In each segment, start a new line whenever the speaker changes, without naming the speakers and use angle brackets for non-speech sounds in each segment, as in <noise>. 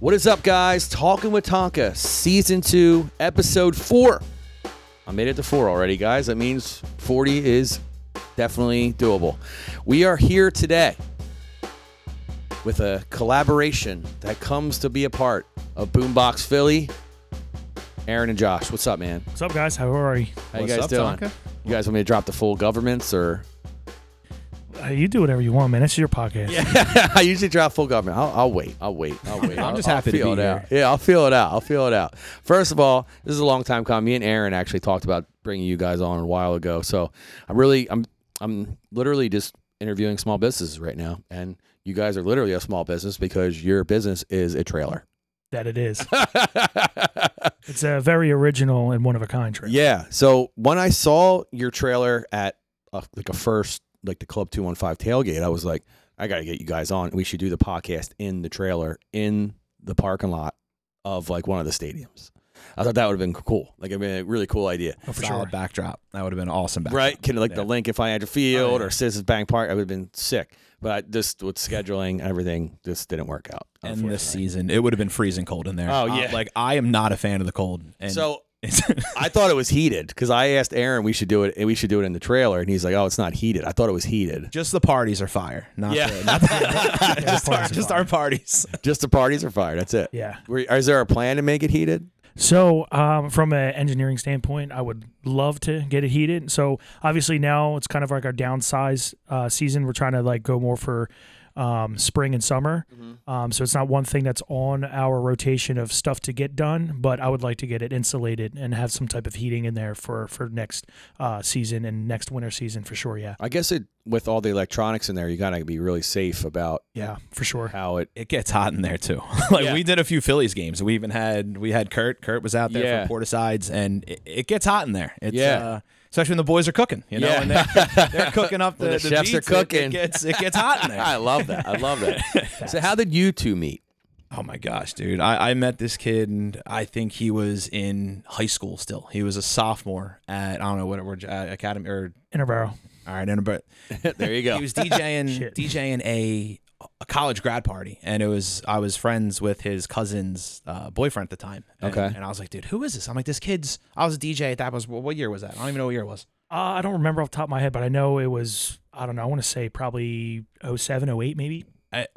What is up, guys? Talking with Tonka, Season 2, Episode 4. I made it to 4 already, guys. That means 40 is definitely doable. We are here today with a collaboration that comes to be a part of Boombox Philly. Aaron and Josh, what's up, man?
What's up, guys? How are you?
How you
What's
guys
up,
doing?
Tonka?
You guys want me to drop the full governments or
Uh, you do whatever you want, man. It's your
<laughs>
podcast.
I usually drop full government. I'll, I'll wait. I'll wait. I'll wait.
I'm
I'll-
just
I'll
happy to
feel
be
it out. Yeah, I'll feel it out. I'll feel it out. First of all, this is a long time coming. Me and Aaron actually talked about bringing you guys on a while ago. So I'm really, I'm, I'm literally just interviewing small businesses right now, and you guys are literally a small business because your business is a trailer.
<laughs> That it
<laughs>
is. It's a very original and one of a kind trip.
Yeah. So when I saw your trailer at a, like a first, like the Club 215 tailgate, I was like, I got to get you guys on. We should do the podcast in the trailer in the parking lot of like one of the stadiums. I thought that would have been cool. Like, I mean, a really cool
<laughs>
idea.
Oh, for
Solid
sure.
backdrop. That would have been an awesome backdrop.
Right? Can like the
Yeah.
Lincoln Financial Field
Oh, yeah.
or Citizens Bank Park, I would have been sick. But just with scheduling, everything just didn't work out.
And this
unfortunately.
season, it would have been freezing cold in there.
Oh,
Uh,
yeah.
like I am not a fan of the cold. And
So
it's, <laughs>
I thought it was heated because I asked Aaron we should do it and we should do it in the trailer, and he's like, "Oh, it's not heated." I thought it was heated.
just the parties are fire. Not
Yeah. <laughs>
the, not the, just,
parties
our,
are
just
fire.
our parties.
Just the parties are fired. That's it.
Yeah.
Were- Is there a plan to make it heated?
So, um, from an engineering standpoint, I would love to get it heated. So, obviously, now it's kind of like our downsize uh, season. We're trying to like go more for um, spring and summer.
Mm-hmm.
Um, so, it's not one thing that's on our rotation of stuff to get done, but I would like to get it insulated and have some type of heating in there for for next uh, season and next winter season for sure. Yeah,
I guess it with all the electronics in there, you gotta be really safe about
yeah, for sure.
how it.
<laughs> It gets hot in there <laughs> too. like
Yeah.
we did a few Phillies games. We even had we had Kurt. Kurt was out there
Yeah.
for Portasides, and it, it gets hot in there. It's,
Yeah.
Uh, especially when the boys are cooking. You know,
Yeah.
and they're, they're cooking up the,
<laughs> When the chefs are
beats, it- it
cooking.
gets it gets
<laughs>
hot in
<laughs>
there.
I love that. I love that. <laughs> so how did you two meet?
Oh my gosh, dude. I, I met this kid and I think he was in high school still. He was a sophomore at I don't know what word uh, academy or
Interboro.
all right, I don't know, but
there you go.
he was DJing
Shit.
DJing a a college grad party and it was I was friends with his cousin's uh, boyfriend at the time. And,
Okay.
And I was like, dude, who is this? I'm like, this kid's I was a DJ at that was what year was that? I don't even know what year it was.
Uh, I don't remember off the top of my head, but I know it was, I don't know, I want to say probably 07, 08 maybe.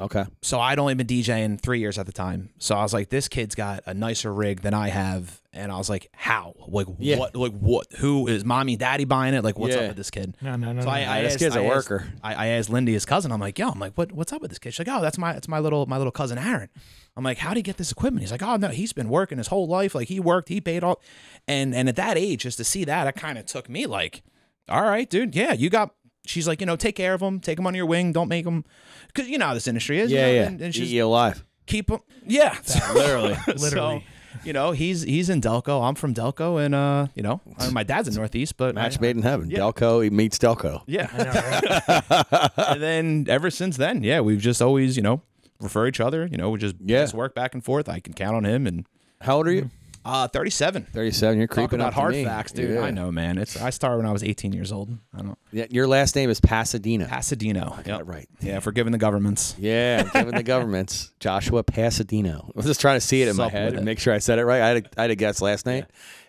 okay.
so I'd only been DJing three years at the time. So I was like, this kid's got a nicer rig than I have. And I was like, how? Like
Yeah.
what? Like what? Who is mommy, and daddy buying it? Like what's
Yeah.
up with this kid?
No, no, no.
So
no.
I, <laughs> I
this
asked,
kid's a
I asked-
worker.
I, I asked Lindy, his cousin. I'm like, yo, I'm like, what? What's up with this kid? She's like, oh, that's my, that's my little, my little cousin Aaron. I'm like, how would he get this equipment? He's like, oh no, he's been working his whole life. Like he worked, he paid all. And and at that age, just to see that, it kind of took me like, all right, dude, yeah, you got. She's like, you know, take care of him, take him under your wing, don't make him, because you know how this industry is. you
Yeah, E
know,
yeah.
And, and
Eat
she's
you alive.
keep him. Yeah, <laughs> literally,
Literally.
you know, he's he's in Delco. I'm from Delco, and uh, you know, I mean, my dad's in Northeast,
<laughs>
but
Match
I-
made in heaven. Delco he meets Delco.
yeah,
I know, right?
<laughs>
and then ever since then, yeah, we've just always, you know, refer each other. You know, we just
Yeah.
just work back and forth. I can count on him. And
How old are you?
uh, 37.
Thirty-seven. You're
Talk
creeping
about
up to
hard
me.
facts, dude.
Yeah.
I know, man. It's I started when I was 18 years old. I don't
Yeah, Your last name is Pasadena.
Pasadena. Yeah,
That right.
Yeah, forgiving the governments.
Yeah, given the
<laughs>
governments. Joshua Pasadena. I was just trying to see it in my
Something
head
with
and
it.
make sure I said it right. I had a, I had a guess last night,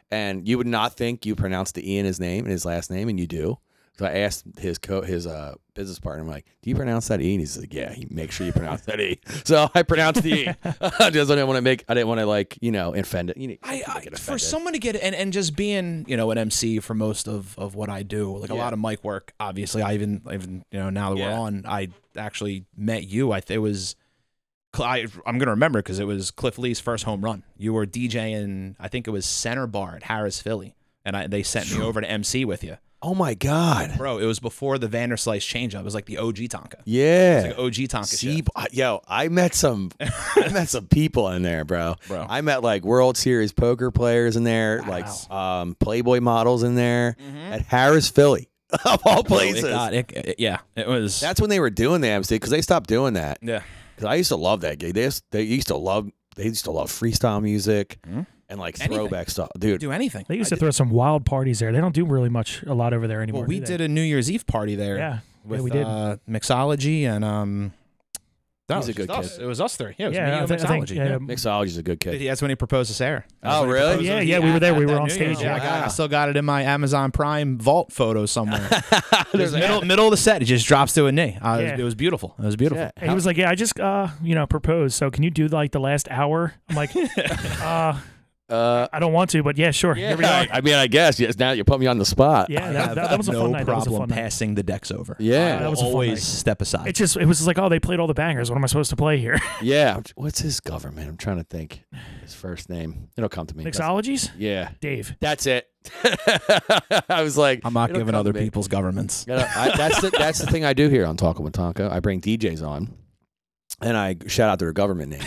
and you would not think you pronounced the E in his name and his last name, and you do. So I asked his co his uh, business partner, I'm like, "Do you pronounce that E?" And he's like, "Yeah, he make sure you pronounce that E." <laughs> So I pronounced the
<laughs>
E. <laughs> I just didn't want to make. I didn't want to like you know offend it. You know,
I, I
get
for
offended.
someone to get and, and just being you know an MC for most of, of what I do like a lot of mic work obviously I even even you know now that
Yeah.
we're on I actually met you I it was Cl- I, I'm gonna remember because it was Cliff Lee's first home run you were DJing I think it was Center Bar at Harris Philly and I, they sent me over to MC with you
oh my god,
bro it was before the Vanderslice changeup it was like the OG Tonka
yeah.
like OG Tonka
See,
shit.
b- I- yo, I met
<laughs>
some, I met some people in there, bro.
Bro.
I met like World Series poker players in there, like um, Playboy models in there at Harris Philly <laughs> of all
It
places.
got- it- it- yeah it was
That's when they were doing the MC because they stopped doing that.
yeah
'Cause I used to love that gig. They used, they used to love they used to love freestyle music and like
Anything.
throwback stuff, dude.
do anything
They used to throw some wild parties there. They don't do really much a lot over there anymore.
Well, we
do they?
did a New Year's Eve party there.
Yeah. Yeah,
with,
we did.
Uh, mixology and uh, um, No,
He's
it was
a good
just us.
kid.
It was us three. Yeah, it was
yeah, I
me
think, I
and
think
Mixology.
yeah,
Mixology's a good kid.
That's when he proposed to Sarah.
Oh,
That's when he
really?
proposed
Yeah,
to-
yeah, we were there.
at
We were
that
on
New
stage,
Year's. Yeah, I,
yeah.
got, I still got it in my Amazon Prime vault photo somewhere. There's
a-
middle middle of the set. It just drops to a knee. Uh, it,
Yeah.
was, it was beautiful. It was beautiful.
Yeah.
he was like, "Yeah, I just uh, you know, proposed. So can you do like the last hour?" I'm
<laughs>
like, "Uh,
Uh,
I don't want to, but yeah, sure. Here we go."
I mean, I guess yes. Now you put me on the spot.
Yeah,
I
that,
have-
that,
I
that was a
have
fun
no
night. That was a fun
problem
night.
passing the decks over.
Yeah.
I
That was a fun
always
night.
step aside.
It just it was just like, "Oh, they played all the bangers. What am I supposed to play here?" <laughs>
Yeah. What's his government? I'm trying to think. His first name. It'll come to me.
Mixologies,
Yeah.
Dave.
That's it. <laughs> I was like,
I'm not
it'll
giving
come
other
to me. <laughs>
people's governments.
You know, I, that's the that's the thing I do here on Talking with Tonka. I bring DJs on, and I shout out their government name.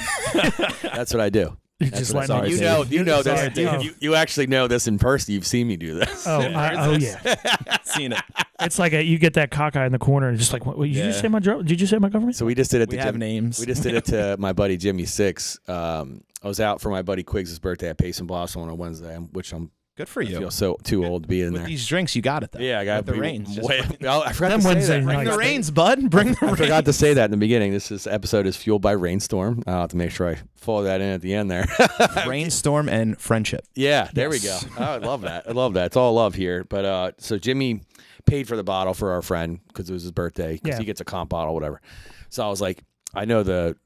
that's what I do.
You
That's
just
what I-
let
sorry,
me.
you know, you know
Sorry,
this. You,
Dave.
you, you actually know this in person. You've seen me do this.
Oh, I- oh yeah.
Seen it.
It's like a, you get that cockeye in the corner and just like, what, what, did you
Yeah.
say my dro- did you say
<laughs>
my government?
So we just did it.
We
to
have
Jim-
names.
We just did it
<laughs>
to my buddy Jimmy Six. Um, I was out for my buddy Quiggs' birthday at Pace and Blossom on a Wednesday, which I'm
Good for
I
you.
feel so too old to be in
With
there.
these drinks, you got it though.
yeah, I got
With the reins. just
<laughs> Way,
bring-
oh, I forgot
Them
to say
Wednesday
that.
nights.
Bring the
Nice.
reins, bud. Bring the
I
reins.
forgot to say that in the beginning. This is episode is fueled by rainstorm. I'll have to make sure I follow that in at the end there. <laughs>
Brainstorm and friendship.
yeah, there we go. Oh, I love that. I love that. It's all love here. But uh, so Jimmy paid for the bottle for our friend because it was his birthday. Because
Yeah.
he gets a comp bottle, whatever. So I was like, I know the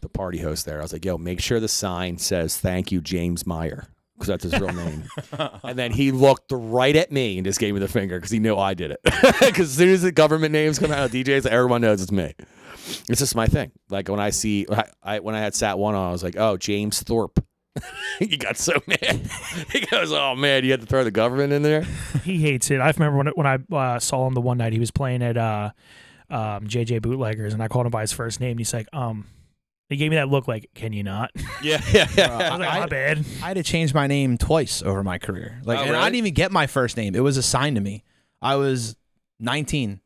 the party host there. I was like, yo, make sure the sign says thank you, James Meyer. Because that's his real name. and then he looked right at me and just gave me the finger because he knew I did it. <laughs> Because as soon as the government names come out of DJs, everyone knows it's me. It's just my thing. Like when I see, I, I when I had sat one on, I was like, "Oh, James Thorpe." <laughs> he got so mad. <laughs> he goes, "Oh man, you had to throw the government in
<laughs>
there."
He hates it. I remember when when I uh, saw him the one night he was playing at uh, um, JJ Bootleggers, and I called him by his first name. And he's like, um, he gave me that look like, can you not? <laughs>
Yeah, yeah,
I was like,
I-
my bad.
I had to change my name twice over my career. Like,
Oh,
and
really?
I didn't even get my first name. It was assigned to me. I was 19,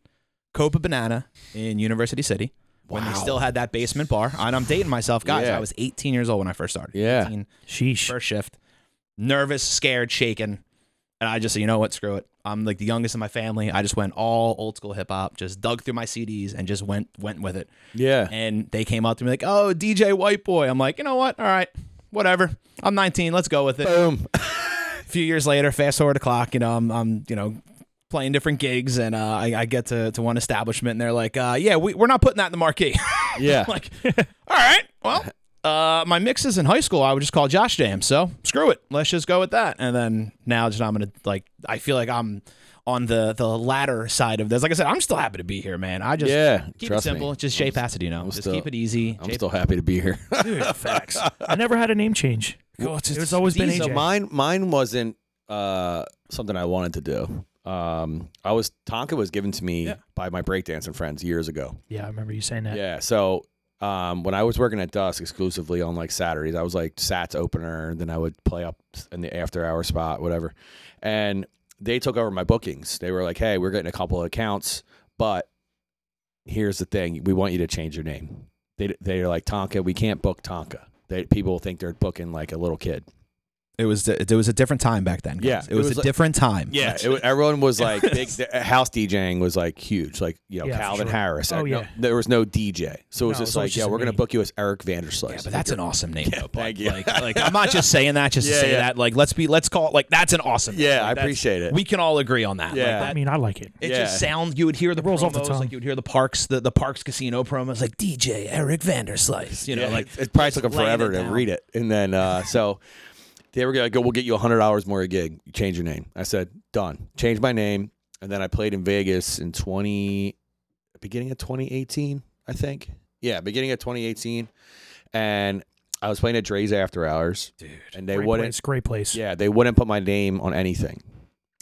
Copa Banana in University City when they
Wow.
still had that basement bar. And I'm dating myself, guys.
Yeah.
I was 18 years old when I first started.
Yeah.
18,
Sheesh.
first shift, nervous, scared, shaken, and I just said, you know what, screw it. I'm like the youngest in my family. I just went all old school hip hop. Just dug through my CDs and just went went with it.
yeah.
And they came up to me like, "Oh, DJ White Boy." I'm like, you know what? All right, whatever. I'm 19. Let's go with it <laughs>
Boom. <laughs>
few years later, fast forward a clock, you know, I'm, I'm you know, playing different gigs and uh, I, I get to, to one establishment and they're like, uh, yeah, we, we're not putting that in the marquee. <laughs>
Yeah.
like, all right, well, uh, my mixes in high school, I would just call Josh Jam. So screw it. Let's just go with that. And then now just I'm going to like, I feel like I'm on the, the latter side of this. Like I said, I'm still happy to be here, man. I just
yeah.
keep it
Trust
simple.
me.
Just Jay Pasadena. Just
still-
keep it easy.
I'm
Jay-
still happy to <laughs> be here.
Dude, facts.
<laughs>
I never had a name change. It's always been
so
AJ.
mine, mine wasn't uh, something I wanted to do. Um, I was Tonka was given to me by my breakdancing friends years ago.
yeah, I remember you saying that.
Yeah. So um, when I was working at Dusk exclusively on like Saturdays, I was like Sats opener. Then I would play up in the after hour spot, whatever. And they took over my bookings. They were like, "Hey, we're getting a couple of accounts, but here's the thing: we want you to change your name." They they're like Tonka. We can't book Tonka. They, people think they're booking like a little kid.
It was, it was a different time back then. guys.
Yeah,
It was,
it was
a
like-
different time.
Yeah, it, was- everyone
<laughs>
was like big. The house DJing was like huge. Like you know,
Yeah, for
Calvin
sure.
Harris.
Oh,
Uh, no-
yeah.
there was no DJ, so it was
No,
just
so it was
like,
just
yeah,
a
we're gonna
name.
book you as Eric Vanderslice.
Yeah, but that's an awesome name. though, bud.
thank you.
Like, like, I'm not just saying that just
<laughs> Yeah,
to say
yeah.
that. Like, let's be, let's call it, like, that's an awesome name.
Yeah,
Like,
I
that's-
appreciate it.
We can all agree on that.
Yeah.
I
Like, that,
mean, I like it.
it
Yeah.
just sounds, you would hear the
rolls
promos,
off the tongue.
like you would hear the parks, the, the parks casino promos, like DJ Eric Vanderslice, you know,
Yeah,
like
it, it probably took them
laying it
forever to
down.
read it. And then
<laughs>
uh, so they were gonna go, we'll get you hundred dollars more a gig. You change your name. I said done. Changed my name, and then I played in Vegas in twenty, beginning of twenty eighteen, I think. Yeah, beginning of twenty eighteen, and I was playing at Dre's After Hours, Dude, and they
Great
wouldn't.
place. Great place.
Yeah, they wouldn't put my name on anything.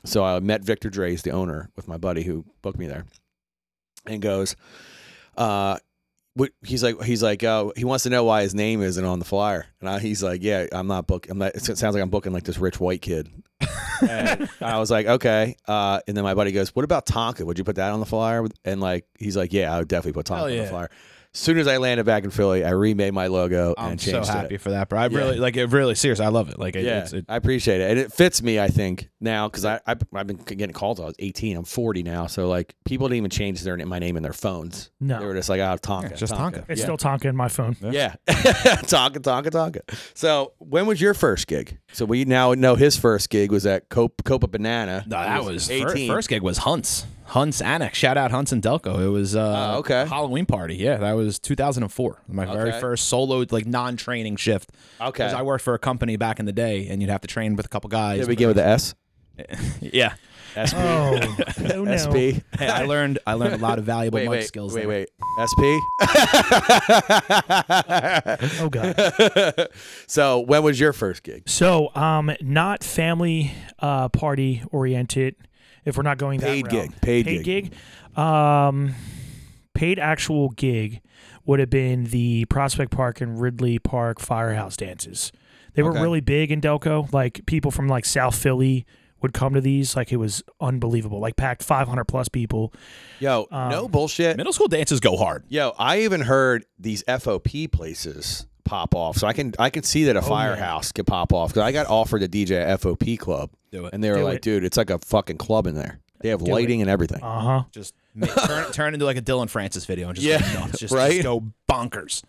So I met Victor Dre's, the owner, with my buddy who booked me there, and goes, uh, what, he's like, he's like, uh, he wants to know why his name isn't on the flyer, and I, he's like, yeah, I'm not book, I'm not, it sounds like I'm booking like this rich white
<laughs>
kid. and I was like, okay. Uh, and then my buddy goes, what about Tonka? Would you put that on the flyer? And like, he's like, yeah, I would definitely put Tonka
Hell
on the
Oh, yeah.
flyer. soon as I landed back in Philly, I remade my logo
I'm
and
so
changed
happy
it.
for that, bro. I
Yeah.
really like it. Really, serious. I love it. Like, it,
Yeah,
it's, it,
I appreciate it, and it fits me. I think now because I, I I've been getting calls. I was 18. I'm 40 now, so like people didn't even change their my name in their phones.
No.
they were just like, "Oh, Tonka,
Yeah, just Tonka.
It's
yeah.
still Tonka in
<laughs>
my phone.
yeah, <laughs> Tonka, Tonka, Tonka. So when was your first gig? So we now know his first gig was at Cope, Copa Banana.
No,
He
that was, fir- first gig was Hunts. Hunts Annex. Shout out Hunts and Delco. It was uh
Oh, okay.
Halloween party. Yeah, that was 2004. My very
Okay.
first solo like non-training shift.
Okay.
Cuz I worked for a company back in the day and you'd have to train with a couple guys.
Did it begin with the S?
yeah.
SB.
Oh, <laughs> oh no.
SB.
Hey, I learned I learned a lot of valuable
<laughs> Wait,
mic
wait,
skills.
wait,
there.
wait. SP.
Oh god.
<laughs> So when was your first gig?
So, um, not family uh, party oriented. If we're not going
Paid
that route.
gig, paid
gig, um, paid actual gig would have been the Prospect Park and Ridley Park firehouse dances. They were
Okay.
really big in Delco. Like people from like South Philly would come to these. Like it was unbelievable. Like packed 500 plus people.
Yo, no
Um,
bullshit.
Middle school dances go hard.
Yo, I even heard these FOP places pop off. So I can I can see that
Oh,
a firehouse could pop off because I got offered to DJ at FOP club.
Do it.
And they were
Do
like,
it.
dude, it's like a fucking club in there. They have lighting and everything.
Uh huh.
Just make, turn <laughs> turn into like a Dylan Francis video and just
Yeah,
go nuts. Just,
right?
just go bonkers.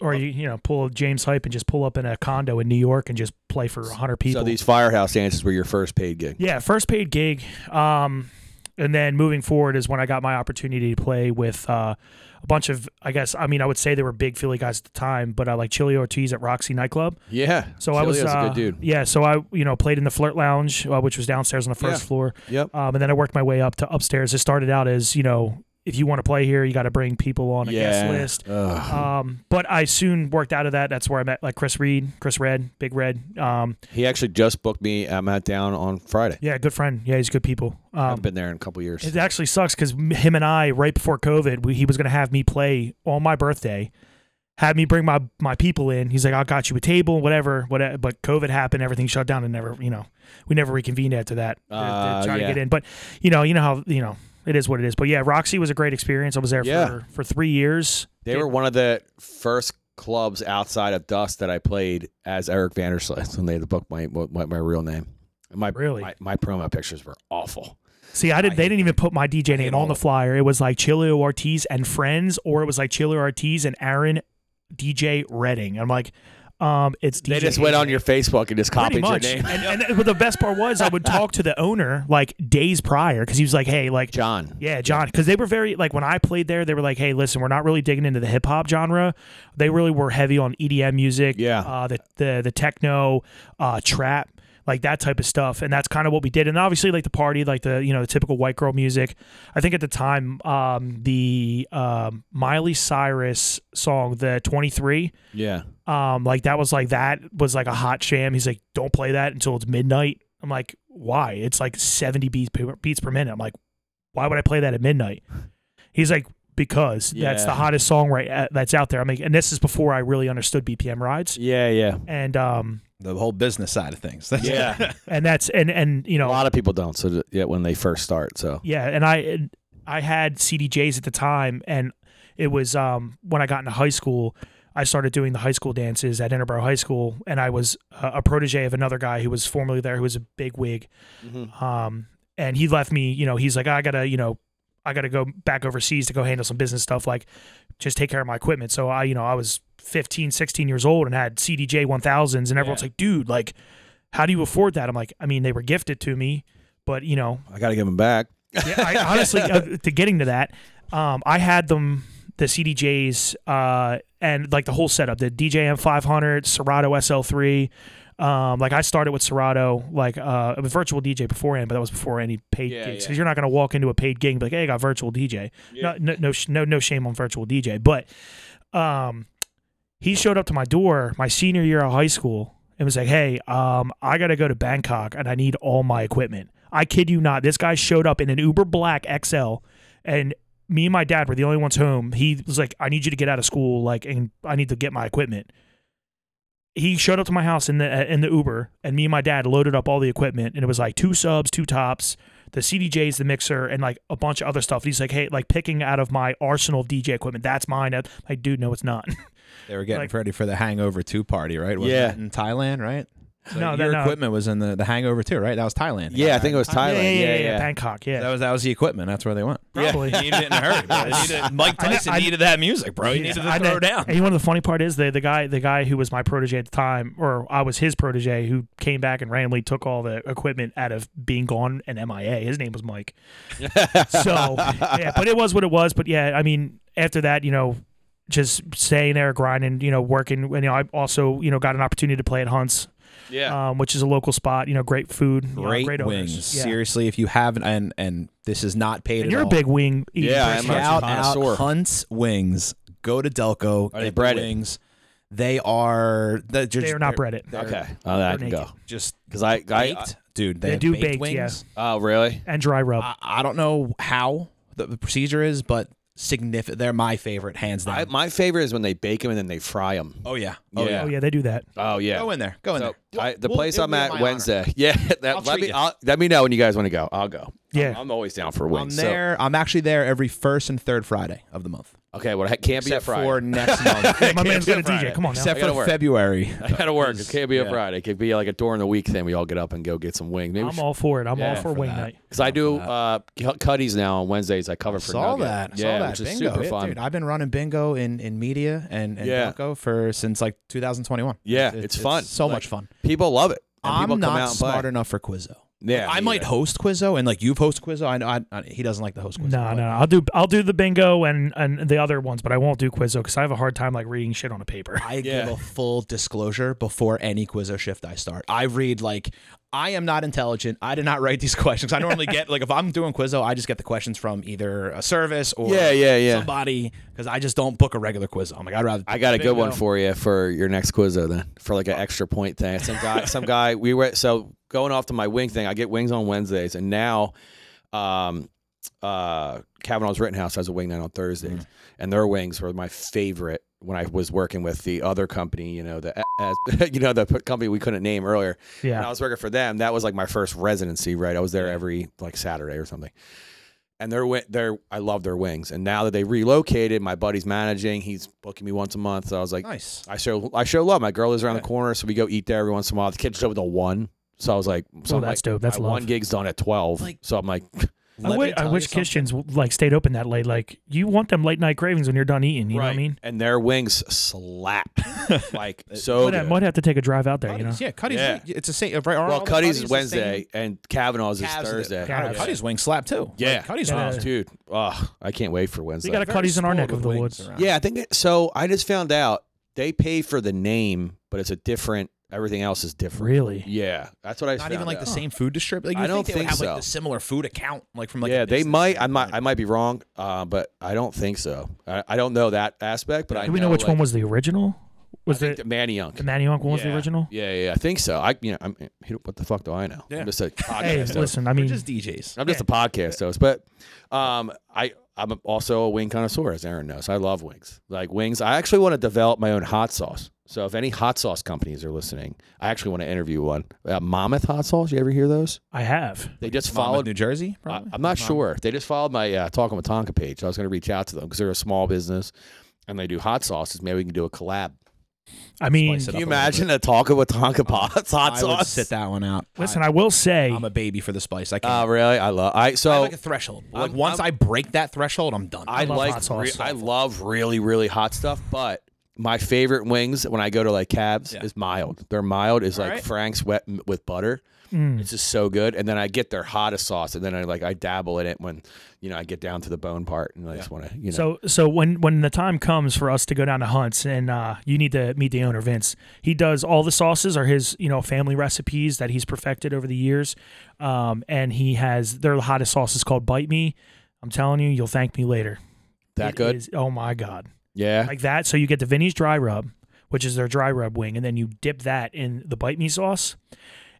Or you you know pull James Hype and just pull up in a condo in New York and just play for 100 people.
so these firehouse dances were your first paid gig.
Yeah, first paid gig. Um, and then moving forward is when I got my opportunity to play with uh, a bunch of, I guess, I mean, I would say they were big Philly guys at the time, but I like Chili Ortiz at Roxy Nightclub.
Yeah.
So I was,
a
uh,
good dude.
yeah. So I, you know, played in the Flirt Lounge, uh, which was downstairs on the first
Yeah.
floor.
Yep.
Um, and then I worked my way up to upstairs. It started out as, you know, if you want to play here, you got to bring people on a guest list.
Ugh.
Um, but I soon worked out of that. That's where I met like Chris Reed, Chris Red, Big Red. Um,
He actually just booked me at Matt Down on Friday.
yeah, good friend. Yeah, he's good people.
I
Um,
haven't been there in a couple years.
It actually sucks because him and I, right before COVID, we, he was going to have me play on my birthday, had me bring my my people in. He's like, "I got you a table, whatever, whatever." But COVID happened, everything shut down, and never, you know, we never reconvened after that. They're- they're
Uh,
trying
yeah.
to get in, but you know, you know how you know it is what it is. But yeah, Roxy was a great experience. I was there
Yeah.
for for three years.
They were one of the first clubs outside of Dust that I played as Eric Vanderslice <laughs> when they had to book my my, my real name. My
Really?
my, my promo pictures were awful.
See, I didn't. They didn't even put my DJ name on the flyer. It was like Chilio Ortiz and friends, or it was like Chilio Ortiz and Aaron DJ Redding. I'm like. Um, it's
They
DJ
just went on
Redding.
your Facebook and just
Pretty
copied your
much. <laughs>
name,
And, and but the best part was I would talk to the owner like days prior because he was like, "Hey, like,
John.
yeah, John," because they were very like when I played there, they were like, "Hey, listen, we're not really digging into the hip hop genre. They really were heavy on EDM music,
Yeah.
uh, the the the techno, uh, trap." Like that type of stuff, and that's kind of what we did. And obviously, like the party, like the you know the typical white girl music. I think at the time, um, the um, Miley Cyrus song, the Twenty Three,
Yeah,
um, like that was like that was like a hot sham. He's like, don't play that until it's midnight. I'm like, why? It's like 70 beats per, beats per minute. I'm like, why would I play that at midnight? He's like, because that's the
Yeah.
hottest song right uh, that's out there. I mean, and this is before I really understood BPM rides,
yeah, yeah,
and um,
The whole business side of things.
<laughs>
yeah.
and that's and and you
a
know,
lot of people don't. So th- yeah, when they first start, so
Yeah, and I and I had CDJs at the time, and it was um, when I got into high school. I started doing the high school dances at Interborough High School, and I was a, a protege of another guy who was formerly there, who was a big wig. Um, and he left me. You know, he's like, I gotta, you know, I gotta go back overseas to go handle some business stuff. Like, just take care of my equipment. So I, you know, I was 15, 16 years old and had CDJ 1000s, and everyone's like, dude, like, how do you afford that? I'm like, I mean, they were gifted to me, but you know,
I got to give them back.
yeah, I, honestly,
<laughs>
uh, to getting to that, um, I had them the CDJs uh, and like the whole setup, the DJM 500, Serato SL3. Um, like I started with Serato, like uh, a virtual DJ beforehand, but that was before any paid
Yeah,
gigs.
yeah.
Because you're not gonna walk into a paid gig and be like, "Hey, I got virtual DJ." No, no, no, sh- no, no shame on virtual DJ, but um, he showed up to my door my senior year of high school and was like, "Hey, um, I gotta go to Bangkok and I need all my equipment." I kid you not, this guy showed up in an Uber Black XL, and me and my dad were the only ones home. He was like, "I need you to get out of school, like, and I need to get my equipment." He showed uh, up to my house in the in the Uber, and me and my dad loaded up all the equipment, and it was like two subs, two tops, the CDJs, the mixer, and like a bunch of other stuff. And he's like, hey, like picking out of my arsenal of DJ equipment, that's mine. I'm like, dude, no, it's not.
They were getting
Like-
ready for the Hangover 2 party, right? Wasn't
Yeah.
it in Thailand, right? So
No, uh,
your
no, no.
equipment was in the, the Hangover 2, right? That was Thailand.
Yeah, I think it was
yeah,
Thailand.
yeah, yeah,
Yeah, yeah.
Bangkok, yeah,
That was that was the equipment. That's where they went.
probably.
<laughs>
needed it in a hurry. Bro. They
<laughs>
needed- Mike
I know- I-
that music, bro. He
I know. And you know, the funny part is the the guy the guy who was my protege at the time, or I was his protege, who came back and randomly took all the equipment out of being gone and MIA. His name
<laughs>
was Mike. so yeah, but it was what it was. But yeah, I mean, after that, you know, just staying there, grinding, you know, working. And you know, I also you know got an opportunity to play at Hunts,
Yeah.
um, which is a local spot. You know, great food, you know, <laughs>
Great,
great owners.
wings.
Yeah.
Seriously, if you haven't, and and this is not paid
And
at
you're a
all.
big wing. eating
Yeah,
person.
I'm a-
out,
connoisseur.
out hunts wings. Go to Delco.
Are they
get the
breaded?
Wings. They are. They're, just,
They are not breaded.
they're
okay. Oh, then I can
naked.
go.
Just
Because I, I,
baked, dude. They,
They
have
do
baked
baked,
wings.
yeah.
Oh, really?
And dry rub.
I, I don't know how the, the procedure is, but significant. They're my favorite, hands down.
I, my favorite is when they bake them and then they fry them.
oh yeah. Oh
Yeah.
yeah.
oh yeah, they do that.
Oh yeah.
Go in there. Go in
So,
there.
I, the
We'll-
place
it'll
I'm
be in
at
my
Wednesday. <laughs> Yeah, that,
I'll
let
treat
me
you.
I'll, let me know when you guys want to go. I'll go.
Yeah.
I'm, I'm always down for
honor. I'm
wings. so-
there. I'm actually there every first and third Friday of the month,
Okay, well, it can't be a
except
Friday.
for next month.
My
Can't
man's
be
got
a
a DJ.
Friday.
Come on now.
except
I gotta
for
work.
February.
<laughs> I <laughs> gotta work. It can't be a
Yeah.
Friday. It could be like a during the week thing. We all get up and go get some wings. Maybe
I'm all for it. I'm
Yeah,
all for,
for
wing
that.
night.
because I do uh, cu- cutties now on Wednesdays. I cover for
saw
Nugget.
that. I
yeah,
saw that.
which is
bingo.
super
Yeah,
fun.
Dude, I've been running bingo in, in media and, and
Yeah.
Delco for since like 2021.
Yeah, it's fun.
So
Like,
much fun.
people love it. And people
I'm
come out
not
and play.
smart enough for Quizzo.
Yeah,
I
me
might
either.
host Quizzo and like you've hosted Quizzo. I know I, I, he doesn't like the host Quizzo.
No,
but-
no, no. I'll do I'll do the bingo and and the other ones, but I won't do Quizzo because I have a hard time like reading shit on a
<laughs>
paper.
I
Yeah.
give a full disclosure before any Quizzo shift I start. I read like I am not intelligent. I did not <laughs> write these questions. I normally get like if I'm doing Quizzo, I just get the questions from either a service or
Yeah, yeah, yeah.
somebody because I just don't book a regular Quizzo. I'm like I'd rather
I got a good one
Bingo.
for you for your next quiz, though. Then for like an extra point thing. Some guy, some guy. We were so going off to my wing thing. I get wings on Wednesdays, and now, um, uh, Kavanaugh's Rittenhouse has a wing night on Thursdays, and their wings were my favorite when I was working with the other company. You know the <laughs> as, you know the p- company we couldn't name earlier.
Yeah.
When I was working for them, that was like my first residency. Right, I was there every like Saturday or something and their wi- their I love their wings. And now that they relocated, my buddy's managing. He's booking me once a month. So I was like,
nice.
I show I show love. My girl is around
Yeah.
the corner, so we go eat there every once in a while. The kitchen's open till one, so I was like, so
Oh,
I'm
that's
like,
dope. That's
my
love.
one gig's done at twelve,
Like-
so I'm like,
I, wi- I wish kitchens like stayed open that late. Like you want them late night cravings when you're done eating. You know what I mean?
And their wings
<laughs>
slap, like so.
But I
good.
might have to take a drive out there. You know.
Cuddy's, yeah, Cuddy's.
Oh, Yeah.
It's a same. Right, aren't all
well,
the
Cuddy's is
the same?
Wednesday and Kavanaugh's is
Cavs are the-
Thursday.
I don't know,
Yeah.
Cuddy's wing slap too.
Yeah.
like, Cuddy's
Yeah.
wings.
Dude, oh, I can't wait for Wednesday.
We got a
Very
Cuddy's in our
spoiled
neck of
with
the
wings
woods.
around.
Yeah, I think it, so. I just found out they pay for the name, but it's a different. Everything else is different.
Really?
Yeah, that's what I.
not
found
even like
out.
the same food distributor. Like,
I
you
don't
think they would
think
have
so.
like the similar food account, like from like a
yeah, they
business
might. I might.
standpoint.
I might be wrong, uh, but I don't think so. I, I don't know that aspect, but I
Do we know which
like,
one was the original? Was
I think
it
that Manny Young.
the Manny Uncle was the
Yeah.
original?
Yeah, yeah, yeah, I think so. I, you know, I'm, who- what the fuck do I know?
Yeah.
I'm just a
Hey,
podcast. host.
listen. I mean,
They're just DJs.
I'm just a podcast host, but um, I I'm also a wing connoisseur, as Aaron knows. I love wings, like wings. I actually want to develop my own hot sauce. So if any hot sauce companies are listening, I actually want to interview one. Uh, Monmouth hot sauce. You ever hear those?
I have.
They just
Followed
followed.
New Jersey.
I,
Probably.
I'm not sure. They just followed my uh, Talking with Tonka page. I was going to reach out to them because they're a small business and they do hot sauces. Maybe we can do a collab.
I mean,
Spice it
Can
up.
you
a little
imagine a Talking with Tonka pots hot
I would
sauce?
sit that one out.
listen. I will say.
I, am a baby for the spice. I
Oh,
can't.
really? I love. I
I have,
so
like a threshold. Like
I'm-
once i break that threshold, I'm done.
I,
love
like.
hot sauce.
I love really really hot stuff, but. My favorite wings when I go to like Cavs
Yeah.
is mild. Their mild is like
right.
Frank's wet m- with butter.
Mm.
It's just so good. And then I get their hottest sauce, and then I like I dabble in it when you know I get down to the bone part, and I just want to you know.
So so when when the time comes for us to go down to Hunt's and uh, you need to meet the owner Vince, he does all the sauces are his you know family recipes that he's perfected over the years, um, and he has their hottest sauce is called Bite Me. I'm telling you, you'll thank me later.
that
It
good?
is- oh my god,
yeah.
like that. So you get the Vinnie's dry rub, which is their dry rub wing, and then you dip that in the Bite Me sauce,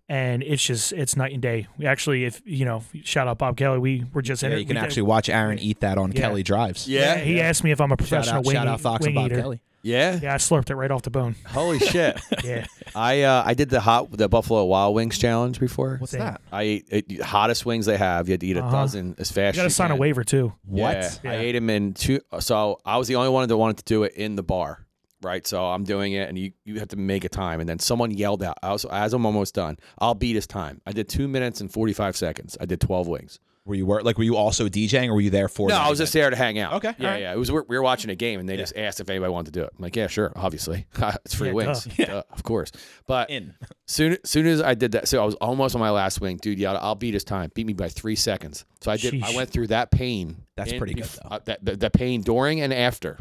and it's just it's night and day. We actually, if you know, shout out Bob Kelly. We were just
Yeah,
inter-
you can
we did-
actually watch Aaron eat that on
Yeah.
Kelly Drives.
Yeah.
He asked me if I'm a
Shout
professional
out,
wing,
shout out Fox
wing
and Bob
eater.
Kelly.
Yeah.
Yeah, I slurped it right off the bone.
Holy
<laughs>
shit.
Yeah,
I uh, I did the hot the Buffalo Wild Wings challenge before.
What's
Same.
that?
I ate it, the hottest wings they have. You had to eat a
Uh-huh.
dozen as fast.
you got to
as
sign a
can.
waiver too.
What?
What?
I
Yeah.
ate them in two. So I was the only one that wanted to do it in the bar, right? So I'm doing it, and you you have to make a time. And then someone yelled out, I was, as I'm almost done, I'll beat his time. I did two minutes and 45 seconds. I did 12 wings.
Were you wor- like were you also DJing or were you there for?
No,
that
I was just
event?
there to hang out.
Okay, all
Yeah,
right.
yeah. It was we we were watching a game, and they just asked if anybody wanted to do it. I'm like, yeah, sure, obviously, <laughs> it's free
Yeah,
wings,
duh. <laughs>
Duh, of course. But
in.
Soon, soon as I did that, so I was almost on my last wing, dude. Yeah, I'll beat his time. Beat me by three seconds. So I did. I
Sheesh.
went through that pain.
That's pretty good, though.
uh, that the, the pain during and after,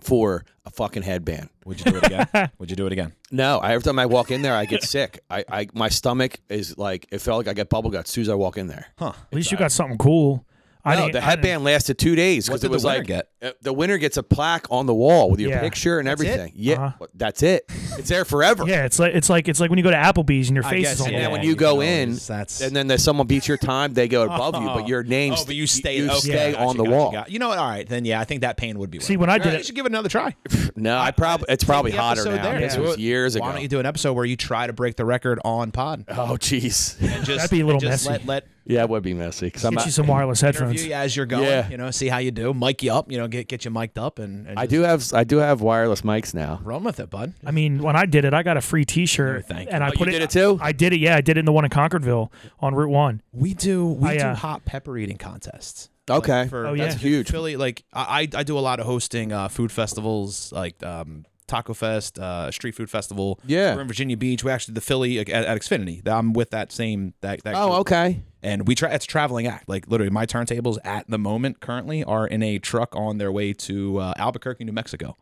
for a fucking headband.
<laughs> Would you do it again? Would you do it again?
No, I, every time I walk in there, I
<laughs>
get sick. I, I, my stomach is like it felt like I got bubble guts as soon as I walk in there.
Huh?
At least you got something cool. I
no,
didn't-
the
I didn't-
headband lasted two days because
What did
it
the
was
winner
like
get?
uh, the winner gets a plaque on the wall with your
Yeah.
picture and
it?
everything. Yeah,
Uh-huh.
that's it.
<laughs>
It's there forever.
Yeah, it's like it's like it's like when you go to Applebee's and your
I
face
guess,
is on
And
the
yeah.
then
wall.
when you go
Yeah,
in,
that's-
and then there's someone beats your time, they go above you,
<laughs>
but your name.
Oh, but you stay.
you
okay,
stay
gotcha,
on the
gotcha,
wall.
gotcha. You know what? All right, then. Yeah, I think that pain would be. worth
See,
it.
when I
All
did
right, you
it,
should give it another try.
No, I probably it's probably
the
hotter
episode
now.
there.
This
Yeah.
was years ago.
Why don't you do an episode where you try to break the record on pod?
<laughs> oh, jeez.
<laughs> And just,
That'd be a little
just
messy.
Let, let
yeah, it would be messy because I'm.
get
Not,
you some wireless headphones.
interview you as you're going.
Yeah.
You know, see how you do. Mic you up. You know, get get you mic'd up and, and
I
just
do have I do have wireless mics now.
run with it, bud.
I mean, when I did it, I got a free T-shirt,
No, thank you.
and I
Oh,
put
you
it.
did it too?
I did it. Yeah, I did it in the one in Concordville on Route One.
We do we
I, uh,
do hot pepper eating contests.
Okay.
Like, for,
Oh,
that's
yeah.
Huge.
Philly, like I I I do a lot of hosting uh, food festivals like um, Taco Fest, uh, Street Food Festival.
Yeah.
We're in Virginia Beach. We actually the Philly like, at, at Xfinity. I'm with that same that, that
Oh,
group.
okay.
and we try it's a traveling act. Like literally my turntables at the moment currently are in a truck on their way to uh, Albuquerque, New Mexico.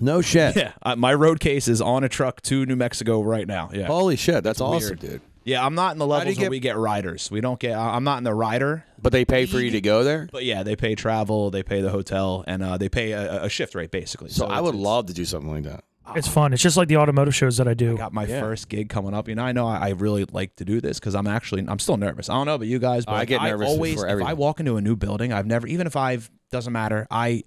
No <laughs> shit.
Yeah. Uh, my road case is on a truck to New Mexico right now. Yeah.
Holy shit, that's awesome, dude.
Yeah, I'm not in the
do you
levels where
get-
we get riders. We don't get. I- I'm not in the rider,
But they pay for you to go there.
but yeah, they pay travel, they pay the hotel, and uh, they pay a, a shift rate basically.
So I
it's-
would
it's-
love to do something like that.
It's fun. It's just like the automotive shows that I do.
Got my first gig coming up, and I know I, I really like to do this because I'm actually I'm still nervous. I don't know about you guys, but
I get nervous
always
before
if I
everything.
walk into a new building, I've never even if I've doesn't matter. I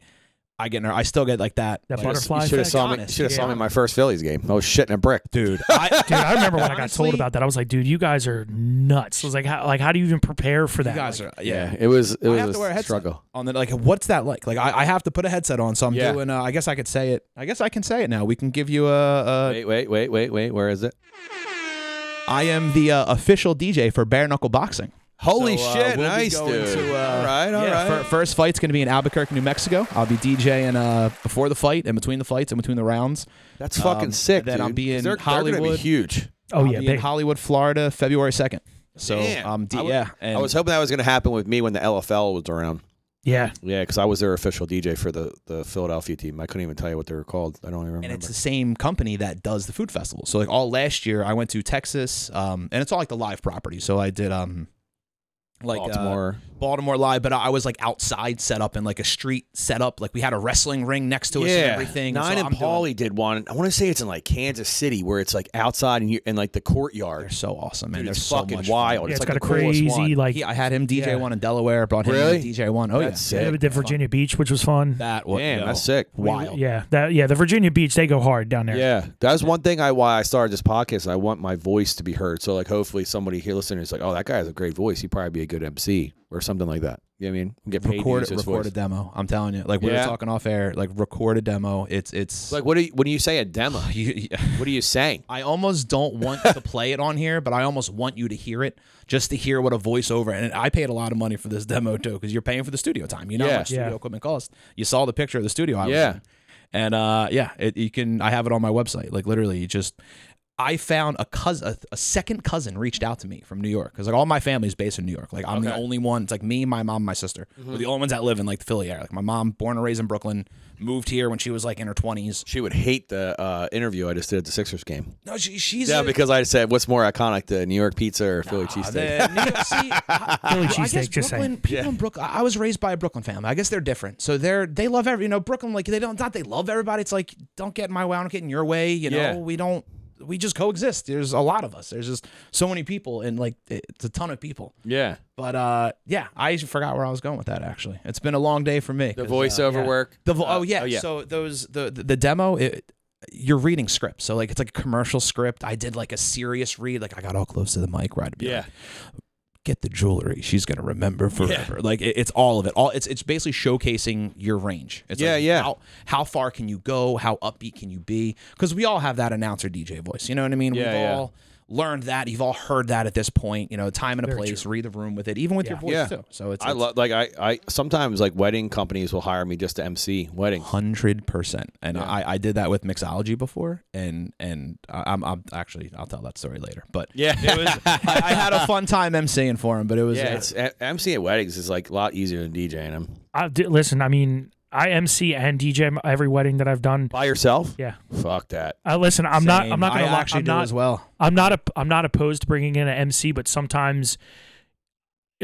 I get nervous. I still get like that.
That
like,
butterfly
You should have
effect.
saw me.
honest,
Should have saw
yeah.
me in my first Phillies game. I was shitting a brick.
dude. I,
Dude, I remember when I got
Honestly-
told about that. I was like, dude, you guys are nuts. I was like, how, like, how do you even prepare for
you
that?
guys
Like,
are yeah.
it was. It
I have
was
to wear a
a
headset
struggle.
on the like. What's that like? Like I, I have to put a headset on, so I'm
Yeah.
doing. Uh, I guess I could say it. I guess I can say it now. We can give you a. a
Wait, wait, wait, wait, wait. Where is it?
I am the uh, official DJ for bare knuckle boxing.
Holy
So, uh,
shit!
we'll be
nice,
going
dude.
to, uh,
all right, all right.
yeah, fir- first fight's going to be in Albuquerque, New Mexico. I'll be DJing uh, before the fight and between the fights and between the rounds.
That's fucking
Um,
sick.
then
dude.
I'll be
'Cause
in
they're, They're gonna be
Hollywood.
huge.
oh
I'll
yeah,
be in
big.
Hollywood, Florida, February second. So
Damn.
um, d-
I would-
yeah, and
I was hoping that was going to happen with me when the LFL was around.
yeah.
Yeah, because I was their official DJ for the, the Philadelphia team. I couldn't even tell you what they were called. I don't even remember.
and it's the same company that does the food festival. So like all last year, I went to Texas, um, and it's all like the live property. So I did um, like
Oh,
uh,
Baltimore.
Baltimore live, but I I was like outside set up in like a street setup. Like we had a wrestling ring next to us and everything. So
Nine
I'm
and
doing-
Paulie did one. I want to say it's in like Kansas City, where it's like outside and you in like the
They're
courtyard.
so awesome, man.
Dude,
They're
it's
so
fucking
much
wild.
Fun.
Yeah,
It's
it's
like
got
the
a
coolest
crazy
one.
like.
He, I had him DJ
Yeah.
one in Delaware. Brought him in
Really?
to DJ one. Oh
That's
yeah,
sick.
yeah, we did Virginia Beach, which was fun.
that one.
Damn,
yo,
that's sick.
We-
Wild.
Yeah, that yeah. The Virginia Beach, they go hard down there.
Yeah, that's one thing I why I started this podcast. I want my voice to be heard. So like, hopefully, somebody here listening is like, "Oh, that guy has a great voice. He'd probably be a good MC or something like that." You know what I mean? Get paid to
Record,
use his
record a
voice.
demo. I'm telling you, like we
Yeah.
were talking off air. Like record a demo. It's it's
Like, what do you, when you say a demo?
<laughs> you,
What are you saying?
I almost don't want
<laughs>
to play it on here, but I almost want you to hear it just to hear what a voiceover. And I paid a lot of money for this demo too, because you're paying for the studio time. You know
Yeah.
how much studio
Yeah.
equipment costs. You saw the picture of the studio. I
Yeah.
was in. and uh, yeah, it, you can. I have it on my website. Like literally, you just. I found a cousin, a, a second cousin, reached out to me from New York because like all my family's based in New York. Like I'm the
Okay. Mm-hmm.
only one. It's like me, my mom, and my sister. We're the only ones that live in like the Philly area. Like my mom, born and raised in Brooklyn, moved here when she was like in her 20s.
She would hate the uh, interview I just did at the Sixers game.
No, she, she's
Yeah,
a-
because I said, "What's more iconic, the New York pizza or Philly cheesesteak?"
The New York
<laughs>
City- I-
Philly
I guess
cheesesteak, just saying.
Brooklyn- People in Brooklyn. I I was raised by a Brooklyn family. I guess they're different. So they're they love every. You know, Brooklyn like they don't not they love everybody. It's like don't get in my way. I don't get in your way. You know,
Yeah.
we don't. we just coexist. There's a lot of us. There's just so many people, and like it's a ton of people.
Yeah.
But uh, yeah, I forgot where I was going with that. Actually, it's been a long day for me.
The
'cause,
voiceover
uh, yeah.
work.
The vo-
Uh,
oh, yeah.
oh, yeah.
So those the the, the demo. It, you're reading scripts, so like it's like a commercial script. I did like a serious read. Like I got all close to the mic right.
Yeah.
Get the jewelry. She's gonna remember forever. Like it, it's all of it. All it's it's basically showcasing your range. It's
Yeah,
like,
yeah.
How, how far can you go? How upbeat can you be? Because we all have that announcer DJ voice. You know what I mean?
Yeah,
We've
yeah.
all learned that. You've all heard that at this point. You know, time and a place. Read the room with it, even with your
Yeah.
voice
Yeah.
too. So it's
I
it's-
love like I I sometimes like wedding companies will hire me just to MC weddings.
hundred percent. And I, I did that with mixology before, and and I- I'm, I'm actually I'll tell that story later. But
Yeah.
it was, I, I had a fun time emceeing for him, but it was
Yeah,
uh,
it's a- MC at weddings is like a lot easier than DJing them
I did, listen. I mean, I MC and DJ m- every wedding that I've done.
by yourself.
Yeah.
Fuck that.
Uh, listen, I'm not.
same.
I'm not gonna
I
lie.
actually
I'm
do
not.
as well.
I'm not. op- I'm not opposed to bringing in an MC, but sometimes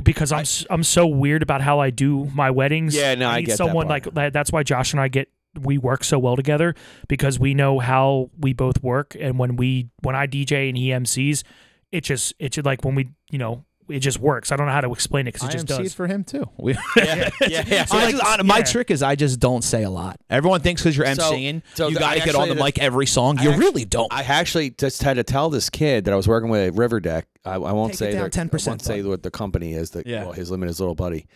because I'm s am so weird about how I do my weddings.
Yeah, no, I
need
get that
someone
part.
like that- that's why Josh and I get we work so well together because we know how we both work, and when we when I DJ and he MCs, it just it just like when we you know it just works. I don't know how to explain it because it
I
just
emceed
does.
for
<laughs>
him too. We,
<laughs> Yeah, yeah. yeah.
I
like,
just- I- my
yeah.
trick is I just don't say a lot. Everyone thinks because you're
So-
emceeing,
so
you
the-
got to
I
get on the
actually-
mic every song. You
actually-
really don't.
I actually just had to tell this kid that I was working with at River Deck. I, I won't
Take it
say their-
down 10%,
I won't say
bud.
what the company is. That
Yeah.
well, his limit is little buddy.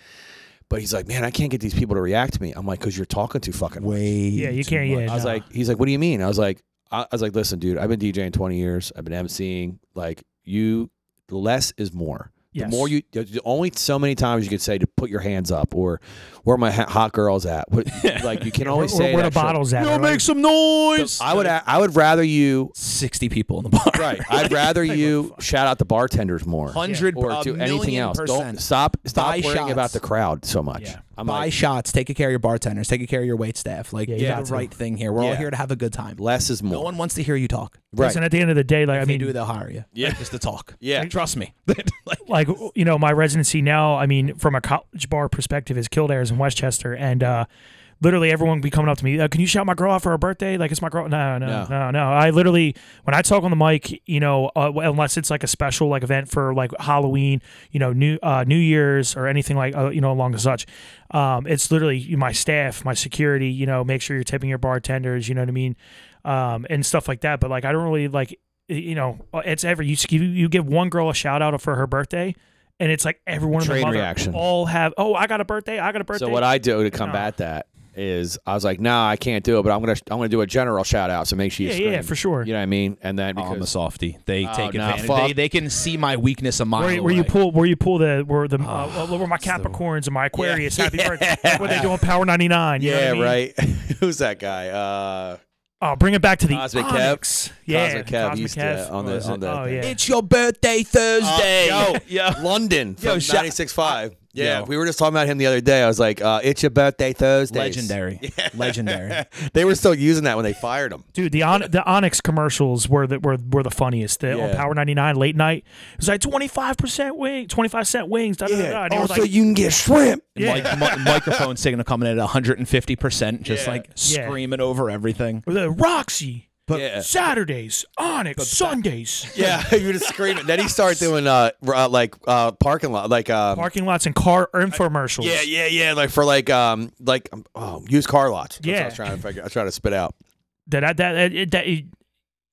But he's like, man, I can't get these people to react to me. I'm like, because you're talking too fucking. much."
Way
Yeah, you
too
can't.
much.
Yeah,
I was
no.
like, he's like, what do you mean? I was like, I, I was like, listen, dude, I've been DJing 20 years. I've been emceeing. Like, you, less is more.
Yes.
The more you, the- the only so many times you could say to put your hands up or where are my ha- hot girls at.
<laughs>
What, like, you can always
Where-
say
where the
that shit.
bottles at? They're
Yo,
like-
make some noise.
I would, a- I would rather you.
sixty people in the bar. <laughs>
<laughs>
Right. I'd rather you shout out the bartenders more.
Hundred
or
a
do anything
million
else.
Percent.
Don't stop stop
Buy
worrying
shots.
about the crowd so much.
Yeah.
I'm
buy
like,
shots, take care of your bartenders, take care of your wait staff. Like,
Yeah,
yeah,
you
do
got
the
to.
right thing here. We're all
Yeah.
here to have a good time.
less is
No
more.
one wants to hear you talk.
right.
Listen, at the end of the day, like I
If they
mean,
do, they'll hire you.
Yeah.
Like, just to talk.
Yeah.
trust me. <laughs> Like,
like you know my residency now i mean from a college bar perspective is kildare's in westchester and uh literally everyone be coming up to me uh, can you shout my girl out for her birthday like it's my girl no no
No.
no no, i literally when i talk on the mic you know uh, unless it's like a special like event for like halloween you know new uh new year's or anything like uh, you know along the such um it's literally my staff my security you know make sure you're tipping your bartenders you know what i mean um and stuff like that but like i don't really like you know, uh, it's every you you you give one girl a shout out for her birthday, and it's like everyone in
Train
the mother
reaction.
all have. Oh, I got a birthday! I got a birthday!
So what I do to combat that is I was like, nah, I can't do it, but I'm gonna I'm gonna do a general shout out. So make sure you
yeah,
scream.
yeah, for sure.
You know what I mean? And then
I'm a
because Oh,
softy. They take
no,
advantage.
fuck.
They, they can see my weakness a mile
Where, where you
away.
pull, where you pull the, where the,
Ah,
uh, where my Capricorns and my Aquarius, happy birthday. What are they doing? Power ninety nine.
yeah,
I mean?
right. <laughs> Who's that guy? Uh,
Oh, bring it back to the
Cosmic
Onyx.
Kev.
Yeah,
Cosmic Kev
Cosmic
used
Kev.
to on the
Was
on
it?
the.
Oh,
thing.
yeah.
It's your birthday
Uh,
Thursday.
yo, <laughs> London
Yo,
from
shout-
96.5. Yeah,
Yo.
we were just talking about him the other day. I was like, uh, "It's your birthday Thursday."
Legendary.
<laughs>
Legendary.
They were still using that when they fired him.
Dude, the on, the Onyx commercials were the were, were the funniest. The,
Yeah.
On Power ninety nine late night, it was like twenty five percent wing, twenty five cent wings. Da, da, da, da. And it was like,
you can get shrimp.
Mic- mi- microphone signal coming in at 150%, just
Yeah.
like
Yeah.
screaming over everything.
the Roxy.
yeah.
Saturdays, Onyx, Sundays,
Yeah, <laughs> you just scream it. Then he started doing uh, r- uh like uh parking lot like um
parking lots, and car infomercials.
yeah yeah yeah like for like um like um, oh used car lots. That's what I was
Yeah.
trying to figure. I was trying to spit out.
That that that, that,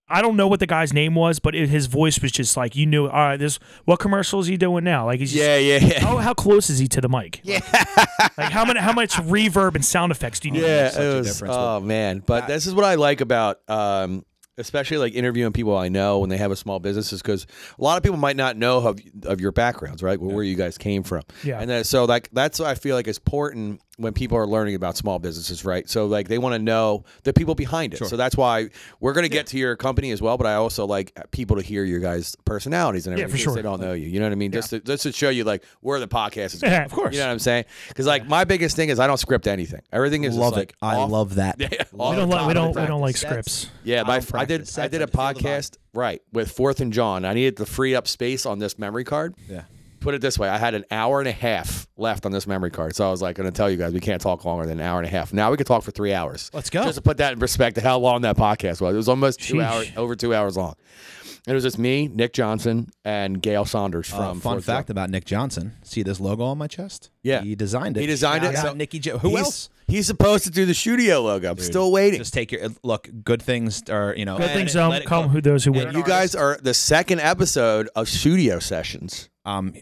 I don't know what the guy's name was, but it, his voice was just like you knew. All right, this what commercial is he doing now? Like he's just,
Yeah yeah yeah.
How, how close is he to the mic? Yeah. <laughs> Like, how many how much reverb and sound effects do you need?
Yeah,
such a
it was-
difference.
oh man, but this is what I like about, um, especially like interviewing people I know when they have a small business, is because a lot of people might not know of, of your backgrounds, right? Where you guys came from,
Yeah.
And then, so like that's what I feel like is important when people are learning about small businesses, right? So like they want to know the people behind it. So that's why we're gonna get to your company as well, but I also like people to hear your guys' personalities and everything.
for
in case
sure.
They don't know you, you know what I mean? Just to, just to show you like where the podcast is.
<laughs>
Going.
Yeah, of course.
You know what I'm saying? Because like my biggest thing is I don't script anything. Everything is just,
Love
like
it. I
off <laughs>
love that.
all
We
the
don't like
time.
we don't we don't like
That's-
scripts.
Yeah,
I
my,
don't
I did.
practice.
I
That's
did a
like the feel of the vibe.
podcast right with Fourth and John. I needed to free up space on this memory card,
Yeah.
put it this way: I had an hour and a half left on this memory card, so I was like, "Going to tell you guys, we can't talk longer than an hour and a half." Now we could talk for three hours.
Let's go.
Just to put that in perspective, how long that podcast was. It was almost two
Sheesh.
hours, over two hours long. It was just me, Nick Johnson, and Gail Saunders from.
Uh, fun
Fourth Row.
fact about Nick Johnson. See this logo on my chest?
Yeah.
He designed it.
He designed
Shout
it,
out
so
Nicky Joe. Who
he's,
else?
He's supposed to do the studio logo. I'm still waiting.
Just take your look. Good things are you know.
Good
let
things
it-
um,
let it
come who those who wait.
you guys are the second episode of studio sessions.
Um,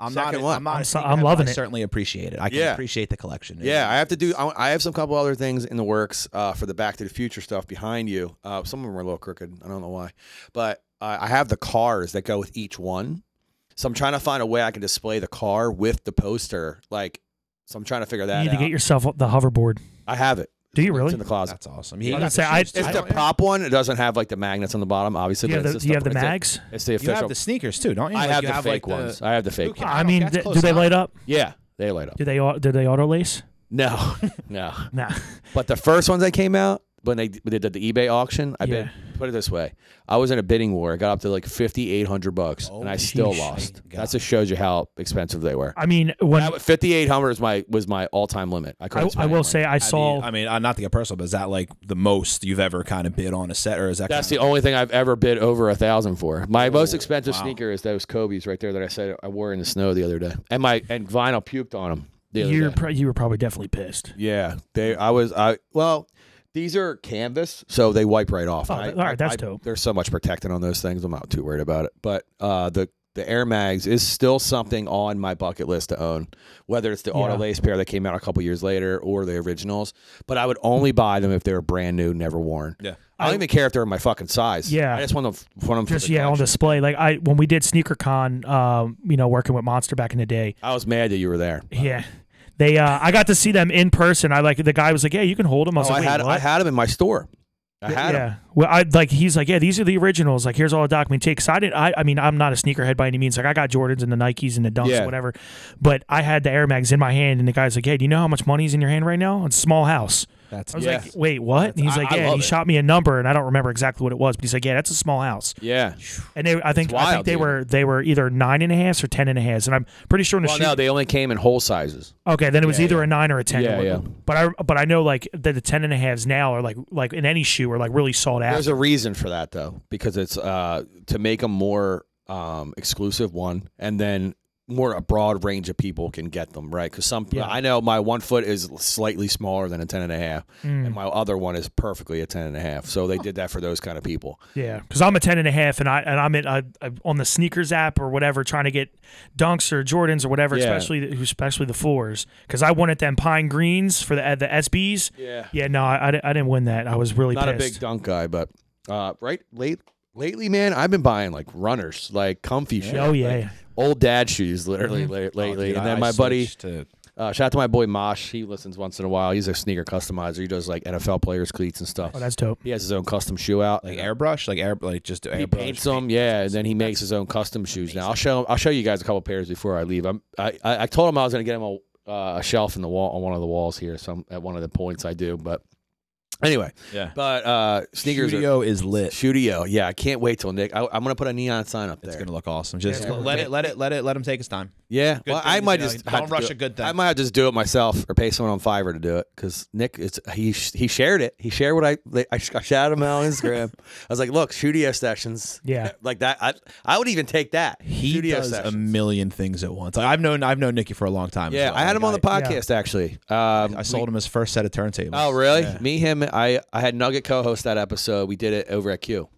I'm
Second
not.
one.
I'm not.
I'm so-
sneakerhead,
I'm
but
loving
I
it.
Certainly appreciate it. I can
Yeah.
appreciate the collection.
Yeah, I have to do. I, I have some couple other things in the works uh, for the Back to the Future stuff behind you. Uh, some of them are a little crooked. I don't know why, but uh, I have the cars that go with each one. So I'm trying to find a way I can display the car with the poster. Like, so I'm trying to figure that
You need
out.
to get yourself the hoverboard.
I have it.
Do you
It's
really?
in the closet.
that's awesome. Yeah,
I
you
was
got
gonna
the
say,
shoes,
It's
too.
the prop one. It doesn't have like the magnets on the bottom, obviously.
Do you
but
have
it's just
the, do you have the
it's a-
mags?
It's the
You
official.
have the sneakers too, don't you?
I
Like,
have
you
the fake
like,
ones. I have the fake.
Who
ones.
cares?
I mean,
That's
th-
close
do they
enough.
light up?
Yeah, they light up.
Do they au- do they auto lace?
No, no.
Nah.
<laughs> But the first ones that came out when they, when they did the eBay auction, I bid.
Yeah.
Put it this way, I was in a bidding war. I got up to like fifty eight hundred bucks, and I still
sheesh.
lost.
God.
That just shows you how expensive they were.
I mean, when
Fifty eight hundred is my was my all time limit. I
I,
couldn't.
I
spend
will
any
say
money.
I
I
saw
mean, I mean, uh, not to get personal, but is that like the most you've ever kind of bid on a set, or is that
that's the
kind
only thing I've ever bid over a thousand for. My most expensive sneaker is those Kobe's right there that I said I wore in the snow the other day, and my and vinyl puked on them the other
you're
day.
pro- you were probably definitely pissed.
Yeah, they. I was. I well, these are canvas, so they wipe right off.
Oh,
I-
th- all right,
I-
that's
I-
dope.
There's so much protecting on those things. I'm not too worried about it. But uh, the the Air Mags is still something on my bucket list to own, whether it's the auto
Yeah.
lace pair that came out a couple years later or the originals. But I would only buy them if they were brand new, never worn.
Yeah.
I don't even care if they're in my fucking size.
Yeah.
I just want them. Want them for
Just
the
yeah, on
collection.
display. Like I when we did Sneaker Con, um, you know, working with Monster back in the day.
I was mad that you were there.
Yeah. They uh I got to see them in person. I like the guy was like, "Yeah, you can hold them." I was
Oh, I
like, "Wait,
had I
what?"
had them in my store. I had them.
yeah. Well, I like he's like, yeah, these are the originals. Like, here's all the documentation. 'Cause I didn't. I, I mean, I'm not a sneakerhead by any means. Like, I got Jordans and the Nikes and the Dunks,
Yeah.
and whatever. But I had the Air Mags in my hand, and the guy's like, hey, do you know how much money's in your hand right now? It's a small house.
That's
I was
Yeah.
like, wait, what? And he's
I-
like,
I
yeah.
love
And
it.
he shot me a number, and I don't remember exactly what it was, but he's like, yeah, that's a small house.
Yeah.
And they, I think, I
wild,
think they
dude.
were they were either nine and a half or ten and a half, and I'm pretty sure in the
Well,
shoot-
no, they only came in whole sizes.
Okay, then it was
Yeah,
either a nine or a ten.
Yeah, yeah.
But I but I know like that the ten and a halves now are like like in any shoe are like really sought
There's
after.
a reason for that though, because it's uh, to make them more um, exclusive one, and then more a broad range of people can get them right. Because some
Yeah.
I know my one foot is slightly smaller than a ten and a half,
Mm.
and my other one is perfectly a ten and a half. So they did that for those kind of people.
Yeah, because I'm a ten and a half, and I and I'm in, I, I, on the sneakers app or whatever, trying to get Dunks or Jordans or whatever,
Yeah.
especially the, especially the fours, because I wanted them pine greens for the uh, the SBs.
Yeah,
Yeah, no, I, I, di- I didn't win that. I was really
not a
pissed.
big dunk guy, but uh, right late lately, man, I've been buying like runners, like comfy shoes,
Oh yeah, Mm-hmm. yeah.
old dad shoes, literally late,
Oh, dude,
lately. and
I-
then
I
my buddy.
switched to-
Uh, shout out to my boy Mosh. He listens once in a while. He's a sneaker customizer. He does like NFL players cleats and stuff.
Oh, that's dope.
he has his own custom shoe out.
like airbrush, like air, like just airbrush.
he paints them, yeah, and then he makes his own custom shoes. Now I'll show I'll show you guys a couple pairs before I leave. I'm, I I I told him I was gonna get him a, uh, a shelf in the wall on one of the walls here. Some at one of the points I do, but anyway,
Yeah.
But uh, sneakers
Studio is lit.
are studio. Yeah, I can't wait till Nick. I, I'm gonna put a neon sign up
It's
there.
gonna look awesome. Just
Yeah, it's
let
gonna-
it, let it, let it, let him take his time.
Yeah,
Good
well, I
things,
might
you know,
just
don't
have to
rush
do
a good
it.
thing.
I might just do it myself or pay someone on Fiverr to do it because Nick, it's he sh- he shared it. He shared what I like, I, sh- I shouted him out on
<laughs>
Instagram. I was like, look, studio sessions.
Yeah.
like that. I I would even take that.
He
studio
does a
sessions.
million things at once. Like, I've known I've known Nikki for a long time. as
yeah,
well.
I had
Like,
him on the podcast actually. Um,
I, I sold him his first set of turntables.
Oh really?
Yeah.
Me, him. I I had Nugget co-host that episode. We did it over at Q.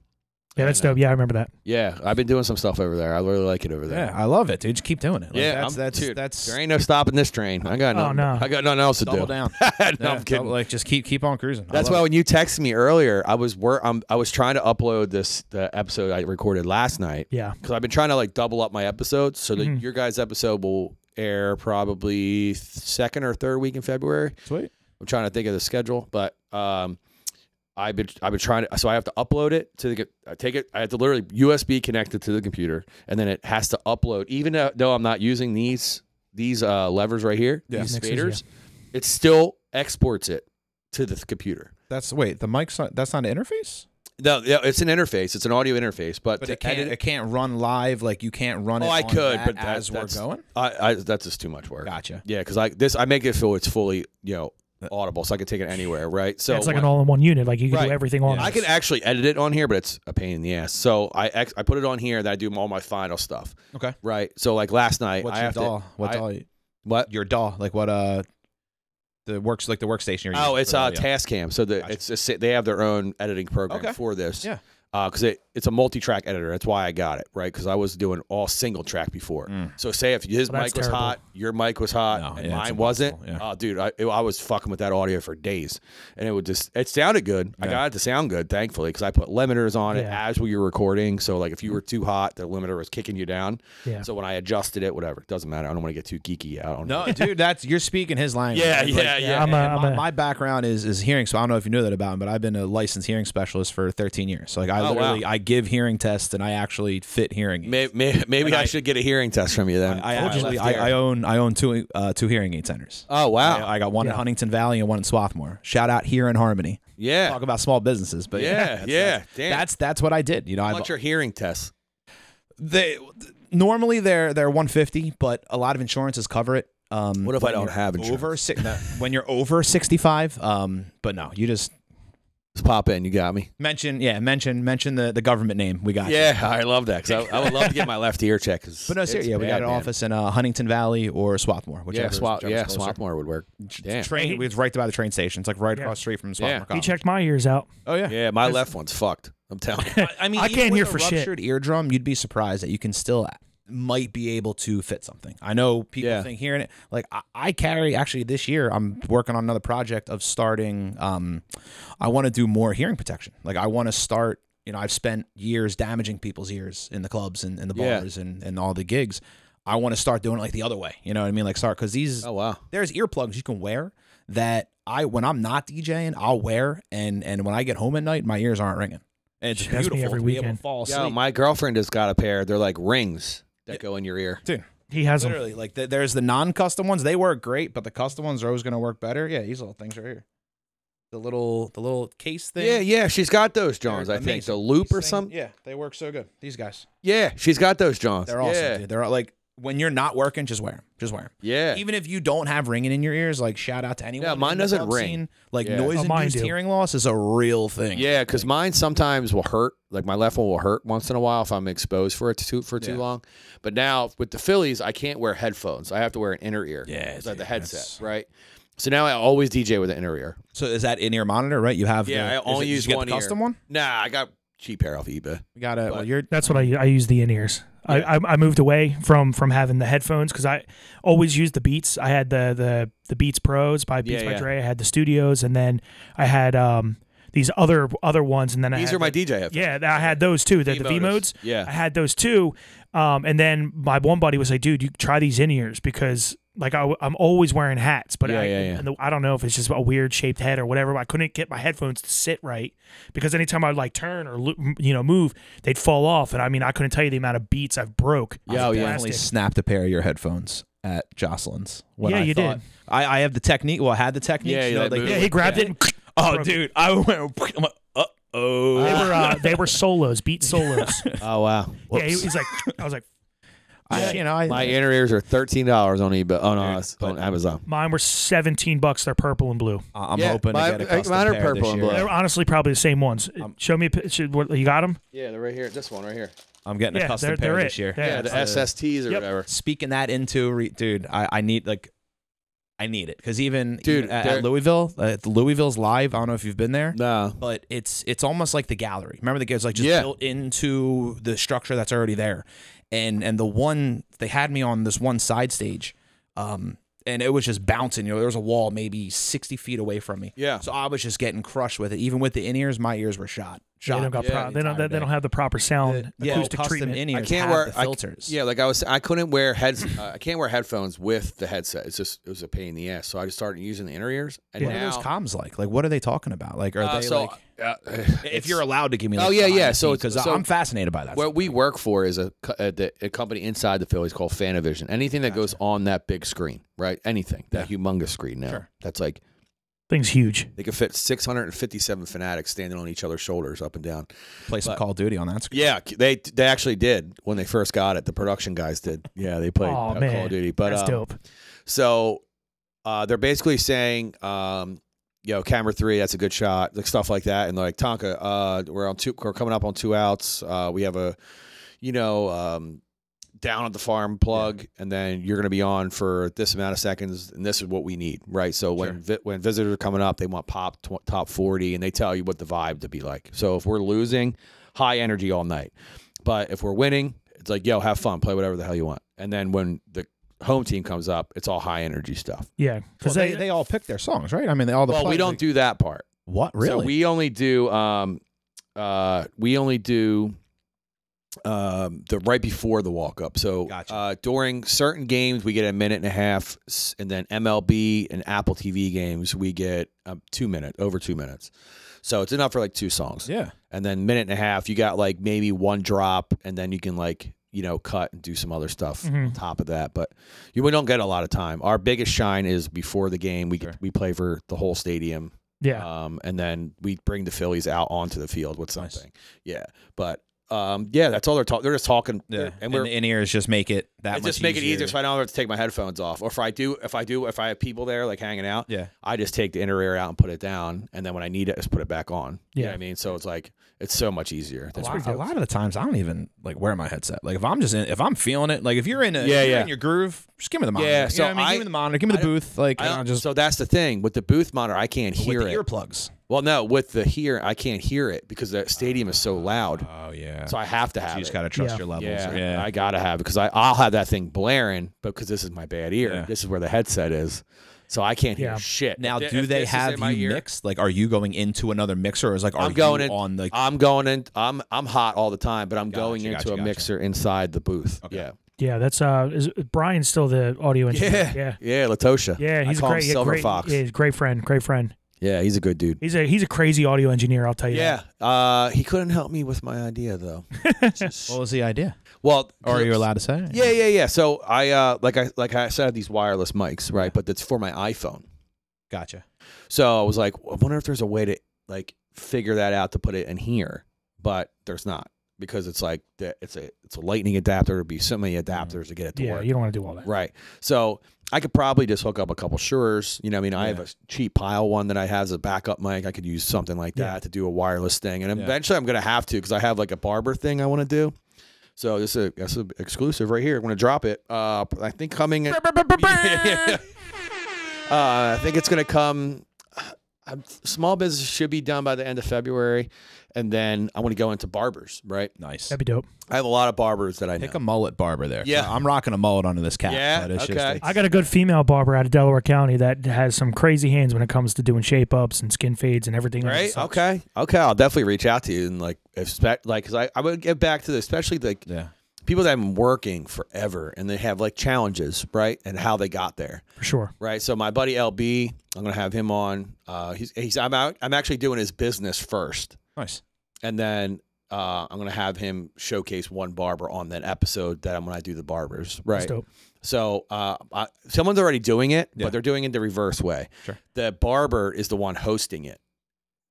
Yeah, that's dope. Yeah, I remember that.
Yeah, I've been doing some stuff over there. I really like it over there.
Yeah, I love it, dude. Just keep doing it. Like,
Yeah,
that's
I'm-
that's
dude,
that's
there ain't no stopping this train. I got
Oh,
nothing,
no.
I got nothing else to
double
do.
down.
<laughs> no,
Yeah,
I'm kidding.
double- like just keep keep on cruising. I
That's why
love
when you texted me earlier, I was wor- um, I was trying to upload this the episode I recorded last night
Yeah,
because I've been trying to like double up my episodes so
Mm-hmm.
that your guys' episode will air probably th- second or third week in February.
it. sweet.
I'm trying to think of the schedule, but um, I've been I've been trying to so I have to upload it to the co- I take it I have to literally USB connect it to the computer and then it has to upload even though though I'm not using these these uh, levers right here
Yeah.
these
Mixers,
faders, it still exports it to the computer.
That's wait. The mic's not. That's not an interface.
No, yeah, it's an interface. It's an audio interface, but,
But
to
it can't,
edit-
it can't run live. Like you can't run it.
Oh, I
on
could,
that
but that-
as we're
that's-
going,
I, I that's just too much work.
gotcha.
Yeah, because I this I make it feel it's fully you know audible, so I can take it anywhere, right? So
it's like
when-
an all-in-one unit. Like you can
Right.
do everything on.
I
this.
can actually edit it on here, but it's a pain in the ass. So I ex- I put it on here, and I do all my final stuff.
Okay.
Right. So like last night,
What's
I
your
have
DAW?
to
what
I-
DAW?
what?
Your DAW? Like what? Uh, the works like the workstation. You're
Oh,
using
it's
for
uh,
audio.
Tascam. So the,
Gotcha.
it's a, si- they have their own editing program
Okay.
for this.
Yeah.
Because it, it's a multi-track editor. That's why I got it, right? Because I was doing all single track before.
Mm.
So say if his
Well,
mic was
that's terrible.
hot, your mic was hot,
No,
and
yeah, it's
mine wasn't.
impossible,
Oh, dude, I, it- I was fucking with that audio for days, and it would just it sounded good. I
Yeah.
got it to sound good, thankfully, because I put limiters on it
Yeah.
as we were recording. So like if
Mm-hmm.
you were too hot, the limiter was kicking you down.
Yeah.
So when I adjusted it, whatever, it doesn't matter. I don't want to get too geeky out. on
No, dude, that's you're speaking his language.
Yeah,
Like,
yeah, yeah.
Oh, I'm a-
and
I'm
my,
a-
my background is is hearing, so I don't know if you knew that about him, but I've been a licensed hearing specialist for 13 years. So like I
Oh,
literally
wow.
I give hearing tests and I actually fit hearing. aids.
May, may, maybe
And
I,
I-
should get a hearing test from you then.
I
Before
actually
left
I, I
here.
own I own two uh, two hearing aid centers.
oh wow,
I, I got one in
Yeah.
Huntington Valley and one in Swarthmore. Shout out here in Harmony.
yeah,
Talk about small businesses, but
Yeah,
<laughs> that's-
yeah,
that's,
damn.
that's that's what I did. You know,
How
I
much are hearing tests?
they normally they're they're 150, but a lot of insurances cover it. Um,
What if I
when
don't
you're
have insurance?
Over si- no, when you're over 65, um, but no, you just
Just pop in. You got me.
Mention, yeah, mention, mention the, the government name. We got you.
Yeah, I love that because I, I would love to get my left ear checked. 'cause
But no,
it's
seriously, yeah, we got
bad,
an
man.
office in uh, Huntington Valley or Swarthmore, whichever.
Yeah,
is-
swap.
whichever's
Yeah,
closer.
Swarthmore would work. Damn.
Train, it's right by the train station. It's like right across the street from Swarthmore.
He
He
College.
checked my ears out.
Oh yeah.
Yeah, my left one's fucked. I'm
<laughs>
telling you.
I
<laughs>
mean,
I
even
can't
with
hear
a
for shit.
ruptured eardrum. You'd be surprised that you can still might be able to fit something. I know people
Yeah.
think hearing it. Like I, I carry actually this year. I'm working on another project of starting. Um, I want to do more hearing protection. Like I want to start. You know, I've spent years damaging people's ears in the clubs and, and the
Yeah.
bars and, and all the gigs. I want to start doing it like the other way. You know what I mean? Like start because these
Oh wow.
there's earplugs you can wear that I when I'm not DJing, I'll wear and and when I get home at night, my ears aren't ringing. And it's
Shit, that's me
beautiful
every
to be able
weekend.
to fall asleep.
Yeah, my girlfriend has got a pair. They're like rings that go in your ear.
Dude,
He has them.
literally, like th- there's the non-custom ones. They work great, but the custom ones are always gonna work better. Yeah, these little things right here, the little the little case thing.
Yeah, yeah, she's got those
They're
Johns. I think
amazing.
the loop
These
or
things-
something.
Yeah, they work so good. These guys,
Yeah, she's got those Johns.
they're awesome.
Yeah,
Dude. They're like when you're not working, just wear them. Just wear them.
yeah.
even if you don't have ringing in your ears, like shout out to anyone.
Yeah,
in
mine
the
doesn't
club
ring.
scene. Like
Yeah.
noise
Oh, mine
induced
do.
hearing loss is a real thing.
Yeah, because mine sometimes will hurt. Like my left one will hurt once in a while if I'm exposed for it too for too
Yeah.
long. But now with the Phillies, I can't wear headphones. I have to wear an inner ear.
Yeah,
it's like the
dude, that's-
headset, right? So now I always DJ with an inner ear.
So is that in ear monitor, right? You have
Yeah,
the,
I
is
only
it- did
use
you get
one
the custom
ear.
one.
Nah, I got cheap hair off eBay.
We got to Well, you're
That's what I I use the in ears. I, I I moved away from from having the headphones because I always used the Beats. I had the the the Beats Pros by Beats
Yeah,
by
yeah.
Dre. I had the Studios, and then I had um these other other ones, and then I
These
had
are my
the-
DJ headphones.
yeah, I had those too. The, the V
V-modes.
modes.
Yeah.
I had those too. Um, and then my one buddy was like, "Dude, you try these in ears because like I, am always wearing hats, but
Yeah,
I,
yeah, yeah.
and the- I don't know if it's just a weird shaped head or whatever. But I couldn't get my headphones to sit right because anytime I'd like turn or lo- m- you know move, they'd fall off. And I mean, I couldn't tell you the amount of beats I've broke.
Yeah, oh,
Off
yeah.
definitely
plastic.
snapped a pair of your headphones at Jocelyn's. When
Yeah,
I
you
thought-
did.
I, I have the technique. Well, I had the technique.
Yeah, yeah,
you know,
that
like-
move.
Yeah, he grabbed it. And
Oh,
broke it.
dude, I went. <laughs> I'm like, uh oh.
<laughs> They
<laughs>
were uh, they were solos, beat solos.
Oh wow.
yeah, he, he's like, I was like,
I, you know, I,
My inner ears are thirteen dollars on eBay on
Dude,
us
but-
on Amazon.
mine were seventeen bucks. They're purple and blue.
I'm
Yeah,
hoping
my-
to get a custom
mine are
pair
purple
this
and
year.
blue.
They were honestly probably the same ones.
Um,
Show me a picture. What, you got them?
Yeah, they're right here. This one right here.
I'm getting a
Yeah,
custom
they're-
pair
they're
this
it.
year.
They're-
Yeah, the SSTs or
Yep.
whatever.
speaking that into re- dude I, I need like i need it because even
Dude,
even at,
there-
at louisville uh, louisville's live i don't know if you've been there
No.
but it's it's almost like the gallery remember the it's like just
Yeah.
built into the structure that's already there and and the one they had me on this one side stage um and it was just bouncing you know there was a wall maybe 60 feet away from me
Yeah.
so i was just getting crushed with it even with the in-ears my ears were shot
They
shot
don't, got
Yeah,
pro-
the
they, don't they,
entire
they don't
day.
have the proper sound
yeah,
acoustic
custom
treatment.
in-ears
I can't
have
wear
the
I-
filters
yeah, like I was, I couldn't wear heads. Uh, I can't wear headphones with the headset. It's just it was a pain in the ass. So I just started using the inner ears. And
Yeah.
What
now,
are those comms like? Like, what are they talking about? Like, are
uh,
they
so
like,
uh, <sighs>
if
it's-
you're allowed to give me?
Oh,
Like,
yeah,
behind
yeah,
the
so
scenes,
it's-
'cause
so-
I'm fascinated by that.
what we work for is a, co- uh the, a company inside the Phillies called Fanavision. Anything that goes on that big screen, right? Anything that humongous screen now.
Sure.
That's like
Thing's huge.
They could fit 657 fanatics standing on each other's shoulders, up and down.
Play some
But-
Call of Duty on that. screen.
Yeah, they they actually did when they first got it. The production guys did. Yeah, they played
Oh,
uh,
man.
Call of Duty. But
That's
um,
dope.
So uh, they're basically saying, um, yo, camera three, that's a good shot, like stuff like that, and they're like Tonka, uh, we're on two, we're coming up on two outs. Uh, we have a, you know, um, down at the farm plug, and then you're going to be on for this amount of seconds, and this is what we need, right? So when vi- when visitors are coming up, they want pop tw- top forty, and they tell you what the vibe to be like. So if we're losing, high energy all night. But if we're winning, it's like, yo, have fun, play whatever the hell you want. And then when the home team comes up, it's all high energy stuff.
Yeah,
Well,
because
they, they all pick their songs, right? I mean, they all the.
well, we
players-
don't do that part.
what
So
really.
we only do um uh we only do um the right before the walk up. So
Gotcha.
uh during certain games we get a minute and a half s- and then MLB and Apple TV games we get um, 2 minute over 2 minutes. So it's enough for like two songs.
yeah.
and then minute and a half you got like maybe one drop and then you can like you know cut and do some other stuff
Mm-hmm.
on
Mhm.
top of that but you we don't get a lot of time our biggest shine is before the game we
Sure.
we play for the whole stadium
yeah,
um and then we bring the phillies out onto the field with
Nice.
something yeah but um yeah that's all they're talking they're just talking
Yeah.
and
And,
we're
the in ears just make it that.
I just
much
make it
easier.
easier so I don't have to take my headphones off. Or if I do, if I do, if I have people there like hanging out,
Yeah.
I just take the inner ear out and put it down, and then when I need it, I just put it back on. You know
Yeah.
what I mean, so it's like it's so much easier.
a
That's
lot,
pretty
a
dope.
lot of the times I don't even like wear my headset. Like if I'm just in, if I'm feeling it, like if you're in a
Yeah,
if you're
yeah.
in your groove, just give me the monitor.
Yeah,
You know
so
what I mean,
I-
give me the monitor, give me
I
the
don't-
booth. Like
I
I
don't-
don't just
so that's the thing with the booth monitor, I can't hear
with the
it.
earplugs.
well, no, with the here, I can't hear it because the stadium is so loud.
Oh yeah.
So I have to have
you just
it.
gotta trust
Yeah.
your levels.
Yeah,
yeah.
I gotta have it because I I'll have that thing blaring, but because this is my bad ear,
Yeah.
this is where the headset is, so I can't hear
Yeah.
shit.
now,
If th-
do
if
they
this is in
have
my
you
ear-
mixed? Like, are you going into another mixer, or is like, are
I'm going
you
in-
on like?
I'm going in. I'm I'm hot all the time, but I'm
Gotcha,
going into
gotcha,
a
gotcha.
mixer inside the booth.
Okay.
Yeah,
yeah. That's uh, is Brian's still the audio engineer?
yeah,
yeah.
yeah. Latosha.
Yeah,
I
he's a
call him
great, yeah,
Silver
great,
Fox.
yeah, he's a great friend, great friend.
Yeah, he's a good dude.
He's a he's a crazy audio engineer. I'll tell you.
Yeah, uh, he couldn't help me with my idea though.
What was the idea?
Well,
Or are you allowed to say?
Yeah, yeah, yeah. So I uh, like I like I said, I have these wireless mics, right? But that's for my iPhone.
Gotcha.
So I was like, I wonder if there's a way to like figure that out to put it in here, but there's not because it's like the, it's a it's a lightning adapter. It'd be so many adapters to get it to
Mm. yeah.
work.
You don't want to do all that.
Right. So I could probably just hook up a couple Sures. You know, what I mean, I have a cheap pile one that I have as a backup mic. I could use something like that
Yeah.
to do a wireless thing. And
Yeah.
eventually I'm going to have to because I have like a barber thing I want to do. So this is, a, this is a exclusive right here. I'm going to drop it. Uh, I think coming. At, <laughs> uh, I think it's going to come. i small business should be done by the end of February, and then I want to go into barbers. Right.
Nice.
That'd be dope.
I have a lot of barbers that I know.
Pick a mullet barber there.
Yeah.
I'm rocking a mullet under this cap.
Yeah,
but it's
okay.
Just,
I got a good female barber out of Delaware County that has some crazy hands when it comes to doing shape ups and skin fades and everything. under the
Right.
sun.
Okay. Okay. I'll definitely reach out to you and like, if spe- like, cause I, I would get back to the, especially like
yeah.
people that have been working forever and they have like challenges, right? And how they got there,
for sure.
right? So my buddy LB, I'm gonna have him on. Uh, he's he's I'm out. I'm actually doing his business first,
Nice.
and then uh, I'm gonna have him showcase one barber on that episode that I'm gonna do the barbers,
That's
right?
dope.
So uh, I, someone's already doing it,
Yeah.
but they're doing it the reverse way.
Sure.
The barber is the one hosting it,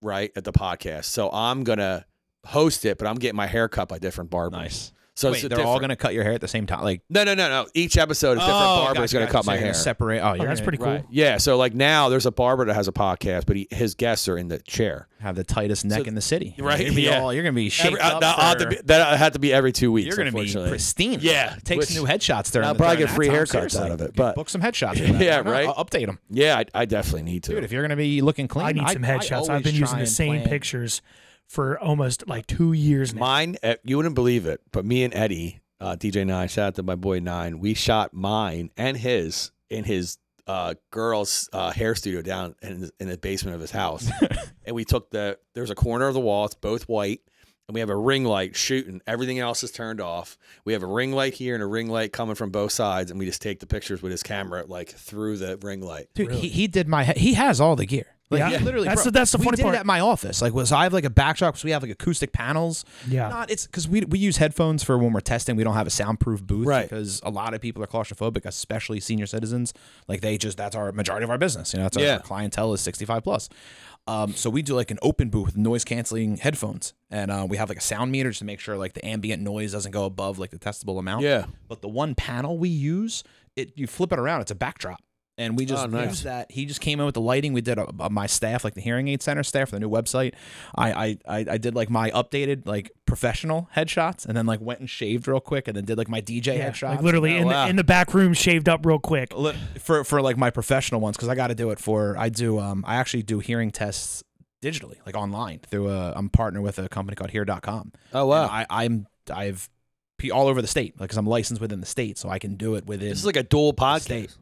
right at the podcast. So I'm gonna host it, but I'm getting my hair cut by different barbers.
Nice.
So
Wait,
it's a
they're all
different-
gonna cut your hair at the same time. Like
No, no, no, no. Each episode, a different
Oh,
barber is gonna cut my hair.
Separate. Oh,
that's pretty cool.
Right. Yeah. So like now, there's a barber that has a podcast, but he, his guests are in the chair.
Have the tightest neck in the city.
Right,
You're gonna be
yeah.
all. You're gonna be shaped
Every- uh,
up.
that, I'll have to
for-
be, that had to be every two weeks.
you're gonna be
unfortunately.
pristine.
Yeah,
Take
which-
some new headshots during.
I'll
the-
probably
during
get
that
free
time,
haircuts
seriously.
out of it,
Dude,
but-
book some headshots.
<laughs>
for that.
Yeah,
Why not?
right?
I'll update them,
Yeah, I, I definitely need to.
dude. If you're gonna be looking clean,
I need some headshots. I've
always
been using
try
the
and
same
plan-
pictures for almost like two years now.
Mine, eh, you wouldn't believe it, but me and Eddie, uh, DJ Nine, shout out to my boy Nine, we shot mine and his in his uh, girl's uh, hair studio down in, in the basement of his
<laughs>
house. and we took the, there's a corner of the wall, it's both white, and we have a ring light shooting. Everything else is turned off. We have a ring light here and a ring light coming from both sides, and we just take the pictures with his camera like through the ring light.
Dude, he, he did my. He, he has all the gear. Like,
Yeah.
he literally,
That's
bro,
the- that's the
we
funny
did
part.
It at my office, like, was I have like a backdrop because we have like acoustic panels.
Yeah.
not it's because we we use headphones for when we're testing. We don't have a soundproof booth,
Right.
Because a lot of people are claustrophobic, especially senior citizens. Like they just that's our majority of our business. You know, that's our-
Yeah.
our clientele is sixty five plus. Um, so we do like an open booth with noise canceling headphones, and uh, we have like a sound meter just to make sure like the ambient noise doesn't go above like the testable amount.
Yeah.
But the one panel we use, it you flip it around, it's a backdrop. And we just
Oh, nice.
use that. He just came in with the lighting. We did a, a- my staff, like the hearing aid center staff, the new website. I, I I I did like my updated like professional headshots, and then like went and shaved real quick, and then did like my DJ
Yeah,
headshots.
like literally
Oh,
in,
wow. Oh,
the, in the back room, shaved up real quick.
Li- for for like my professional ones because I got to do it for I do um I actually do hearing tests digitally like online through a I'm partner with a company called Hear.com.
Oh wow.
And I I'm I've pe- all over the state because I'm licensed within the state, so I can do it within.
this is like a dual podcast.
state.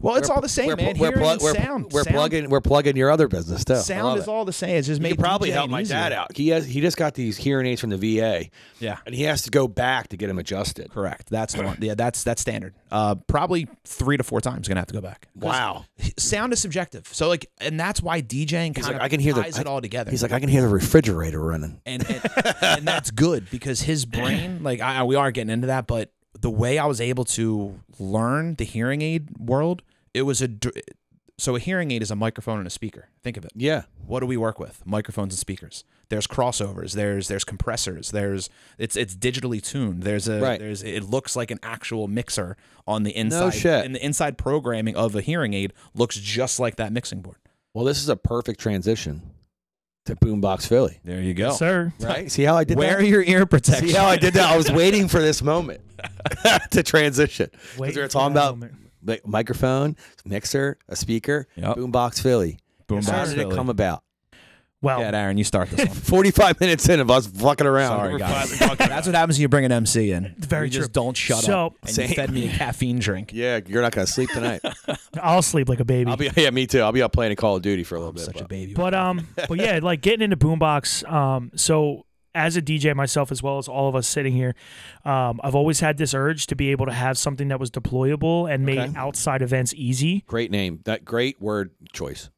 well, it's
We're-
all the same,
we're,
man.
We're,
Hearing
plu-
and
we're,
sound.
we're
sound,
plugging. We're plugging your other business too. I love
Sound is
it.
all the same. It's just
You
made
could probably
DJing
help my
easier.
dad out. He has. He just got these hearing aids from the VA,
Yeah.
and he has to go back to get them adjusted.
Correct. That's the one. Yeah, that's that's standard. Uh, probably three to four times. Gonna have to go back. 'Cause
Wow.
Sound is subjective. So like, and that's why DJing kind
He's like,
of
I can hear the.
ties
I-
it all together.
He's like, I can hear the refrigerator running.
and and, and that's good because his brain, like, I, I- we are getting into that, but the way I was able to learn the hearing aid world, it was a. dr- So a hearing aid is a microphone and a speaker. Think of it
Yeah.
what do we work with? Microphones and speakers. There's crossovers. There's there's compressors. There's it's it's digitally tuned. There's a
Right.
there's it looks like an actual mixer on the inside.
shit.
And the inside programming of a hearing aid looks just like that mixing board.
Well, this is a perfect transition to Boombox
<laughs>
Philly.
There you go.
Sir,
Right. See how I did
<laughs> Wear
that.
your ear protection.
See how I did that? I
<laughs>
was waiting for this moment <laughs> to transition.
Waiting
Because we were
for
talking
that
about
moment.
mi- microphone, mixer, a speaker,
Yep.
Boombox Philly.
Boom,
How did it come about?
well,
Yeah, Aaron, you start
<laughs>
this one.
45 <laughs> minutes in of us fucking around.
Sorry, guys. That's what happens when you bring an MC in.
<laughs> Very
you just
true.
don't shut
So-
up. And
Same.
you fed
<laughs>
me a caffeine drink.
Yeah, you're not going to sleep tonight.
I'll sleep like a baby.
I'll be, yeah, me too. I'll be out playing Call of Duty for a little bit.
Such a
but-
baby.
<laughs>
but um, but yeah, like getting into boombox. Um, so as a DJ myself, as well as all of us sitting here, um, I've always had this urge to be able to have something that was deployable and made
Okay.
outside events easy.
Great name. That great word choice.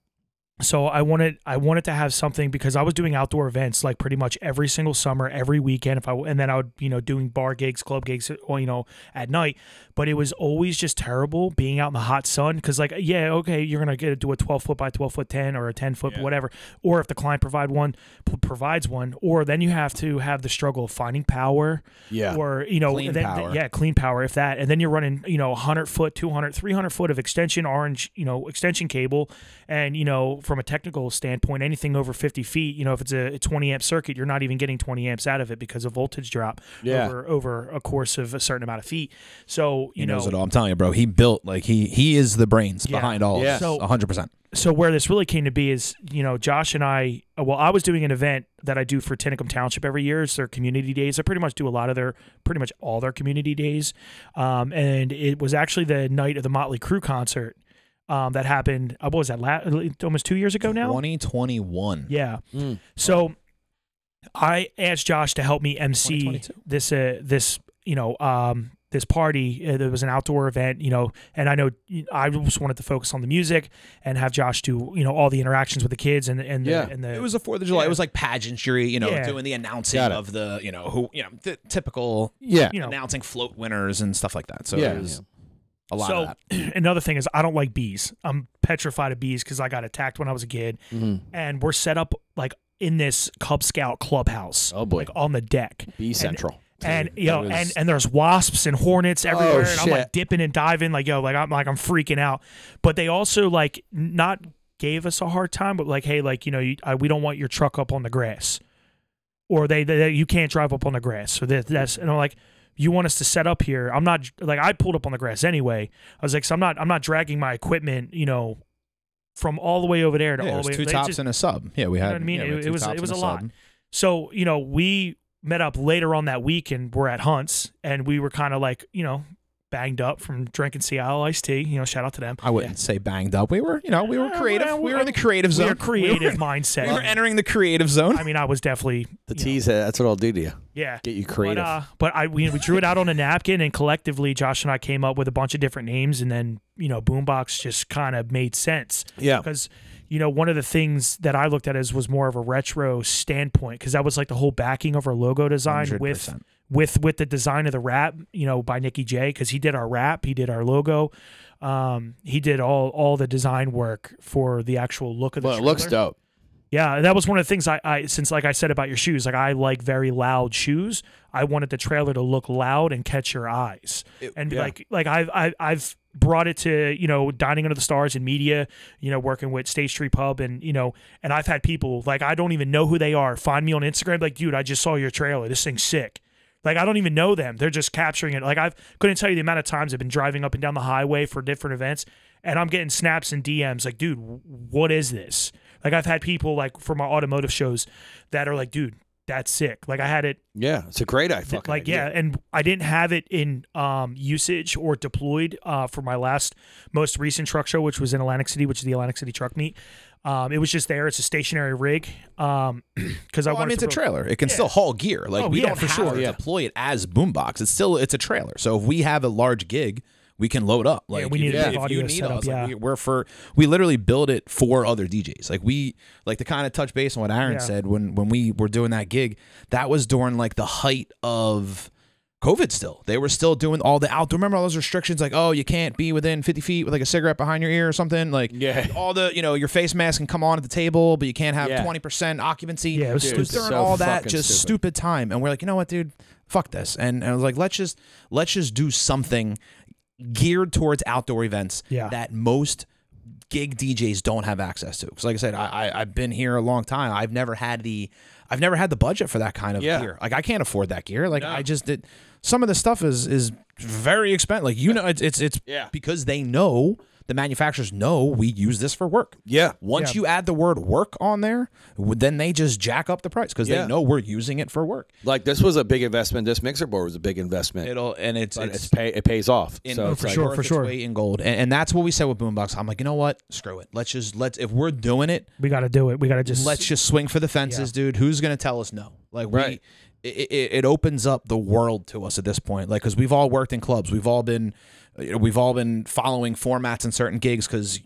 so I wanted I wanted to have something because I was doing outdoor events like pretty much every single summer, every weekend. If I and then I would you know doing bar gigs, club gigs, well, you know at night. But it was always just terrible being out in the hot sun because like yeah okay you're gonna get do a 12 foot by 12 foot 10 or a 10 foot whatever, or if the client provide one p- provides one, or then you have to have the struggle of finding power
Yeah.
or you know
Clean
and then-
power.
yeah clean power if that and then you're running you know 100 foot 200 300 foot of extension orange you know extension cable and you know from a technical standpoint anything over 50 feet you know if it's a 20 amp circuit you're not even getting 20 amps out of it because of voltage drop
Yeah.
over over a course of a certain amount of feet so you
He
know
knows it all. I'm telling you, bro. He built like he he is the brains
Yeah.
behind all
Yeah.
of this.
So-
100. percent
so where this really came to be is you know josh and i uh, well i was doing an event that i do for Tinicum township every year it's their community days i pretty much do a lot of their pretty much all their community days um, and it was actually the night of the motley crew concert um, that happened uh, what was that la- almost two years ago now
2021.
yeah
Mm.
so i asked josh to help me mc
2022.
this uh, this you know um, this party uh, there was an outdoor event you know and i know i just wanted to focus on the music and have josh do you know all the interactions with the kids and and
Yeah.
the, and the
It was the Fourth of July. It was like pageantry, you know,
Yeah.
doing the announcing
Got it.
of the, you know, who, you know, the typical
Yeah.
you know
announcing float winners and stuff like that. So
Yeah.
it was a lot
so
of
<clears throat>
that.
another thing is i don't like bees i'm petrified of bees because i got attacked when i was a kid
Mhm.
and we're set up like in this cub scout clubhouse
Oh, boy.
like on the deck
Be central.
and
Dude,
you know,
that
and
was- Oh,
and there's wasps and hornets everywhere, and I'm
shit.
like dipping and diving, like yo, like I'm like I'm freaking out. But they also like not gave us a hard time, but like, hey, like you know, you, I, we don't want your truck up on the grass, or they, they, they- you can't drive up on the grass. So that, that's and I'm like, you want us to set up here? I'm not like I pulled up on the grass anyway. I was like, so I'm not I'm not dragging my equipment, you know, from all the way over there to
Yeah,
all
it was
the way.
two
like,
tops
just-
and a sub. Yeah, we
know
had.
what I mean?
yeah, we had
It-
two
it was-
tops
it
and
was a
sub.
lot. so, you know, we met up later on that week and we're at Hunt's and we were kind of like, you know, banged up from drinking Seattle iced tea. You know, shout out to them.
I wouldn't say banged up. We were, you know, we were
Uh,
creative.
well,
we were in the creative
We
zone.
are
<laughs>
creative
We
mindset.
were, we were entering the creative zone.
I mean, I was definitely,
The
you know,
tease, that's what I'll do to you.
yeah.
Get you creative.
But, uh, but I we, we drew it out on a napkin, and collectively, Josh and I came up with a bunch of different names, and then you know, Boombox just kind of made sense
yeah.
because you know, one of the things that I looked at as was more of a retro standpoint because that was like the whole backing of our logo design with
100%.
with with the design of the wrap, you know, by Nicky J because he did our wrap, he did our logo, um, he did all all the design work for the actual look of the.
Well, it looks
trailer.
dope.
Yeah, that was one of the things I, I since like I said about your shoes, like I like very loud shoes. I wanted the trailer to look loud and catch your eyes, and be
yeah.
like like I've I, I've brought it to you know dining under the stars and media, you know working with State Street Pub and you know and I've had people like I don't even know who they are find me on Instagram like dude I just saw your trailer this thing's sick. Like I don't even know them. They're just capturing it. Like I've couldn't tell you the amount of times I've been driving up and down the highway for different events, and I'm getting snaps and DMs like, dude, w- what is this? Like I've had people like from our automotive shows that are like, dude, that's sick. Like I had it
Yeah, it's a great I fucking
like
idea.
yeah, and I didn't have it in um, usage or deployed uh, for my last most recent truck show, which was in Atlantic City, which is the Atlantic City Truck Meet. Um, it was just there. It's a stationary rig because <clears throat> I
Well, I
wanted
mean, it's
to
a
really-
trailer. It can still haul gear. Like
Oh,
we
yeah,
don't
for
have
sure.
to
Yeah.
deploy it as boombox. It's still it's a trailer. So if we have a large gig, we can load up. Like
we need
if,
a big
if
audio
you need
setup,
us,
yeah.
like, we, we're for we literally build it for other DJs. Like we like to kind of touch base on what Aaron
Yeah.
said when when we were doing that gig. That was during like the height of. COVID still. They were still doing all the outdoor. Remember all those restrictions, like oh, you can't be within fifty feet with like a cigarette behind your ear or something. Like
Yeah.
all the you know your face mask can come on at the table, but you can't
Yeah.
have twenty percent occupancy.
Yeah, it was
Dude,
stupid.
during
so
all that
fucking
just
stupid.
stupid. time and we're like you know what dude fuck this and, and i was like let's just let's just do something geared towards outdoor events
Yeah.
that most gig djs don't have access to because like i said I, I i've been here a long time i've never had the i've never had the budget for that kind of
Yeah.
gear like i can't afford that gear like i just did some of the stuff is is very expensive like you know it's it's, it's
Yeah.
because they know the manufacturers know we use this for work
yeah.
once
Yeah.
you add the word work on there, w- then they just jack up the price because
Yeah.
they know we're using it for work.
Like this was a big investment. This mixer board was a big investment.
It'll and it's
but it's,
it's,
pay it pays off.
in-
so
it's
it's like,
sure,
worth
for
its
sure.
weight in gold. And, and that's what we said with Boombox. I'm like, you know what? Screw it. Let's just let's if we're doing it,
We got to do it. We got to just
let's just swing for the fences, dude. Who's gonna tell us no? Like we.
Right.
It, it, it opens up the world to us at this point, like because we've all worked in clubs, we've all been, you know, we've all been following formats in certain gigs because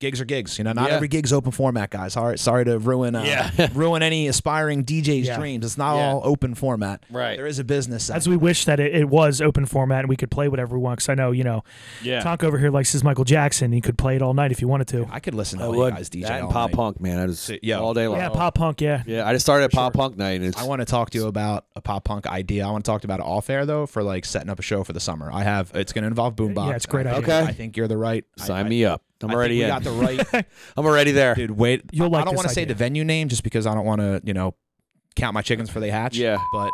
gigs are gigs, you know. Not
Yeah.
every gig's open format, guys. All right, sorry to ruin, uh,
Yeah.
<laughs> ruin any aspiring DJ's
Yeah.
dreams. It's not
Yeah.
all open format.
Right.
there is a business side.
As we wish that it, it was open format and we could play whatever we want. Because I know, you know,
Yeah.
Tonk over here likes his Michael Jackson. He could play it all night if you wanted to.
I could listen to
I
all
would-
you guys DJ
that and
all
pop
night.
punk, man. I just
Yeah.
all day long.
yeah, pop punk. Yeah.
Yeah, I just started pop punk night, and it's
I want to talk to you about a pop punk idea. I want to talk to you about it off air though for like setting up a show for the summer. I have it's going to involve boombox.
Yeah, it's a great
I think-
idea. Okay.
I think you're the right. I-
sign
I-
me up.
I
I'm
think
already
we
in.
got the
<laughs>
right
I'm already there.
dude. Wait,
You'll
I-
like
I don't
this
want to say
idea.
the venue name just because I don't want to you know count my chickens before they hatch.
Yeah. <laughs>
but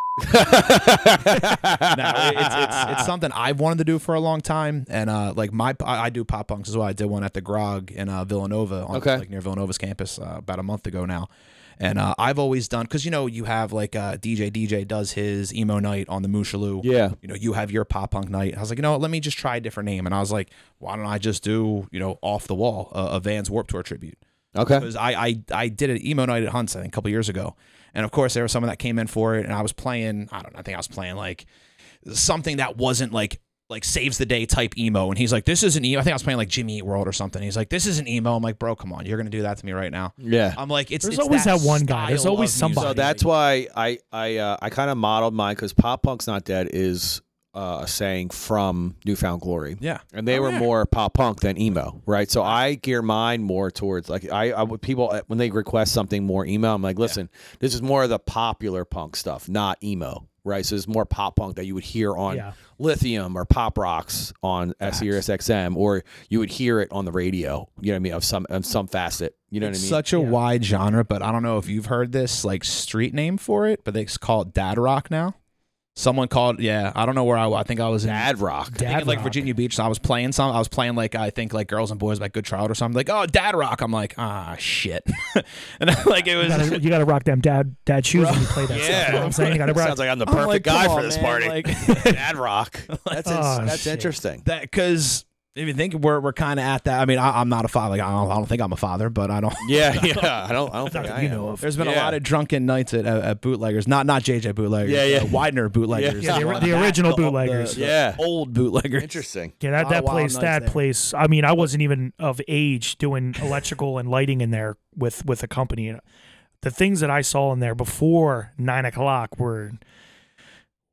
no, it- it's, it's, it's something I've wanted to do for a long time, and uh, like my I, I do pop punks as well. I did one at the Grog in uh, Villanova, on,
Okay.
like near Villanova's campus, uh, about a month ago now. And uh, I've always done because you know you have like uh, DJ DJ does his emo night on the Mushaloo.
Yeah.
you know you have your pop punk night. I was like, you know, what, let me just try a different name, and I was like, why don't I just do you know off the wall uh, a Vans Warp Tour tribute
okay.
because I, I I did an emo night at Hunts I think a couple years ago, and of course there was someone that came in for it, and I was playing I don't know I think I was playing like something that wasn't like like saves the day type emo, and he's like this is an emo I think I was playing like Jimmy Eat World or something. He's like this is an emo. I'm like bro come on you're gonna do that to me right now.
Yeah.
I'm like it's
There's
it's
always that one guy. There's
style
always
of music.
somebody.
So that's why I I uh, I kind of modeled mine because pop punk's not dead is uh, a saying from Newfound Glory.
Oh, yeah.
And they were more pop punk than emo, right? So I gear mine more towards like I, I would people uh, when they request something more emo, I'm like, listen, this is more of the popular punk stuff, not emo, right? So it's more pop punk that you would hear on
Yeah.
Lithium or Pop Rocks on E SiriusXM, or you would hear it on the radio. You know what I mean? Of some of some facet. You know what
It's
I mean?
such a wide genre, but I don't know if you've heard this like street name for it, but they call it dad rock now. Someone called yeah I don't know where I I think I was in
Dad rock.
Dad
thinking like
rock.
Virginia Beach. So I was playing some. I was playing like I think like Girls and Boys by Good Child or something. Like oh Dad Rock. I'm like ah shit, <laughs> and I, like it
You
was.
gotta, you gotta rock them dad dad shoes when you play that stuff. You know what I'm saying?
<laughs>
You gotta rock.
Sounds like I'm the
I'm
perfect
like, <laughs>
guy
come
for <laughs>
on,
this
man,
party.
like-
Dad rock. That's ins-
Oh,
that's
shit.
<laughs>
interesting.
that because if you think we're we're kind of at that, I mean, I, I'm not a father. Like, I don't, I don't think I'm a father, but I don't.
Yeah, yeah. I don't. I don't
Not
think
that
I
you
am.
know of.
There's been a
Yeah.
lot of drunken nights at, at, at bootleggers, not not JJ bootleggers,
Yeah, yeah.
uh, Widener bootleggers,
Yeah, yeah.
The
Uh,
ori- the original bootleggers.
the
Yeah.
old bootleggers.
Interesting.
Yeah,
lot
that,
of
that
wild
place,
nights
that
there.
place. I mean, I wasn't even of age doing <laughs> electrical and lighting in there with with a company. And uh, the things that I saw in there before nine o'clock were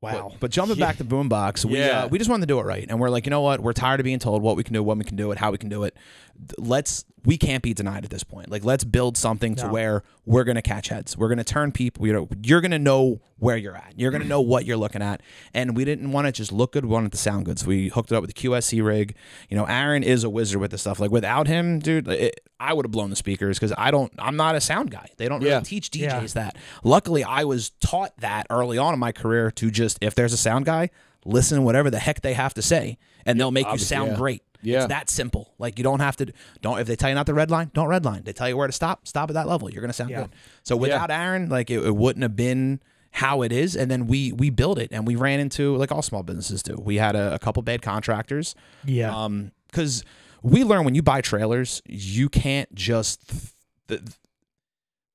wow.
But jumping back to Boombox, we
Yeah.
uh, we just wanted to do it right, and we're like, you know what? We're tired of being told what we can do, when we can do it, how we can do it. Th- Let's we can't be denied at this point. Like, let's build something to
No.
where we're gonna catch heads. We're gonna turn people. You know, you're gonna know where you're at. You're gonna know what you're looking at. And we didn't want it to just look good. We wanted it to sound good. So we hooked it up with the QSC rig. You know, Aaron is a wizard with this stuff. Like without him, dude, it, I would have blown the speakers because I don't. I'm not a sound guy. They don't
Yeah.
really teach DJs
Yeah.
that. Luckily, I was taught that early on in my career to just if there's a sound guy, listen whatever the heck they have to say, and they'll make you sound
yeah.
great.
Yeah.
It's that simple. Like you don't have to don't if they tell you not to red line, don't red line. They tell you where to stop, stop at that level. You're gonna sound
Yeah.
good. So without Aaron, like it, it wouldn't have been how it is. And then we we built it and we ran into like all small businesses do. We had a, a couple bad contractors.
Yeah.
Um, because we learn when you buy trailers, you can't just. Th- th-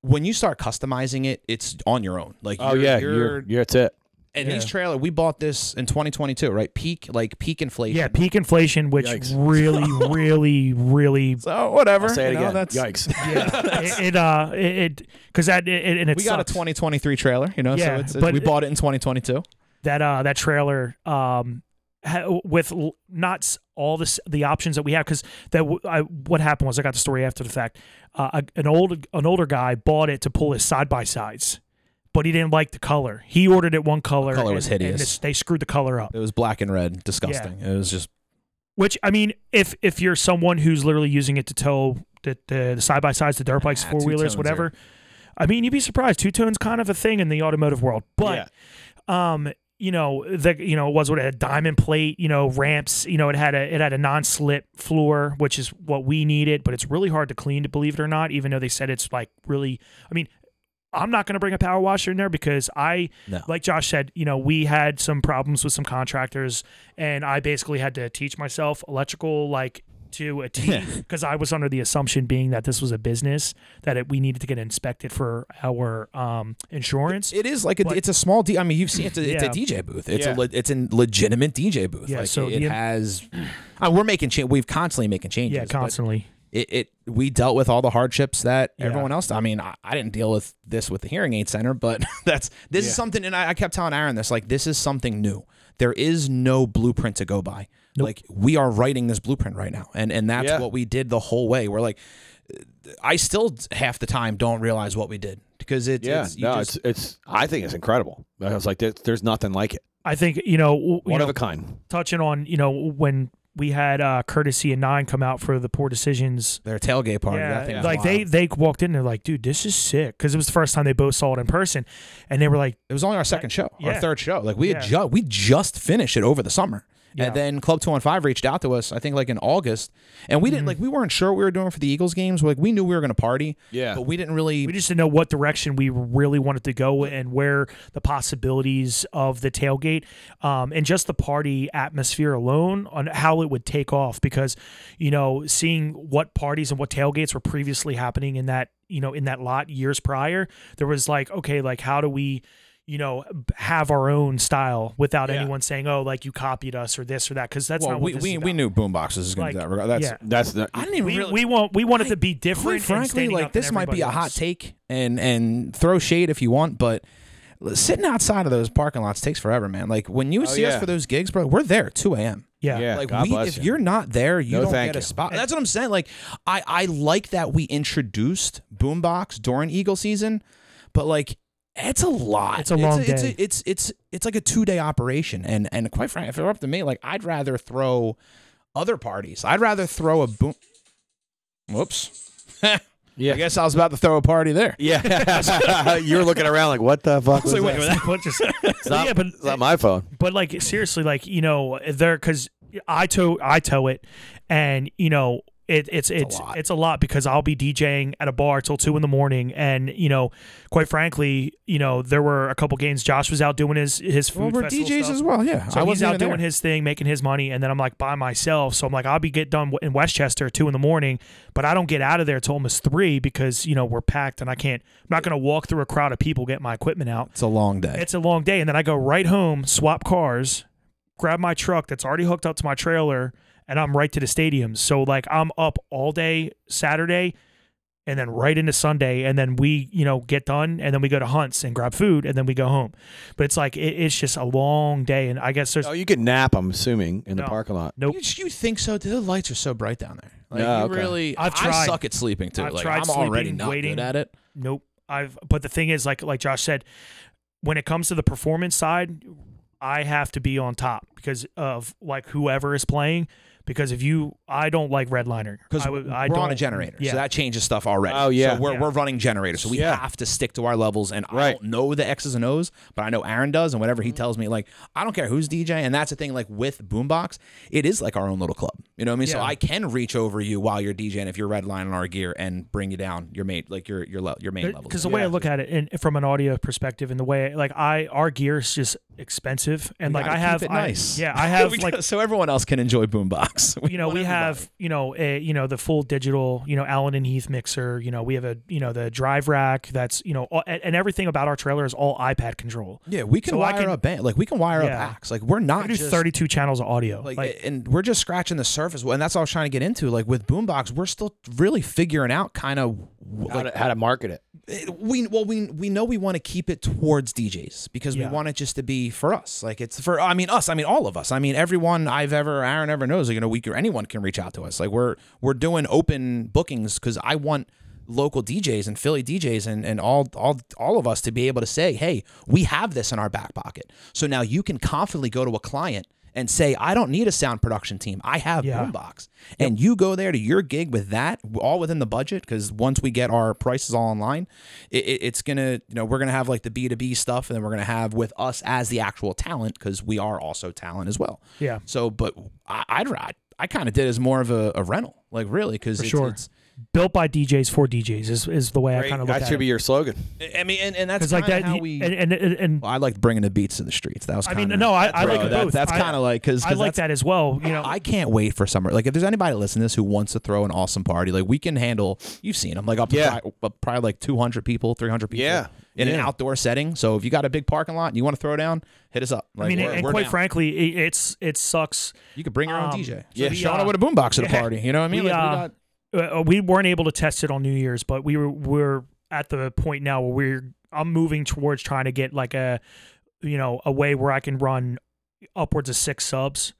when you start customizing it, it's on your own. Like,
Oh
you're-
yeah,
you're,
you're you're it's it.
and these
yeah.
trailer we bought this in 2022, right? Peak like peak inflation.
yeah, peak inflation, which
Yikes.
really,
<laughs>
really, really,
So whatever.
Say it
you know,
again.
that's-
Yikes.
<laughs>
it, it uh, it because that it, it, and it
we got a
sucks.
2023 trailer, you know. so
Yeah,
it's,
but-
we bought it in 2022.
that uh that trailer um ha- with l- not s- all this the options that we have because that w- I, what happened was I got the story after the fact. Uh, a, an old an older guy bought it to pull his side by sides, but he didn't like the color. He ordered it one color.
color was
and- and
hideous.
it's- they screwed the color up.
It was black and red, disgusting. It was just
Which I mean, if if you're someone who's literally using it to tow the the side by sides, the dirt bikes,
Ah,
four wheelers,
two-tones
whatever. I mean, you'd be surprised. Two tones kind of a thing in the automotive world, but um you know the you know it was what it had diamond plate you know ramps you know it had a it had a non-slip floor which is what we needed but it's really hard to clean to believe it or not even though they said it's like really i mean i'm not going to bring a power washer in there because i
No.
like josh said you know we had some problems with some contractors and i basically had to teach myself electrical like to a T <laughs> because I was under the assumption being that this was a business that it, we needed to get inspected for our um, insurance.
It is like a,
But-
it's a small. D- I mean, you've seen it's a,
Yeah.
it's a DJ booth. It's
Yeah.
a le- it's a legitimate DJ booth.
Yeah,
Like,
so
it
the-
has. I mean, we're making change. We've constantly making changes.
yeah,
but
constantly.
It, it we dealt with all the hardships that
Yeah.
everyone else. I mean, I, I didn't deal with this with the hearing aid center, but <laughs> that's this is something. And I, I kept telling Aaron this. Like this is something new. There is no blueprint to go by. Like we are writing this blueprint right now, and and that's
Yeah.
what we did the whole way. We're like, I still half the time don't realize what we did because
<laughs>
it's
Yeah.
it's, you
no,
just-
it's it's. I think it's incredible. I was like, there, there's nothing like it.
I think you know, w- you
One
know,
of a kind.
touching on you know when we had uh, courtesy and nine come out for the poor decisions.
Their tailgate party. Oh, that thing
Yeah,
was
like they
wild.
they walked in, they're like, dude, this is sick, because it was the first time they both saw it in person, and they were like,
It was only our second show,
yeah.
our third show. Like we had
Yeah.
ju- we just finished it over the summer.
Yeah.
And then Club 215 reached out to us, I think like in August. And we
Mm-hmm.
didn't like we weren't sure what we were doing for the Eagles games. Like we knew we were gonna party.
Yeah.
But we didn't really
we just didn't know what direction we really wanted to go and where the possibilities of the tailgate um, and just the party atmosphere alone on how it would take off because you know seeing what parties and what tailgates were previously happening in that you know in that lot years prior there was like okay like how do we you know b- have our own style without
Yeah.
anyone saying oh like you copied us or this or that because that's
well,
not what
we,
this
we,
is
we
about.
knew Boomboxes was gonna
Like,
do that. regard- That's
yeah.
That's not.
I didn't even
we,
really
we want we wanted to be different
quite
and
frankly,
standing
like
up than
this might be a
everybody
hot
else.
take and and throw shade if you want, but sitting outside of those parking lots takes forever, man. Like when you see
Oh, yeah.
us for those gigs, bro, we're there at two AM.
Yeah.
like
God
we,
bless
if
you.
you're not there, you
No,
don't
thank
get a
you.
spot. That's what I'm saying. Like I, I like that we introduced Boombox during Eagle season, but like it's a lot.
It's a long
it's,
day.
it's it's it's like a two day operation, and and quite frankly, if it were up to me, like I'd rather throw other parties. I'd rather throw a boom. Whoops.
Yeah.
I guess I was about to throw a party there.
<laughs> yeah. <laughs> you were looking around like, what the fuck? Was
like,
that?
wait, <laughs>
What just- <laughs>
It's not,
yeah, but
it's not my phone.
but like seriously, like you know, there because I tow I tow it, and you know it, it's it's
lot.
it's a lot because I'll be DJing at a bar till two in the morning, and you know, quite frankly, you know, there were a couple games. Josh was out doing his his food
Well, we're
festival
DJs
stuff.
as well. Yeah,
So
I
he's
wasn't
out
even there.
doing his thing, making his money, and then I'm like by myself. So I'm like, I'll be get done in Westchester at two in the morning, but I don't get out of there till almost three because you know we're packed, and I can't. I'm not gonna walk through a crowd of people get my equipment out.
It's a long day.
It's a long day, and then I go right home, swap cars, grab my truck that's already hooked up to my trailer, and I'm right to the stadium. So like I'm up all day Saturday, and then right into Sunday, and then we you know get done, and then we go to Hunts and grab food, and then we go home. But it's like it, it's just a long day, and I guess there's
Oh, you could nap. I'm assuming in the
No.
parking lot.
nope.
You, you think so? The lights are so bright down there. Like,
Yeah,
you
okay.
really,
I've
I
tried.
suck at sleeping too.
I've
like,
tried
I'm already
sleeping,
not
waiting.
good at it.
Nope. I've but the thing is like like Josh said, when it comes to the performance side, I have to be on top because of like whoever is playing. Because if you, I don't like redliner
Because
I
we're
would- I
on a
don't-
generator,
Yeah.
so that changes stuff already.
Oh, yeah.
so we're,
Yeah.
we're running generators, so we
Yeah.
have to stick to our levels. And I
Right.
don't know the X's and O's, but I know Aaron does, and whatever
Mm-hmm.
he tells me, like I don't care who's DJ. And that's the thing, like with Boombox, it is like our own little club. You know what I mean? So
Yeah.
I can reach over you while you're DJing if you're redlining our gear and bring you down your main, like your your le- your main level.
because Uh, the way I look at it, and from an audio perspective, and the way like I our gear is just expensive, and like
gotta
I
keep
have
it
I-
nice. <laughs>
yeah, I have
We
like
gotta- so everyone else can enjoy Boombox.
you know, we
want
have, you know, a, you know, the full digital, you know, Allen and Heath mixer, you know, we have a, you know, the drive rack that's, you know, all, and, and everything about our trailer is all iPad control.
Yeah, we can
So I
wire
can-
up band like we can wire
Yeah.
up acts. Like we're not
I do
just
32 channels of audio.
like,
Like,
and we're just scratching the surface. And that's what I was trying to get into. Like with Boombox, we're still really figuring out kind of
How,
like
to, how to market it?
it- we well we we know we want to keep it towards DJs because
Yeah.
we want it just to be for us. Like it's for I mean us, I mean all of us. I mean everyone I've ever Aaron ever knows, like in a week or anyone can reach out to us. Like we're we're doing open bookings cuz I want local DJs and Philly DJs and, and all all all of us to be able to say, "Hey, we have this in our back pocket." So now you can confidently go to a client and say, "I don't need a sound production team. I have
Yeah.
Boombox." And you go there to your gig with that, all within the budget, because once we get our prices all online, it, it- it's gonna, you know, we're gonna have like the B two B stuff, and then we're gonna have with us as the actual talent, because we are also talent as well.
yeah.
So, but I, I'd, I, I kind of did as more of a, a rental, like really, because it's,
sure.
it's,
Built by DJs for DJs is, is the way I kind of look
that
at
should
it.
be your slogan.
I mean, and, and that's
It's like
kinda
that.
how we.
and, and, and, and
well, I liked bringing the beats to the streets. That was.
I
Kinda,
mean, no, I, I
bro,
like it
that-
both.
That's
I-
kind of like because
I like that as well. You know,
I can't wait for summer. Like, if there's anybody listening to this who wants to throw an awesome party, like we can handle. You've seen them, like up to
Yeah.
probably, up probably like 200 people, 300 people.
Yeah.
in an
Yeah.
outdoor setting. So if you got a big parking lot and you want to throw down, hit us up. Like,
I mean,
we're,
and
we're
quite
down.
frankly, it, it's it sucks.
you could bring your own
um,
DJ.
Yeah.
the,
Shauna
uh,
with a boombox at a
yeah.
party. You know what I mean?
We,
like,
uh, uh, we weren't able to test it on New Year's, but we were we're at the point now where we're I'm moving towards trying to get like a you know a way where I can run upwards of six subs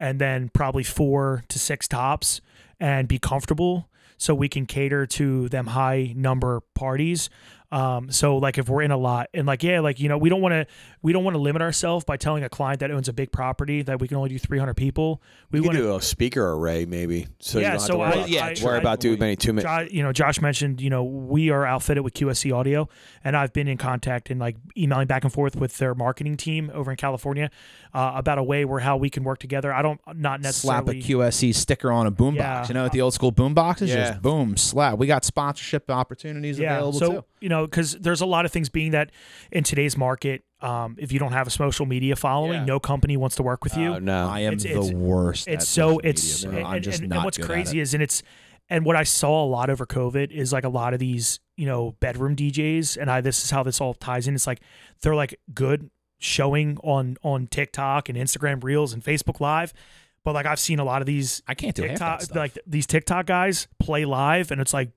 and then probably four to six tops and be comfortable so we can cater to them high number parties um so like if we're in a lot and like yeah like you know we don't want to we don't want to limit ourselves by telling a client that owns a big property that we can only do 300 people we
You could
want to
do a speaker array maybe, so you
Yeah,
don't have
so
to worry
I-
about,
yeah,
worry
I-
about too many too many.
Jo- you know, Josh mentioned, you know, we are outfitted with QSC Audio, and I've been in contact and like emailing back and forth with their marketing team over in California uh, about a way where how we can work together. I don't not
slap a
necessarily
QSC sticker on a boombox.
Yeah.
You know, at the old school boomboxes,
Yeah.
just boom, slap. We got sponsorship opportunities available
so
too.
you know, because there's a lot of things being that in today's market, um, if you don't have a social media following,
Yeah.
no company wants to work with you.
Oh, no,
I am
It's-
the
it's-
worst. at
it's so
social media,
it's
bro.
and,
I'm just
and,
not
and what's
good at it.
crazy is and it's and what I saw a lot over COVID is like a lot of these you know bedroom DJs and I this is how this all ties in. It's like they're like good showing on on TikTok and Instagram Reels and Facebook Live, but like I've seen a lot of these
I can't do half that
TikTok
stuff.
like these TikTok guys play live and it's like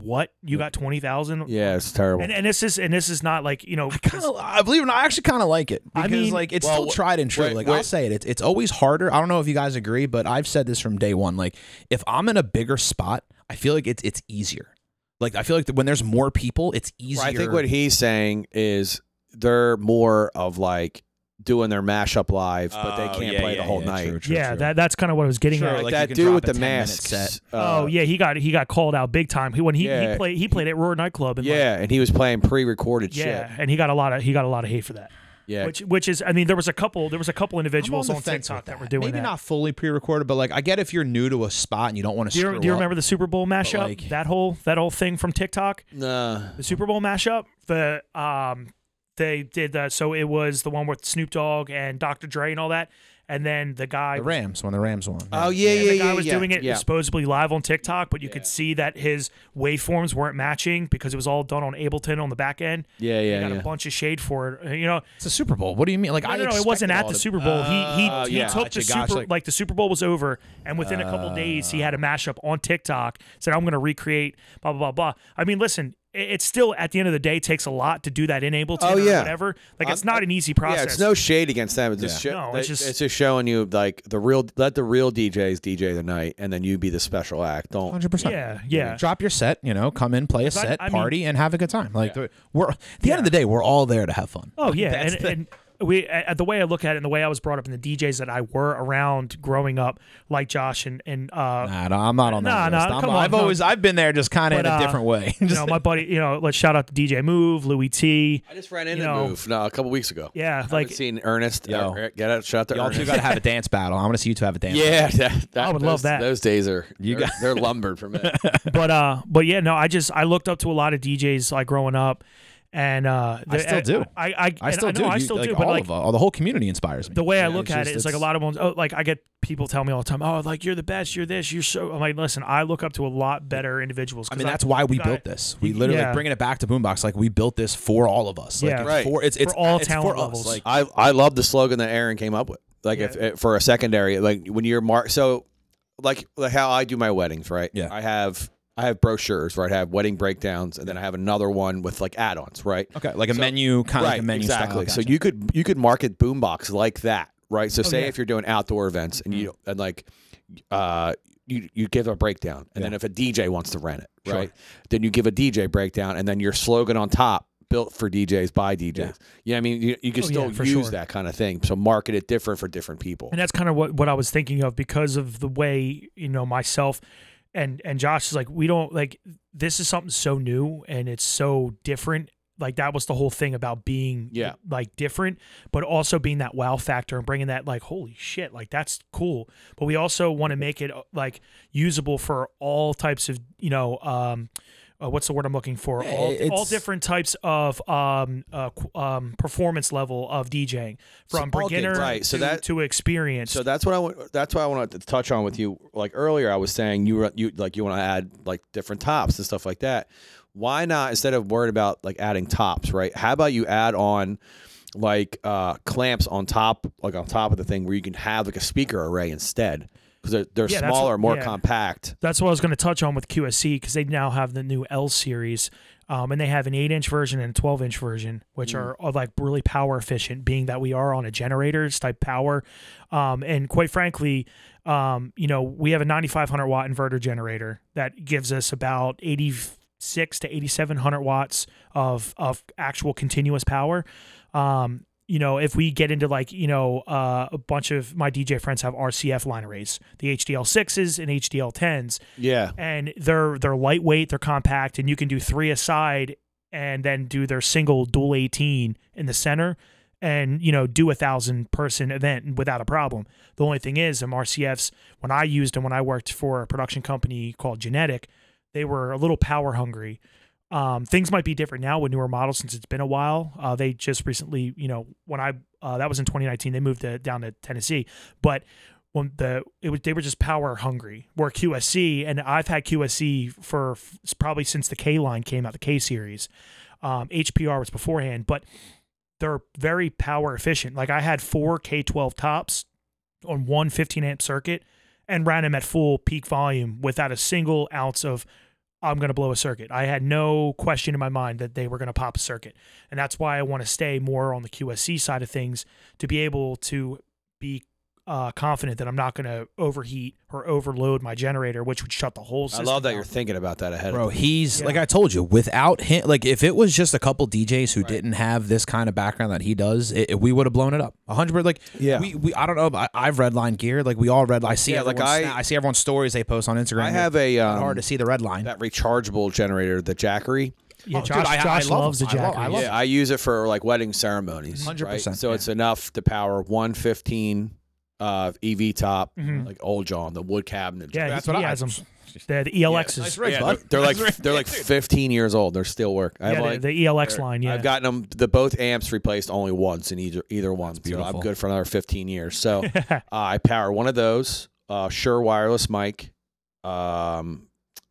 what you got twenty thousand
yeah, it's terrible.
and and this is and this is not like you know
kind of I believe it or not, I actually kind of like it
I
because
mean-
like it's
Well,
still tried and true.
wait,
like
wait.
I'll say it, it's it's always harder. I don't know if you guys agree, but I've said this from day one. Like if I'm in a bigger spot, I feel like it's it's easier. Like I feel like that when there's more people, it's easier.
Well, I think what he's saying is they're more of like doing their mashup live, but
Oh,
they can't play the whole night.
yeah that that's kind of what I was getting
Sure,
at.
Like,
Like, you
that
can
dude
drop
with the
a 10-minute
masks.
set.
uh,
oh yeah, he got he got called out big time. He when he,
Yeah.
he played he played at Roar nightclub and like,
yeah, and he was playing pre-recorded
yeah,
shit.
and he got a lot of he got a lot of hate for that.
Yeah.
which which is I mean there was a couple there was a couple individuals
the
on,
fence
TikTok
with
that. were doing
Maybe
that.
not fully pre-recorded, but like I get if you're new to a spot and you don't want to
do
screw
you, do you
up.
remember the Super Bowl mashup?
like-
that whole that whole thing from TikTok,
Nah.
the Super Bowl mashup. The um, they did that. So it was the one with Snoop Dogg and Dr. Dre and all that, and then the guy
the Rams when the Rams won?
Oh yeah, yeah, yeah.
the guy was
yeah,
doing it
Yeah.
supposedly live on TikTok, but you could see that his waveforms weren't matching because it was all done on Ableton on the back end.
Yeah,
He
yeah,
got
yeah.
a bunch of shade for it. Uh, You know,
It's the Super Bowl. What do you mean? Like
no,
I
no, no, it wasn't at the Super Bowl. he he, he
Uh, yeah.
took
Gotcha,
the Super
gotcha,
like,
like-
the Super Bowl was over, and within a
Uh.
couple days he had a mashup on TikTok. Said I'm going to recreate blah blah blah blah. I mean, listen. i- It's still at the end of the day takes a lot to do that in Ableton
Oh,
or
yeah.
whatever. Like it's
I'm-
not an easy
Yeah,
process.
it's no shade against them. It's just,
Yeah.
sho-
No,
they-
it's just-
it's just showing you like the real let the real DJs DJ the night, and then you be the special act. Don't
Hundred percent.
yeah, yeah.
Drop your set. You know, come in, play a
I-
set,
I mean-
party, and have a good time. Like the- we're at the end of the day, we're all there to have fun.
Oh
<laughs>
yeah, and,
That's the-
and we a- the way I look at it, and the way I was brought up, and the DJs that I were around growing up, like Josh and and
<laughs>
uh,
Nah, no, I'm not on that.
Nah, nah,
list. I'm,
come on,
I've
no.
always I've been there, just kind of in
But,
a
uh,
different way. <laughs>
you
Just-
know my buddy, you know, let's shout out to DJ Move, Louis T.
I just ran into
You know.
move no, a couple weeks ago.
Yeah,
I
like-
like seen Ernest.
Yo.
uh, get out, shout out to
Y'all
<laughs>
two
Ernest.
got to have a dance battle. I'm gonna see you two have a dance. battle.
yeah, that, that,
I would
those,
love that.
Those days are you
got-
they're lumbered
<laughs>
for me.
But uh, but yeah, no, I just I looked up to a lot of DJs like growing up, and uh,
I still do.
I I, and
I still do.
know I
You-
still
like,
do, but
all
like
of all, the whole community inspires me.
the way I
Yeah,
look
it's
at
just-
it is like a
it's-
lot of ones. Oh, like I get people tell me all the time, oh, like you're the best, you're this, you're so. I'm like, listen, I look up to a lot better individuals.
I
'cause
mean, that's why we built this. We literally
yeah.
like, bringing it back to Boombox. Like we built this for all of us. Like,
Yeah.
it's
Right.
For it's,
For
it's
all
it's
talent
for
levels.
Us. Like
I I love the slogan that Aaron came up with. Like if, if for a secondary, like when you're mark so like like how I do my weddings, right?
Yeah.
I have I have brochures where I have wedding breakdowns, and then I have another one with like add-ons, right?
okay, like a menu kind of like a menu style.
exactly. So
Gotcha.
you could you could market boombox like that, right? So say
Oh, yeah. Mm-hmm.
if you're doing outdoor events and you and like uh you you give a breakdown, and then if a DJ wants to rent it, right? Then you give a DJ breakdown, and then your slogan on top. Built for DJs by DJs. Yeah, I mean, you, you can
Oh, yeah,
still
for
use
sure.
that kind of thing. So market it different for different people.
and that's kind of what, what I was thinking of because of the way you know myself and and Josh is like we don't like this is something so new and it's so different like that was the whole thing about being
Yeah.
like different but also being that wow factor and bringing that like holy shit like that's cool but we also want to make it uh, like usable for all types of you know um uh, what's the word I'm looking for? All,
Eh,
it's-
all different types of um, uh, qu- um, performance level of DJing, from
all gigs,
beginner
right, so
to,
that-
to experience.
So that's what I want. That's what I wanted to touch on with you. Like earlier, I was saying you were you like you want to add like different tops and stuff like that. Why not instead of worried about like adding tops, right? How about you add on like uh clamps on top, like on top of the thing, where you can have like a speaker array instead because they're, they're
Yeah, that's
smaller,
what-
more
yeah.
compact.
That's what I was going to touch on with QSC because they now have the new L series, um, and they have an eight-inch version and a twelve-inch version, which are, are like really power efficient, being that we are on a generator it's type power, um, and quite frankly, um, you know, we have a ninety-five hundred watt inverter generator that gives us about eighty-six to 8700 watts of of actual continuous power um you know if we get into like you know uh, a bunch of my dj friends have rcf line arrays the hdl 6s and hdl 10s
Yeah,
and they're they're lightweight, they're compact, and you can do three aside and then do their single dual eighteen in the center, and you know do a thousand person event without a problem. The only thing is, MRCFs when I used them when I worked for a production company called Genetic, they were a little power hungry. Um, things might be different now with newer models since it's been a while. Uh, they just recently, you know, when I uh, that was in 2019, they moved to, down to Tennessee, but when the it was they were just power hungry. Where QSC and I've had QSC for f- probably since the K line came out, the K series. Um, HPR was beforehand, but they're very power efficient. Like I had four K12 tops on one 15 amp circuit and ran them at full peak volume without a single ounce of I'm going to blow a circuit. I had no question in my mind that they were going to pop a circuit. And that's why I want to stay more on the QSC side of things to be able to be uh, confident that I'm not going to overheat or overload my generator, which would shut the whole
I
system.
love that
down.
you're thinking about that ahead.
Bro,
of
he's
Yeah.
like I told you, without him, like if it was just a couple DJs who didn't have this kind of background that he does, it, it- we would have blown it up. A hundred, per- like
Yeah.
we, we I don't know, but I, I've redline gear, like we all redline. I see
Yeah, like
like I,
I-
I see everyone's stories they post on Instagram.
I have a
It's
um,
<laughs> hard to see the red line.
that rechargeable generator, the Jackery.
Yeah,
Oh, dude,
Josh,
I- I
Josh
love
loves a
them. I love-
Jackery.
I love
Yeah, I use it for like wedding ceremonies.
100%,
right? So
yeah.
it's enough to power 115 uh, EV top,
Mhm.
like old John, the wood cabinet.
Yeah,
That's
he,
what
he
I-
has them. The, E the ELXs.
nice
Yeah,
rig,
they're,
bud.
they're like
Nice rig.
they're like 15 years old. They're still work. I
yeah,
have
the-
like
the, ELX line. Yeah,
I've gotten them the both amps replaced only once in either either one. So I'm
beautiful.
good for another 15 years. So
<laughs>
uh, I power one of those uh, Sure wireless mic, um,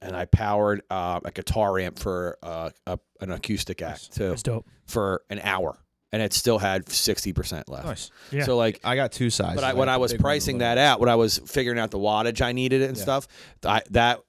and I powered uh, a guitar amp for uh, a, an acoustic act too
that's dope.
for an hour, and it still had 60 percent left.
Nice.
Yeah.
So like
I got two sizes.
but I, when I was pricing that out, when I was figuring out the wattage I needed and stuff, I, that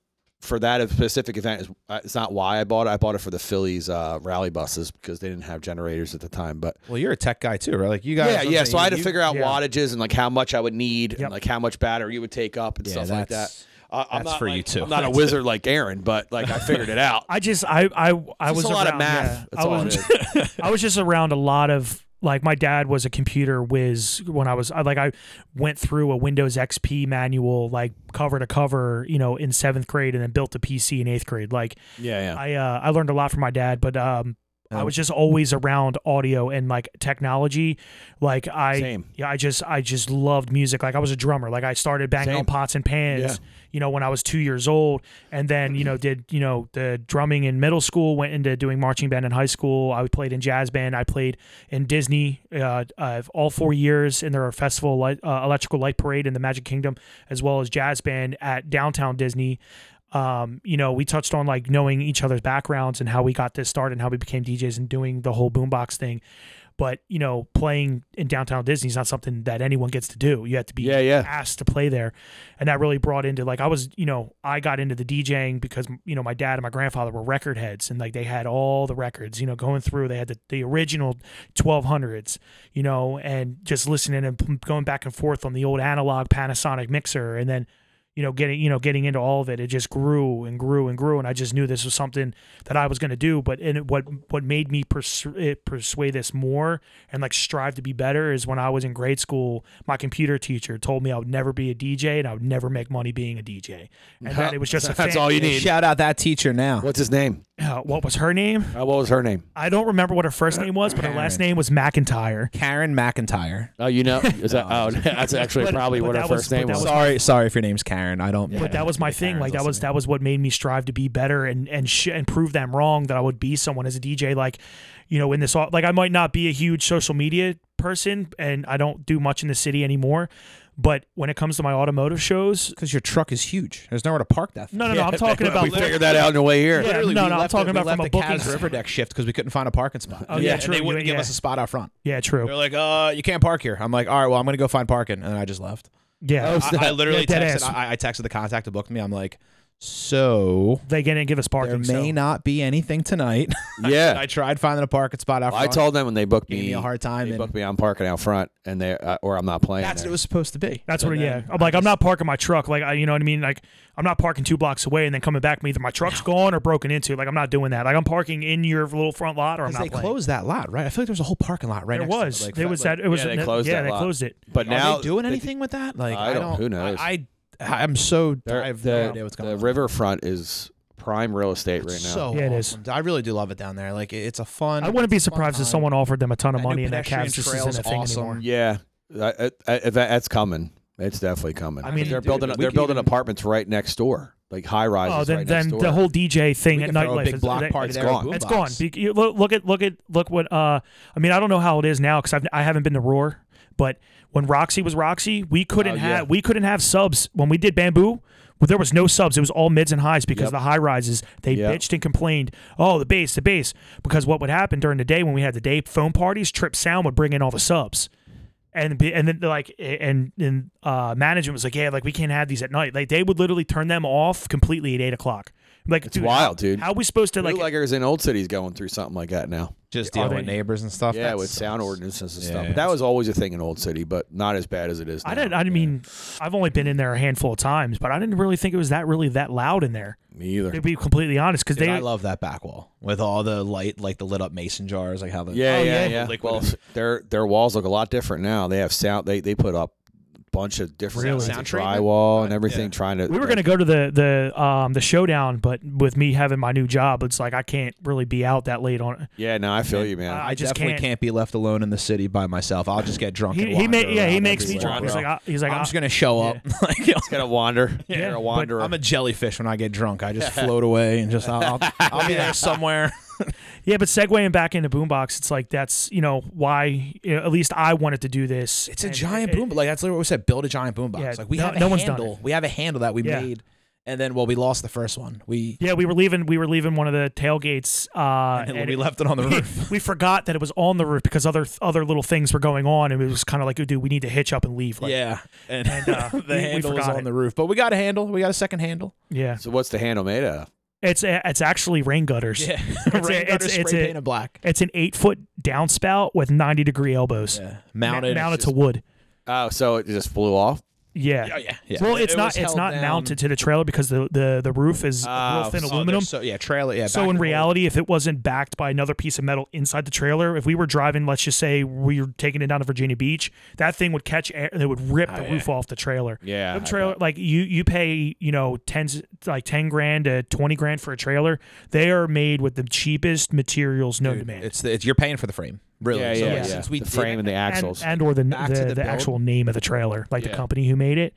for that specific event is uh, it's not why I bought it. I bought it for the Phillies uh, rally buses because they didn't have generators at the time. But
well, you're a tech guy too, right? Like you guys.
yeah, yeah. So I had to
you,
figure out
yeah.
wattages and like how much I would need, and
Yep.
like how much battery you would take up and
Yeah,
stuff like that.
that's-
Uh, I'm
that's
not
for
like-
you too.
I'm
<laughs>
not a wizard like Aaron, but like I figured it out.
I just I I <laughs> I
It's
was
just a lot
around,
of math.
yeah.
That's
I
all
was,
it
<laughs>
is.
I was just around a lot of like my dad was a computer whiz when I was I- like I went through a Windows XP manual like cover to cover you know in seventh grade and then built a PC in eighth grade like
Yeah, yeah. Oh.
I uh, I learned a lot from my dad but um I was just always around audio and like technology like I
Same.
yeah I just I just loved music like I was a drummer like I started banging
Same.
on pots and pans
Yeah.
you know when I was two years old and then you know did you know the drumming in middle school went into doing marching band in high school I played in jazz band I played in Disney uh, uh, all four years in their festival light, uh, electrical light parade in the Magic Kingdom as well as jazz band at downtown Disney um, you know, we touched on like knowing each other's backgrounds and how we got this started and how we became DJs and doing the whole boombox thing. But, you know, playing in downtown Disney is not something that anyone gets to do. You have to be
Yeah, yeah.
asked to play there. And that really brought into like, I was, you know, I got into the DJing because, you know, my dad and my grandfather were record heads and like they had all the records, you know, going through. They had the, the original 1200s, you know, and just listening and p- going back and forth on the old analog Panasonic mixer and then you know getting you know getting into all of it it just grew and grew and grew and i just knew this was something that i was going to do but and it, what what made me persu- it persuade this more and like strive to be better is when i was in grade school my computer teacher told me i would never be a dj and i would never make money being a dj and that
<laughs>
it was just a
That's
fan-
all you
you
need.
shout out that teacher now.
What's his name?
Uh, what was her name
Uh, what was her name?
i don't remember what her first name was but her last name was mcintyre
Karen McIntyre.
Oh, you <laughs> know, is that, oh, that's actually probably
but
what her
that was-
first
but
name
that
was.
was
Sorry, sorry if your name's Karen. I don't.
but that was my thing. Like that was that was what made me strive to be better and and sh- and prove them wrong that I would be someone as a DJ. Like, you know, in this au- like I might not be a huge social media person, and I don't do much in the city anymore. But when it comes to my automotive shows,
because your truck is huge. There's nowhere to park that. Thing.
no, no, no, I'm talking about.
we figured that out on the way here.
Yeah,
Literally,
no,
we
no, I'm
left
talking
the- we
about
left
from a
the
booking
Cavs
s-
River Deck shift because we couldn't find a parking spot.
Oh, yeah,
and
true,
they
you-
wouldn't give
yeah.
us a spot out front.
yeah, true.
They're like, "Uh, you can't park here." I'm like, "All right, well, I'm gonna go find parking," and I just
<laughs>
left.
Yeah,
I, I literally
Yeah,
texted.
dead ass.
I, I texted the contact who booked me. I'm like, "So
they didn't give us
there
parking.
may
so.
not be anything tonight."
<laughs> Yeah.
I tried finding a parking spot out
Well, I
front.
told them when they booked
Gave
me,
me a hard time,
They
and-
booked me. I'm parking out front, and they uh, or I'm not playing.
That's what
there.
it was supposed to be.
That's
So
what, yeah.
then
I'm like, I'm not parking my truck. Like, I, you know what I mean? Like, I'm not parking two blocks away and then coming back. Either my truck's gone or broken into. Like, I'm not doing that. Like, I'm parking in your little front lot or I'm
'Cause
not
they
playing.
closed that lot, right? I feel like there was a whole parking lot right
There
next
was.
to it. Like,
there was that. It was.
yeah, they closed
yeah,
that
they
lot.
closed it.
But
Now,
now
are they doing
the-
anything with that? Like
I
I
don't-
don't.
who knows?
I, I am so.
they're-
I have
the,
no idea what's going
the
on.
riverfront is prime real estate right now.
So
Yeah, it
awesome. I really do love it down there. Like it- it's a fun.
I wouldn't be
it's a fun
surprised if
time.
someone offered them a ton of
That new
money and that
pedestrian
Cavs just
trail's
isn't a thing
awesome.
anymore.
yeah, I, I, I, that's coming. It's definitely coming.
I mean,
they're
dude,
building
we
they're
could
building
even-
apartments right next door, like high rises.
Oh, then
right
then
next door.
the whole DJ thing
We
at
could throw a
nightlife
big
is
block
that-
party
it's
there with
gone.
It's
boombox.
gone. Be- you look, look at look at look what uh I mean I don't know how it is now because I've I haven't been to Roar, but when Roxy was Roxy, we couldn't
Oh, yeah.
have we couldn't have subs when we did Bamboo. Well, there was no subs. It was all mids and highs because the high rises they
Yep.
bitched and complained. Oh, the bass, the bass. Because what would happen during the day when we had the day phone parties, Trip Sound would bring in all the subs and be, and then like and and uh, management was like, yeah, like we can't have these at night. Like they would literally turn them off completely at eight o'clock. I'm Like it's
wild, dude.
How are we supposed to like?
bootleggers in old cities going through something like that now.
Just dealing
they-
with neighbors and stuff.
Yeah,
That
with
sucks.
sound ordinances and stuff.
Yeah.
But that was always a thing in old city, but not as bad as it is. Now.
I didn't. I mean, I've only been in there a handful of times, but I didn't really think it was that really that loud in there.
Me either.
To be completely honest, because
Dude,
they
I love that back wall with all the light, like the lit up mason jars, like how the
Yeah,
Oh,
yeah,
yeah.
yeah.
Liquid.
Well, their their walls look a lot different now. They have sound. They they put up bunch of different
Really?
kinds of
Sound treatment?
drywall and
Right,
everything,
yeah.
trying to.
We were going to go to the the um the showdown, but with me having my new job, it's like I can't really be out that late on.
Yeah, no, I feel you, man.
I-
I
just
definitely
can't-
can't. be left alone in the city by myself. I'll just get drunk.
He,
and
he
wander
ma- yeah he
around
makes me
everywhere,
drunk. He's
bro.
like I, he's like
I'm
I-
just gonna show up. Like,
It's gonna wander. Yeah,
Yeah,
a
but
wanderer.
I'm a jellyfish when I get drunk. I just float away and just I'll, I'll, I'll be there somewhere.
yeah. But segueing back into Boombox, it's like that's you know why you know, at least I wanted to do this.
It's a
And
giant
it-
boom. Like that's literally what we said. Build a giant boom box.
Yeah,
like we
no-
have a
no one's done
handle. We have a handle that we
Yeah.
made, and then well, we lost the first one. We
Yeah, we were leaving. We were leaving one of the tailgates, uh,
and
and
we left it on the
<laughs>
<laughs> roof.
we forgot that it was on the roof because other other little things were going on, and it was kind of like, "Oh, dude, we need to hitch up and leave." Like,
yeah, and,
And, uh, we-
<laughs> the
we
handle was
forgot
on
it.
the roof, but we got a handle. We got a second
<laughs>
handle.
yeah.
so what's the handle made out of?
It's a, it's actually rain
<laughs>
gutters.
it's
a- it's-
spray
it's a-
painted black.
It's an eight foot downspout with ninety degree elbows,
Yeah,
Ma-
mounted. it's
mounted
just-
to wood.
Oh, so it just blew off.
Yeah.
<laughs> Oh, yeah, yeah.
Well,
It-
it's
it was
not it's
held
not
down-
mounted to the trailer because the the, the roof is
Ah,
real thin
so
Oh, they're
aluminum. So,
So yeah, trailer. Yeah. back
in
and forth.
reality, if it wasn't backed by another piece of metal inside the trailer, if we were driving, let's just say we were taking it down to Virginia Beach, that thing would catch air and it would rip
Oh,
the roof off the trailer.
Yeah,
Them
I
trailer like you you pay you know tens like ten grand to twenty grand for a trailer. They are made with the cheapest materials known to man.
it's, the, it's you're paying for the frame, really.
Yeah,
So
yeah, yeah.
Since we
the
did-
frame and the
and,
axles.
and or the
Back to
the, the,
the build.
actual name of the trailer, like the
Yeah.
company who made it.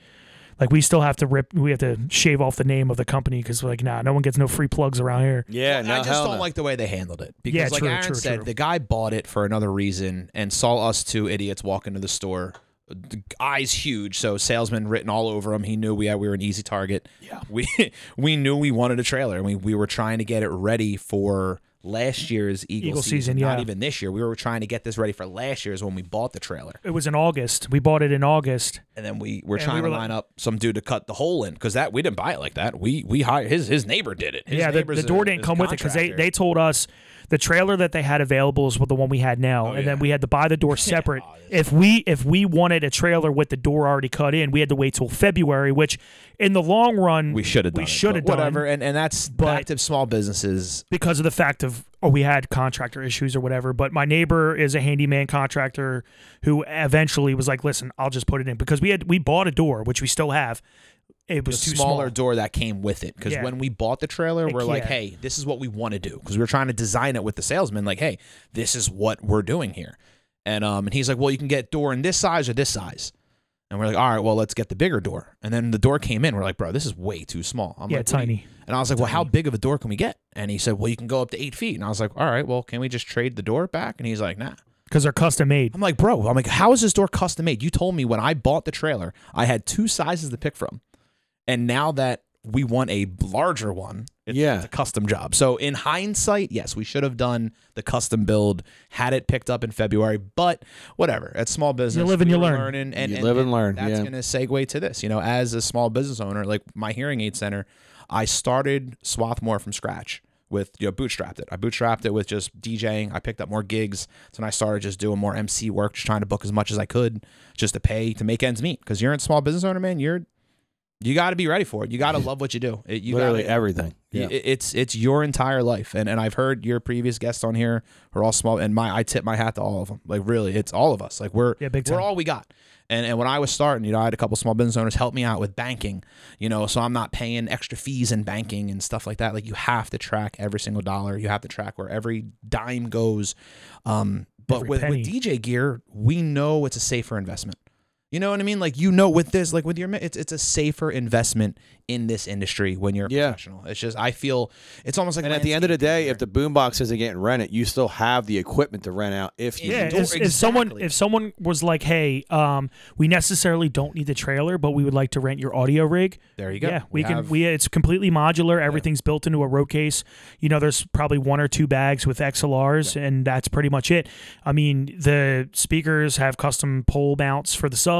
Like we still have to rip, we have to shave off the name of the company because like nah, no one gets no free plugs around here.
yeah, no,
I just
hell
don't
no.
like the way they handled it because,
Yeah,
like
true,
Aaron
true,
said,
true.
the guy bought it for another reason and saw us two idiots walk into the store, the eyes huge, so salesman written all over him. He knew we had, we were an easy target. Yeah, we <laughs> we knew we wanted a trailer, and we we were trying to get it ready for last year's Eagle,
Eagle
season,
season,
not
yeah.
even this year. We were trying to get this ready for last year's when we bought the trailer,
It was in August. We bought it in August.
and then we were
And we
trying
were
to
like-
line up some dude to cut the hole in because that we didn't buy it like that. We we hired his his neighbor did it. His
yeah, the,
neighbor's
the
a-
door didn't
is a
come with it because they,
contractor.
they told us the trailer that they had available is what the one we had
Oh,
now, and then we had to buy
<laughs>
the door separate. if we if we wanted a trailer with the door already cut in, we had to wait till February, which in the long run
we should have done
we
it,
should have
but
done
whatever and and that's
But-
back to small businesses
because of the fact of oh we had contractor issues or whatever but my neighbor is a handyman contractor who eventually was like listen i'll just put it in because we had we bought a door which we still have it
the
was too
smaller
small
door that came with it because
Yeah.
when we bought the trailer we're like
yeah.
hey this is what we want to do because we were trying to design it with the salesman like hey this is what we're doing here and um and he's like well you can get door in this size or this size and we're like all right well let's get the bigger door and then the door came in we're like bro this is way too small i'm
Yeah,
like what do you-
tiny.
and i was like well how big of a door can we get and he said well you can go up to eight feet and i was like all right well can we just trade the door back and he's like nah
because they're custom made
I'm like, bro, I'm like, how is this door custom made? You told me when I bought the trailer, I had two sizes to pick from. And now that we want a larger one, it's,
Yeah.
it's a custom job. So in hindsight, yes, we should have done the custom build, had it picked up in February, but whatever. It's small business.
live and
we
you
were
learn.
Learning, and,
You
and-
live and
and
learn,
That's
yeah.
gonna segue to this. You know, as a small business owner, like my hearing aid center, I started Swathmore from scratch with you know bootstrapped it. I bootstrapped it with just DJing. I picked up more gigs. So then I started just doing more MC work, just trying to book as much as I could, just to pay to make ends meet. Because you're a small business owner, man. You're you got to be ready for it. You
<laughs>
got to love what you do. It, you
Literally
gotta,
everything.
y- it- It's it's your entire life, and and I've heard your previous guests on here are all small, and my I tip my hat to all of them. Like really, it's all of us. Like we're
Yeah, big
we're
time.
all we got. And and when I was starting, you know, I had a couple small business owners help me out with banking, you know, so I'm not paying extra fees in banking and stuff like that. Like you have to track every single dollar, you have to track where every dime goes. Um, but
Every
with,
penny.
with DJ gear, we know it's a safer investment. You know what I mean? Like you know, with this, like with your, ma- it's it's a safer investment in this industry when you're a
Yeah.
professional. It's just I feel it's almost like
And at the end of the
landscaping
day,
here.
if the boombox isn't getting rented, you still have the equipment to rent out. If you
yeah,
need
if,
it.
if someone
exactly.
if someone was like, "Hey, um, we necessarily don't need the trailer, but we would like to rent your audio rig,"
there you go.
Yeah, we, can.
have-
we it's completely modular. Everything's built into a road case. You know, there's probably one or two bags with XLRs, and that's pretty much it. I mean, the speakers have custom pole mounts for the subs.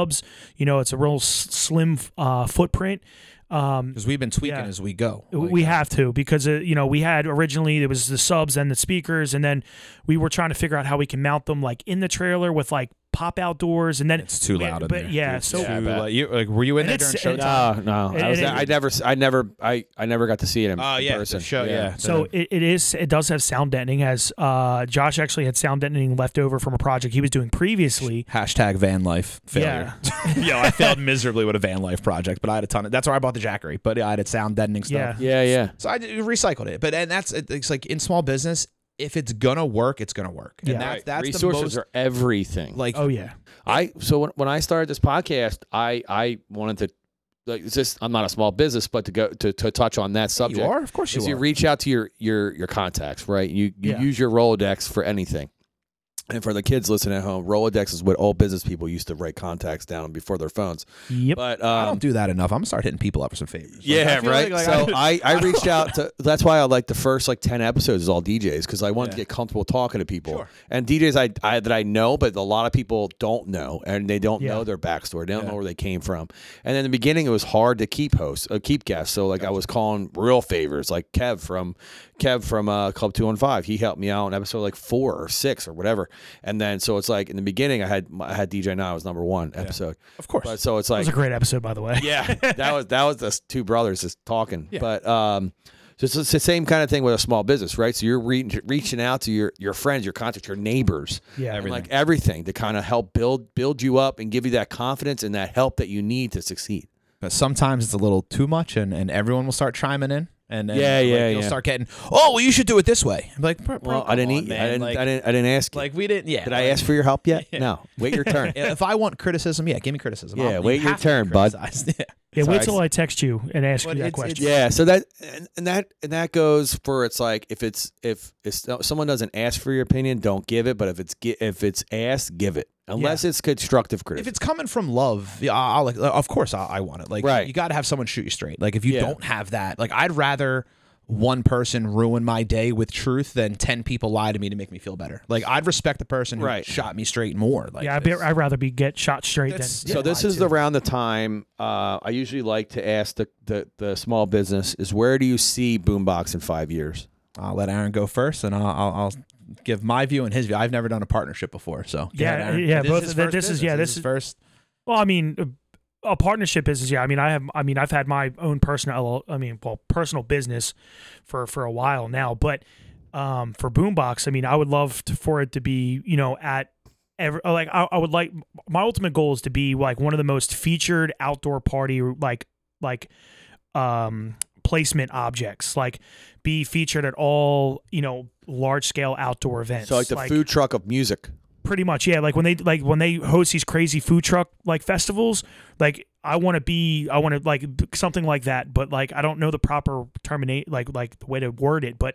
You know, it's a real s- slim uh, footprint. Um,
because we've been tweaking
Yeah.
as we go. Like,
we have to because uh, you know we had originally there was the subs and the speakers and then we were trying to figure out how we can mount them like in the trailer with like pop outdoors, and then
It's too loud in
But
there.
yeah,
It's
so
too loud. You- like, were you in
And
there
it's-
during show
it's-
time?
Uh,
No, Oh, no. I,
It-
was,
it-
I never, I never, I, I never got to see it in,
Oh
in
yeah,
person.
the show. Yeah.
So it, it is it does have sound deadening as uh, Josh actually had sound deadening left over from a project he was doing previously.
Hashtag van life failure.
<laughs>
Yeah. <laughs> Yo, I failed miserably with a van life project, but I had a ton of. That's where I bought the Jackery, but I had it sound deadening stuff.
Yeah.
yeah, yeah.
So I did- recycled it, but and that's it- it's like in small business, if it's gonna work, it's gonna work.
Yeah.
and that's
Right.
that's
Resources
the most
are everything.
like
Oh yeah.
I so when, when I started this podcast, I I wanted to like it's just I'm not a small business, but to go to, to touch on that subject.
you are. Of course
is
you
you
are.
reach out to your your your contacts, right? You you
Yeah.
use your Rolodex for anything. And for the kids listening at home, Rolodex is what all business people used to write contacts down before their phones.
Yep.
But
I
um,
don't do that enough. I'm gonna start hitting people up for some favors. Like,
yeah,
I feel
right.
like- like,
so
<laughs>
I, I reached out to. That's why I like the first like ten episodes is all DJs because I wanted to
Yeah.
get comfortable talking to people
Sure.
and DJs I, I that I know, but a lot of people don't know and they don't
Yeah.
know their backstory. They don't
Yeah.
know where they came from. And in the beginning, it was hard to keep hosts, uh, keep guests. So like I was calling real favors, like Kev from Kev from uh, Club Two One Five. He helped me out in episode like four or six or whatever. And then so it's like in the beginning, I had I had DJ now was number one episode.
of course.
But so it's
That
like
was a great episode, by the way.
yeah, that was that was the two brothers just talking. But um, so it's, it's the same kind of thing with a small business, right? So you're re- reaching out to your your friends, your contacts, your neighbors,
Yeah.
and, like everything to kind of help build build you up and give you that confidence and that help that you need to succeed.
But <laughs> sometimes it's a little too much, and, and everyone will start chiming in, and, and
Yeah,
like,
yeah,
you'll
yeah.
start getting, oh, well, you should do it this way. I'm like, bro, bro,
Well, I
come
didn't
on,
eat.
man.
I didn't.
like,
I didn't. I didn't ask. you.
like, we didn't. Yeah,
Did
like,
I ask for your help
<laughs>
yet? No. Wait your turn.
If I want criticism, yeah, give me criticism.
Yeah,
I'll-
wait
you
your
have to be
turn, bud.
criticized. <laughs> yeah.
Yeah.
Sorry.
Wait till I text you and ask
But
you that
it's-
question.
Yeah, so that and, and that and that goes for it's like if it's if if someone doesn't ask for your opinion, don't give it. But if it's gi- if it's asked, give it unless it's constructive criticism.
If it's coming from love, yeah, I'll, I'll- of course I, I want it. Like,
Right.
you got to have someone shoot you straight. Like, if you
Yeah.
don't have that, like, I'd rather one person ruin my day with truth than 10 people lie to me to make me feel better. Like, I'd respect the person who
Right.
shot me straight more. Like,
Yeah. I'd, be,
it's-
I'd rather be get shot straight than.
That's-
So this
I
is
do.
around the time uh, I usually like to ask the, the, the small business is where do you see Boombox in five years?
I'll let Aaron go first, and I'll, I'll, I'll give my view and his view. I've never done a partnership before, so go
Yeah,
ahead, Aaron.
yeah,
is
both-
his
th-
first
this is-
business.
yeah, this
his
is-
first.
Well, I mean, a- a partnership business. Yeah, I mean, I have. I mean, I've had my own personal. I mean, well, personal business for for a while now. But um, for Boombox, I mean, I would love to, for it to be, you know, at every uh, like I, I would like my ultimate goal is to be like one of the most featured outdoor party like like um placement objects like be featured at all you know large scale outdoor events
So like the food truck of music.
pretty much yeah like when they like when they host these crazy food truck like festivals like i want to be i want to like b- something like that but like i don't know the proper terminate like like the way to word it but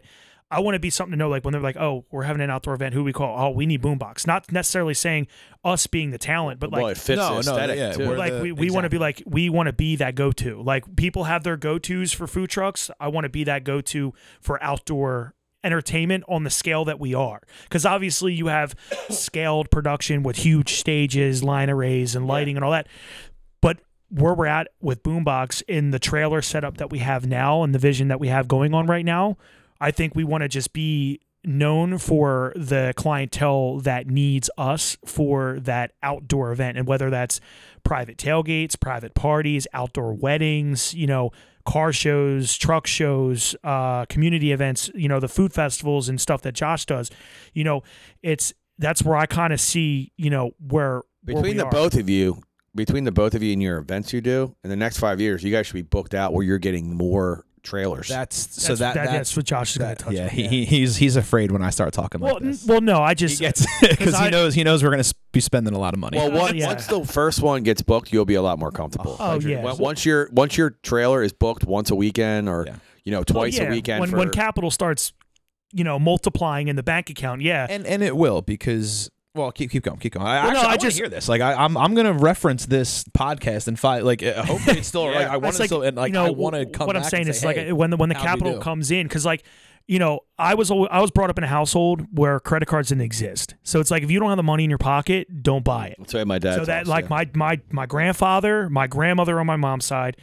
i want to be something to know like when they're like oh we're having an outdoor event who we call oh we need boombox not necessarily saying us being the talent but like
well, it fits
No,
the
no,
aesthetic
yeah,
too.
we're-
like
the-
we, we want to be like we want to be that go-to like people have their go-to's for food trucks i want to be that go-to for outdoor entertainment on the scale that we are because obviously you have scaled production with huge stages line arrays and lighting and all that but where we're at with boombox in the trailer setup that we have now and the vision that we have going on right now i think we want to just be known for the clientele that needs us for that outdoor event and whether that's private tailgates private parties outdoor weddings you know car shows truck shows uh, community events you know the food festivals and stuff that josh does you know it's that's where i kind of see you know where where we
Between the
are.
both of you, between the both of you and your events you do, in the next five years, you guys should be booked out where you're getting more trailers.
That's, so
That's-
that,
that-
that's,
that's what Josh is going
that-
to touch
yeah,
on.
he, he- he's he's afraid when I start talking
well,
like
n-
this.
well, no, I just
he gets <laughs> because
I-
he knows he knows we're gonna s- be spending a lot of money.
well,
Yeah.
once,
Yeah.
once the first one gets booked, you'll be a lot more comfortable.
Oh, yeah.
Once- Once your once your trailer is booked once a weekend or
Yeah.
you know
Oh,
twice
yeah.
a weekend
when
for
when capital starts, you know, multiplying in the bank account. Yeah,
and and it will because well keep keep going keep going. I,
Well, no, I
actually, I, want
just-
to hear this. Like I, I'm I'm gonna reference this podcast in five. Like
<laughs>
uh, hopefully it's still
Yeah.
like I want
That's
to still and like
you know,
I want to come.
What I'm
back
saying
and
is
say,
like
hey,
uh, when the, when the
how'd we
capital
do? <laughs>
comes in, because like you know, I was alwa- I was brought up in a household where credit cards didn't exist. So it's like if you don't have the money in your pocket, don't buy it.
That's what my dad.
so that
tells,
like
yeah.
my my my grandfather, my grandmother on my mom's side,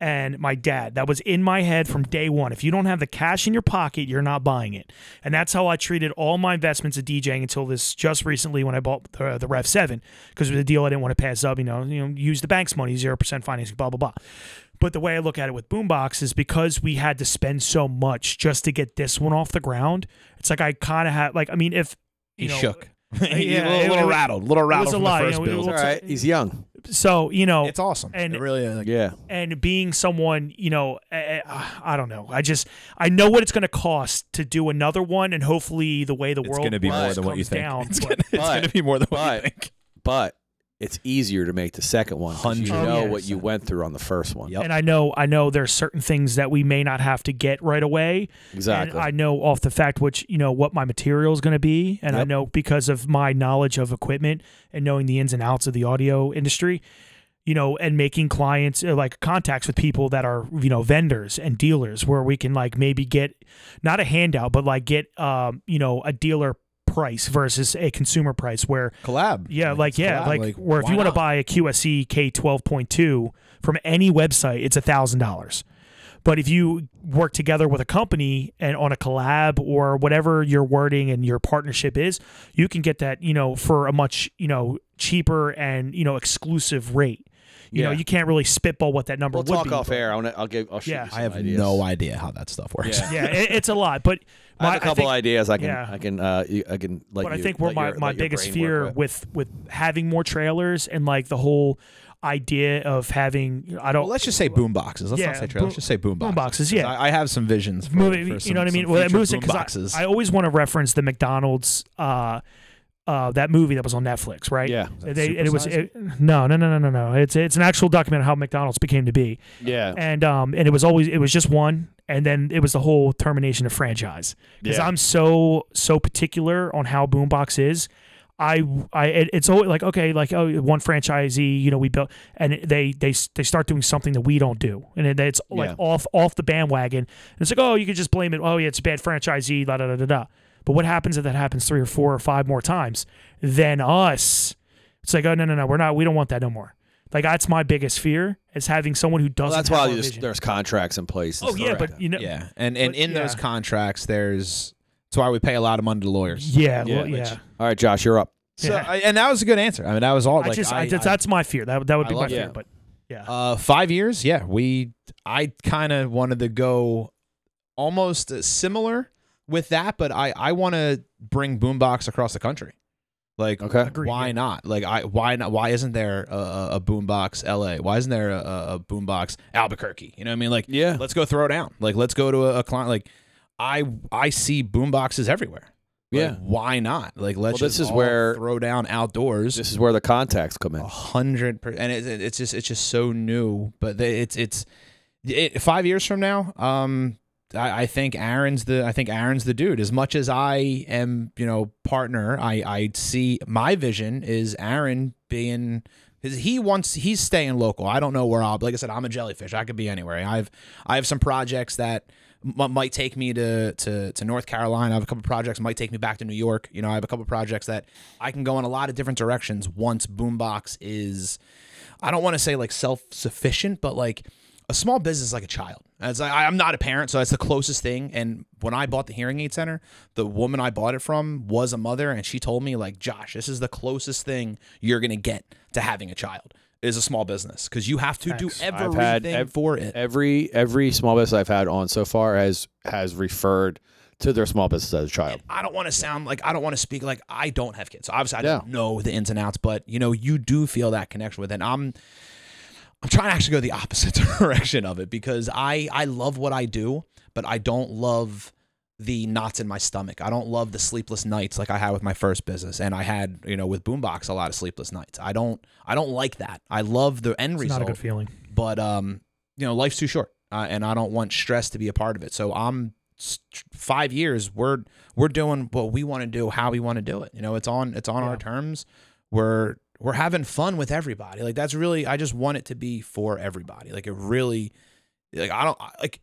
and my dad. That was in my head from day one. If you don't have the cash in your pocket, you're not buying it. And that's how I treated all my investments at DJing until this just recently when I bought the, the Rev 7 because it was a deal I didn't want to pass up. You know, you know, use the bank's money, 0% financing, blah, blah, blah. But the way I look at it with Boombox is because we had to spend so much just to get this one off the ground. It's like I kind of had, like, I mean, if. You
He
know, uh,
shook. <laughs>
yeah,
He's a
it-
little, little
it-
rattled, little rattled
a
from
lot,
the
you
first
know, it
build.
All
Well,
right, he's young.
So, you know,
It's awesome.
and-
it really <laughs> like,
Yeah,
and being someone you know I, I don't know i just i know what it's going to cost to do another one and hopefully the way the
It's
world
gonna be more
works
than what you
comes
think. <laughs>
down,
It's
but-
gonna, it's
But-
gonna be more than what
but-
you think.
but it's easier to make the second one. 'cause You
Hundred
know
percent.
what you went through on the first one.
Yep.
and i know i know there are certain things that we may not have to get right away
Exactly.
and i know off the fact which you know what my material is going to be and i
Yep.
know because of my knowledge of equipment and knowing the ins and outs of the audio industry you know, and making clients uh, like contacts with people that are, you know, vendors and dealers where we can like maybe get not a handout, but like get, um, you know, a dealer price versus a consumer price where,
collab.
yeah, like,
it's
yeah,
collab,
like, where if
why
you want to
not?
buy a E QSE K12.2 from any website, it's a thousand dollars. But if you work together with a company and on a collab or whatever your wording and your partnership is, you can get that, you know, for a much, you know, cheaper and, you know, exclusive rate. You know,
Yeah.
you can't really spitball what that number
We'll
would
talk
be.
off
but-
air. I wanna, I'll give. I'll shoot
Yeah.
you some
I have
ideas.
no idea how that stuff works.
Yeah.
Yeah, it, it's a lot, but
<laughs> I
my-
have a couple
think-
ideas I can.
yeah.
I can. Uh, you- I can let
but
you.
I think where
let
my,
your-
my
let your
biggest
brain work
fear with with having more trailers and like the whole idea of having I don't
<laughs> Well, let's just say boom boxes. Let's
Yeah,
not say trailer.
boom-
Let's just say boom boxes.
boomboxes, yeah.
I, I have some visions. For,
movie,
for some,
you know what I mean?
some
Well, that
future
moves it
boom
because
boxes.
I, I always want to reference the McDonald's, uh, uh, that movie that was on Netflix, right?
Yeah.
They, and it was it, no, no, no, no, no, no. It's it's an actual document on how McDonald's became to be,
with. Yeah.
and um, and it was always it was just one, and then it was the whole termination of franchise. Because
Yeah.
I'm so so particular on how Boombox is. I, I, it, it's always like okay, like oh, one franchisee, you know, we built, and it- they, they, s- they start doing something that we don't do, and it, it's like
Yeah.
off, off the bandwagon. And it's like oh, you could just blame it. Oh yeah, it's a bad franchisee. Da da da da da. But what happens if that happens three or four or five more times? Then us, it's like oh no no no, we're not, we don't want that no more. Like that's my biggest fear is having someone who doesn't.
Well, that's
have
why
our
there's,
vision.
there's contracts in place. and
Oh yeah,
stuff like
but you know, yeah,
yeah, and and
But,
in those
yeah.
contracts, there's that's why we pay a lot of money
<laughs>
to lawyers.
yeah,
Yeah,
well, yeah.
which- that. All right, Josh, you're up.
So,
Yeah.
I- and that was a good answer. I mean, that was all.
I
oh, like,
just, I,
I-
that's,
I-
that's my fear. That that would
I
be my
love
fear.
it.
But yeah,
Uh, five years, yeah. We, I kind of wanted to go almost uh, similar with that, but I, I want to bring Boombox across the country. Like,
Okay.
Agreed,
why
yeah.
not? Like, I, why not? Why isn't there a, a, a Boombox LA? Why isn't there a, a, a Boombox Albuquerque? You know what I mean? Like,
Yeah.
let's go throw down. Like, let's go to a, a client. Like, I, I see Boomboxes everywhere. Like,
Yeah.
why not? Like, let's.
Well, this
just
is
all
where-
throw down outdoors
This is where the contacts come in.
Oh.
a hundred percent. And it's it's just it's just so new. But they- it's it's it, five years from now. Um, I, I think Aaron's the I think Aaron's the dude. As much as I am, you know, partner. I I see my vision is Aaron being. 'cause He wants he's staying local. I don't know where I'll. Like I said, I'm a jellyfish. I could be anywhere. I've I have some projects that m- might take me to, to to North Carolina. I have a couple projects that might take me back to New York. You know, I have a couple projects that I can go in a lot of different directions once Boombox is. I don't want to say like self sufficient, but like a small business is like a child. As I, I'm not a parent, so that's the closest thing. And when I bought the hearing aid center, the woman I bought it from was a mother, and she told me like, Josh, this is the closest thing you're gonna get to having a child is a small business because you have to
Facts.
do
I've
everything
had ev-
for it.
Every every small business I've had on so far has has referred to their small business as a child.
I don't want to sound like I don't want to speak like I don't have kids. So obviously, I don't
Yeah.
know the ins and outs, but you know, you do feel that connection with it. And I'm I'm trying to actually go the <laughs> opposite direction of it because I I love what I do, but I don't love the knots in my stomach. I don't love the sleepless nights like I had with my first business and I had, you know, with Boombox a lot of sleepless nights. I don't I don't like that. I love the end
it's
result
not a good feeling.
but um, you know, life's too short, uh, and I don't want stress to be a part of it. So I'm s- five years. We're we're doing what we want to do, how we want to do it. You know, it's on it's on our
Yeah.
terms. We're we're having fun with everybody. Like that's really, I just want it to be for everybody. Like it really, like I don't I- like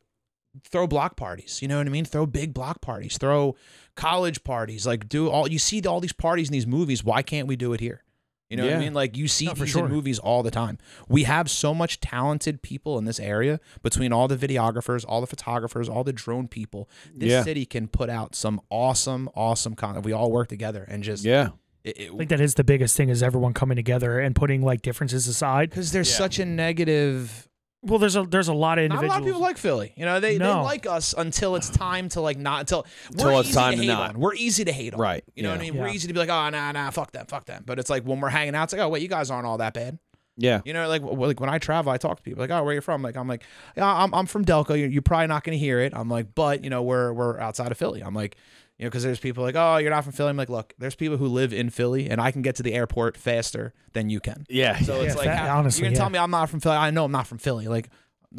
throw block parties. You know what I mean? Throw big block parties. Throw college parties. Like do all you see all these parties in these movies. Why can't we do it here? You know what
Yeah.
I mean? Like you see
No, for
these
sure.
in movies all the time. We have so much talented people in this area between all the videographers, all the photographers, all the drone people. This
Yeah.
city can put out some awesome, awesome content. We all work together and just
Yeah.
it- it-
I think that is the biggest thing is everyone coming together and putting like differences aside.
because there's such a negative.
Well, there's a there's a lot of
Not a
individuals.
lot of people like Philly. You know, they, they
No.
like us until it's time to like not until we're
Till it's
easy
time to
to hate
not.
on. We're easy to hate on.
Right,
You know
yeah.
what I mean?
Yeah.
We're easy to be like, oh nah nah, fuck them, fuck them. But it's like when we're hanging out, it's like, oh wait, you guys aren't all that bad.
Yeah.
You know, like w- like when I travel, I talk to people like, "Oh, where are you from?" Like I'm like, "Yeah, I'm I'm from Delco. You're, you're probably not going to hear it." I'm like, "But you know, we're we're outside of Philly." I'm like, you know, because there's people like, "Oh, you're not from Philly." I'm like, "Look, there's people who live in Philly, and I can get to the airport faster than you can."
Yeah.
So
Yeah,
it's like,
that-
how-
honestly,
you're gonna
yeah.
tell me I'm not from Philly? I know I'm not from Philly. Like,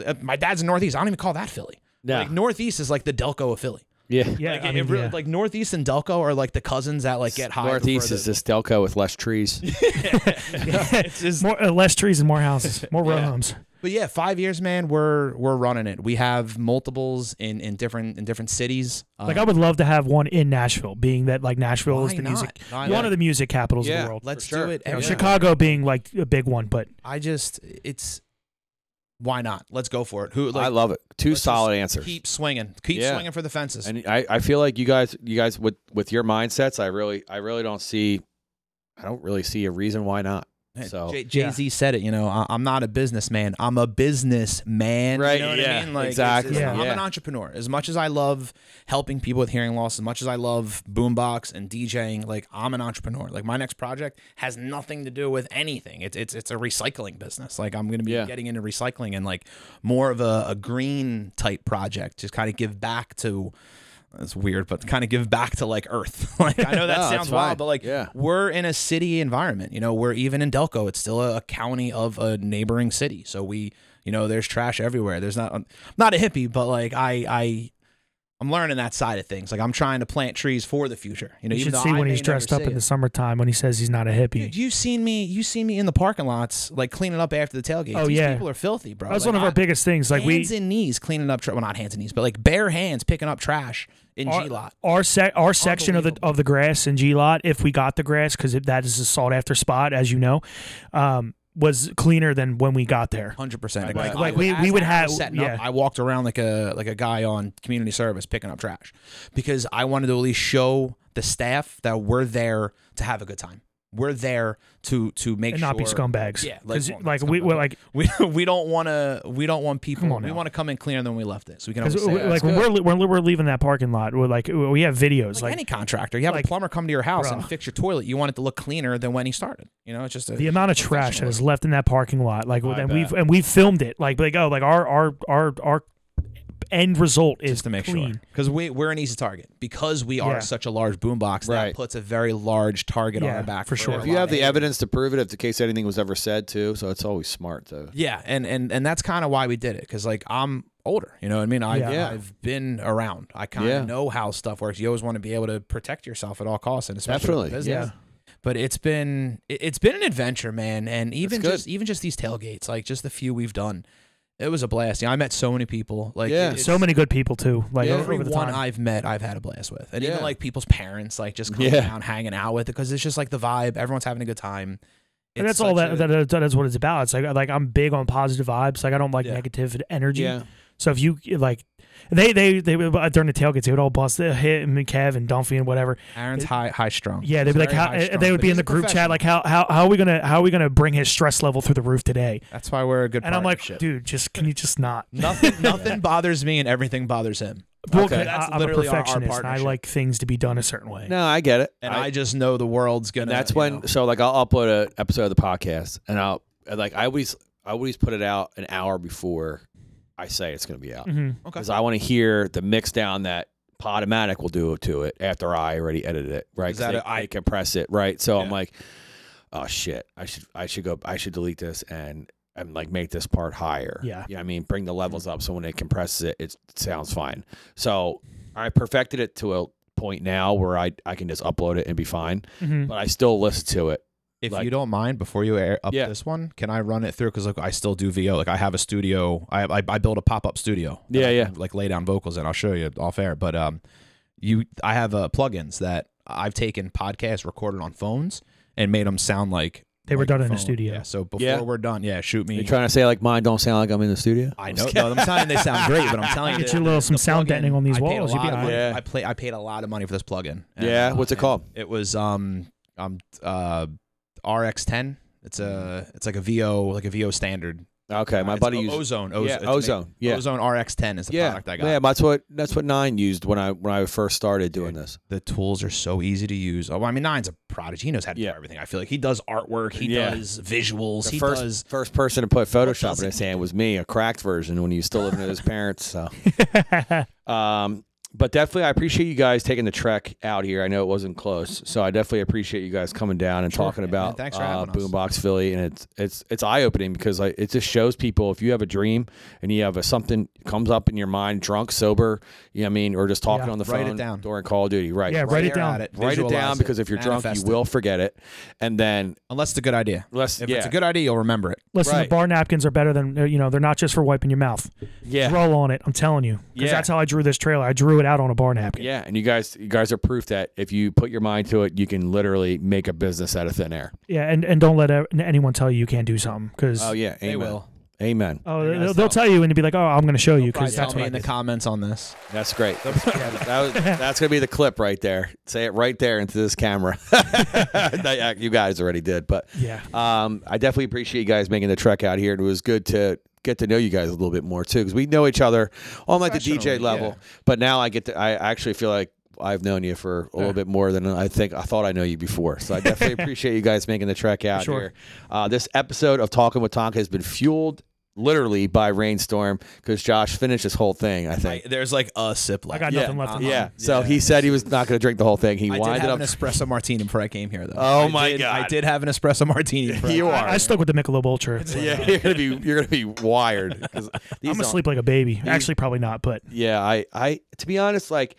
uh, my dad's in Northeast. I don't even call that Philly.
No.
Like Northeast is like the Delco of Philly.
yeah.
Yeah,
Like,
I
it
mean,
really-
yeah.
like Northeast and Delco are like the cousins that like get high.
Northeast
before
is this Delco with less <laughs> trees.
more uh, less trees and more
<laughs>
houses, more row homes.
But yeah, five years, man. We're we're running it. We have multiples in in different in different cities. Um,
Like I would love to have one in Nashville, being that like Nashville
why
is the
not?
music
Why
one
not?
of the music capitals of
Yeah,
the world.
Let's
For sure.
do it.
You know,
everywhere.
Chicago being like a big one, but
I just it's why not? Let's go for it. Who like
I love it. Two
let's just
solid answers.
Keep swinging. Keep
Yeah.
swinging for the fences.
And I, I feel like you guys you guys with with your mindsets, I really I really don't see I don't really see a reason why not. so-
Jay Z said it. You know, I, I'm not a businessman. I'm a businessman.
Right,
You know what
yeah,
I mean? Like, it's-
exactly,
it's-
Yeah.
I'm an
yeah.
entrepreneur. As much as I love helping people with hearing loss, as much as I love boombox and DJing, like I'm an entrepreneur. Like my next project has nothing to do with anything. It's it's it's a recycling business. Like I'm gonna be
Yeah.
getting into recycling and like more of a, a green type project. Just kind of give back to. That's weird, but kind of give back to like Earth. <laughs> like I know that
No, that's
sounds
fine.
wild, but like
Yeah.
we're in a city environment. You know, we're even in Delco. It's still a, a county of a neighboring city. So we, you know, there's trash everywhere. There's not, I'm not a hippie, but like I, I, I'm learning that side of things. Like I'm trying to plant trees for the future. You know,
you
even
should
though
see
I
when
may
he's dressed
never
up
see
in
it.
the summertime when he says he's not a hippie.
Dude, you've seen me. You've seen me in the parking lots, like cleaning up after the tailgate.
Oh,
These
yeah.
people are filthy, bro.
that was
Like,
one of
I-
our biggest things. Like we
hands and knees cleaning up. Tra- well, not hands and knees, but like bare hands picking up trash in G
our,
lot.
our, sec- our section of the of the grass in G lot, if we got the grass, because that is a sought after spot, as you know, um, was cleaner than when we got there.
Hundred percent.
Like- like we- we would have-
setting
yeah.
up. I walked around like a like a guy on community service picking up trash because I wanted to at least show the staff that we're there to have a good time. We're there to to make
And
sure
not be scumbags.
Yeah, like,
'Cause,
well, not
like we
scumbags,
we're
but-
like
<laughs> We we don't want to we don't want people.
Come on
we
now.
want to come in cleaner than we left it, so we can always
because
say
yeah,
like
that's
when
good.
we're, li- when we're leaving that parking lot, we're like we have videos
like,
like,
any contractor. You have
like,
a plumber come to your house and
bruh.
fix your toilet. You want it to look cleaner than when he started. You know, it's just a,
the amount of trash that is left in that parking lot. Like and we've
bet.
and we've filmed it. Like like oh like our our our our end result is
just to make
clean.
sure because we, we're an easy target because we are
Yeah.
such a large boombox
Right.
that puts a very large target on
Yeah,
our back
for sure.
a
If
If
you
lot
have
of
the
areas.
evidence to prove it, if the case anything was ever said too, so it's always smart to
yeah and and and that's kind of why we did it because like i'm older you know what i mean I've,
Yeah.
Yeah.
I've been around i kind of
Yeah.
know how stuff works you always want to be able to protect yourself at all costs and especially with
Definitely,
business. but it's been it- it's been an adventure man and even
good.
just even just these tailgates like just the few we've done it was a blast yeah i met so many people like
Yeah.
it's-
So many good people too. Like
Yeah.
over over the
everyone
time.
I've met, I've had a blast with, and
Yeah.
even like people's parents, like just coming
Yeah.
down, hanging out with it, because it's just like the vibe. Everyone's having a good time.
and
It's
that's all
such
that,
a-
that that is what it's about. It's like like I'm big on positive vibes. Like I don't like
Yeah.
negative energy.
Yeah.
So if you like, they they they would- during the tailgates they would all bust the hit and Kev and Dumphy and whatever.
Aaron's high high strung.
Yeah, they'd be
He's
like,
very
how, uh,
high-strung,
they would
but
be in
he's
the
a
group chat
professional.
like, how how how are we gonna how are we gonna bring his stress level through the roof today?
That's why we're a good.
And I'm like,
partnership.
dude, just can you just not? <laughs>
nothing nothing bothers me, and everything bothers him.
Well,
Okay.
'cause
That's
I, am a
literally our- our
perfectionist. and I
partnership.
like things to be done a certain way.
No, I get it.
And I, just know the world's gonna.
and that's
you
when
know.
so like I'll upload an episode of the podcast and I'll and, like I always I always put it out an hour before I say it's gonna be out.
hmm
because I want to hear the mix down that Podomatic will do to it after I already edited it, right?
Is
'Cause
that
they-
a- I-
they compress it, right? So I'm
Yeah.
like, oh shit, I should I should go I should delete this and and like make this part higher.
Yeah.
yeah. I mean, bring the levels up so when it compresses it, it's, it sounds fine. So I perfected it to a point now where I I can just upload it and be fine,
hmm
but I still listen to it.
If
Like-
you don't mind, before you air up
Yeah.
this one, can I run it through? Because look, I still do VO. Like I have a studio. I I, I build a pop up studio. that
Yeah,
I
yeah.
can, Like lay down vocals, and I'll show you off air. But um, you, I have uh, plugins that I've taken podcasts recorded on phones and made them sound like
They were done in the
phone.
studio.
Yeah, so before
Yeah.
we're done, yeah, shoot me.
You're trying to say like mine don't sound like I'm in the studio? <laughs>
I know. No, I'm telling you, they sound great, but I'm telling you,
Get you a little some
the
sound
plugin,
deadening on these
I paid a
walls, you'll be
lot of
all
money-
right. Yeah.
I play. I paid a lot of money for this plugin. And,
Yeah,
uh,
what's
<laughs>
it
and
called?
It was um um uh RX10. It's a it's like a VO like a VO standard.
Okay, Mm. my
It's
buddy
o-
used
ozone. Ozone.
yeah,
it's ma-
ozone. Yeah.
Ozone RX10 is the
yeah,
product I got.
yeah. That's what that's what Nine used when I when I first started doing this.
The tools are so easy to use. Oh, I mean, Nine's a prodigy. He knows how to
Yeah.
do everything. I feel like he does artwork. He
Yeah.
does visuals. he
first
does.
first person to put Photoshop in
doesn't?
his hand was me, a cracked version when he was still living with his parents.
<laughs>
So, um, but definitely, I appreciate you guys taking the trek out here. I know it wasn't close, so I definitely appreciate you guys coming down and talking about
thanks for
uh,
having us.
Boombox Philly. And it's it's it's eye opening because like, it just shows people if you have a dream and you have a something comes up in your mind, drunk, sober, you know what I mean, or just talking
Yeah,
on the
write it
phone
down.
during Call of Duty, right?
<laughs> Yeah, write it
Stare
down.
at it,
Write it down
visualize
because if you're drunk, you
manifest it.
will forget it. And then
Unless it's a good idea.
let's
If
yeah,
it's a good idea, you'll remember it.
Listen,
Right.
the bar napkins are better than uh, you know. They're not just for wiping your mouth.
yeah.
Roll on it. I'm telling you,
Yeah.
because that's how I drew this trailer. I drew it out on a bar napkin.
Yeah, and you guys, you guys are proof that if you put your mind to it, you can literally make a business out of thin air.
Yeah, and, and don't let a- anyone tell you you can't do something because
Oh yeah, amen.
They will.
Amen.
oh
gonna
they'll, they'll tell you and you'll be like oh I'm gonna show you
Probably
because
tell
that's
me
what I
in the
did.
comments on this.
That's great. <laughs> that was, that's gonna be the clip right there. Say it right there into this camera. <laughs> That- you guys already did, but
yeah.
um, I definitely appreciate you guys making the trek out here. It was good to get to know you guys a little bit more too, because we know each other on like the DJ
Professionally,
level. But now I get to, I actually feel like I've known you for a little bit more than I think I thought I know you before. So I
<laughs>
definitely appreciate you guys making the trek out
Sure.
here. Uh, this episode of Talking with Tonka has been fueled literally by rainstorm because Josh finished this whole thing. I think.
There's like a sip
I
left.
got
yeah, Uh-huh.
nothing left. in
yeah.
mine.
So he said he was not going to drink the whole thing. He
I did
winded
have
up.
an espresso martini before I came here, though.
Oh
I
my
did-
God.
I did have an espresso
<laughs>
martini. Before I
you
came.
are.
I stuck with the Michelob Ultra.
yeah, <laughs> you're gonna be you're gonna be wired. 'cause these
I'm gonna
don't-
sleep like a baby. Actually, probably not, but
Yeah, I, I, to be honest, like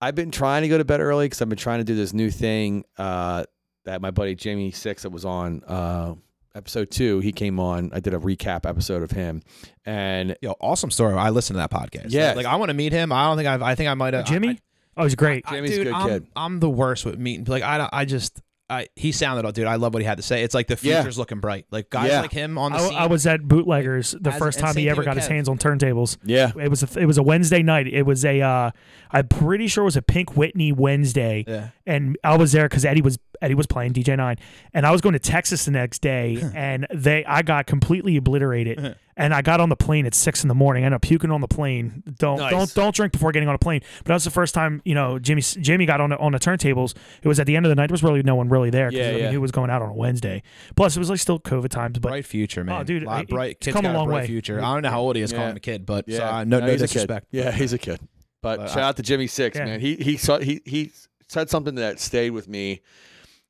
I've been trying to go to bed early because I've been trying to do this new thing uh, that my buddy Jamie Six that was on uh, episode two. He came on. I did a recap episode of him, and
Yo, awesome story. I listened to that podcast.
Yes.
Like, I want to meet him. I don't think I've, I think I might have.
Jimmy, oh he's great.
I, I,
Jimmy's a
dude,
good
I'm,
kid.
I'm the worst with meeting. Like, I, don't- I just, I, he sounded, oh, dude, I love what he had to say. It's like the
Yeah.
future's looking bright. Like, guys
Yeah.
like him on the
I,
scene.
I was at Bootleggers the
As-
first
and
time
same
he
thing
ever
with
got his
Kev.
hands on turntables.
yeah,
It was a, it was a Wednesday night. It was a uh, I'm pretty sure it was a Pink Whitney Wednesday,
Yeah.
and I was there because Eddie was Eddie was playing DJ Nine, and I was going to Texas the next
<laughs>
day, and they I got completely obliterated, and I got on the plane at six in the morning. I ended up puking on the plane. Don't
Nice.
don't don't drink before getting on a plane. But that was the first time you know Jimmy Jimmy got on the, on the turntables. It was at the end of the night. There was really no one really there because
Yeah,
I
yeah.
mean who was going out on a Wednesday? Plus it was like still COVID times, but oh,
bright future, man.
dude,
Lot-
I-
bright.
it's
Kid's
come a
got
long
bright
way.
future. I don't know how old he is.
Yeah.
Calling him a kid, but
yeah.
so, uh, no, no,
he's a kid.
disrespect.
Yeah, he's a kid. But,
But
shout
I-
out to Jimmy Six,
Yeah.
man. He he saw he he said something that stayed with me.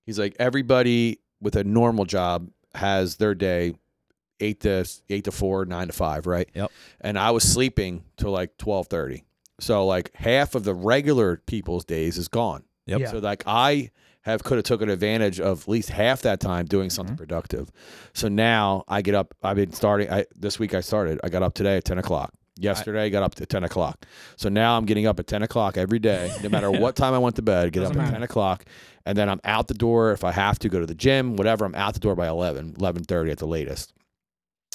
He's like everybody with a normal job has their day eight to eight to four, nine to five, right?
Yep.
And I was sleeping till like twelve thirty. So like half of the regular people's days is gone.
Yep.
Yeah.
So like I have could have taken advantage of at least half that time doing something productive. So now I get up. I've been starting. I this week I started. I got up today at ten o'clock. Yesterday I, got up at ten o'clock. So now I'm getting up at ten o'clock every day, no matter what time I went to bed. Get up
Doesn't
at
matter.
ten o'clock, and then I'm out the door if I have to go to the gym, whatever. I'm out the door by 11, 11.30 at the latest.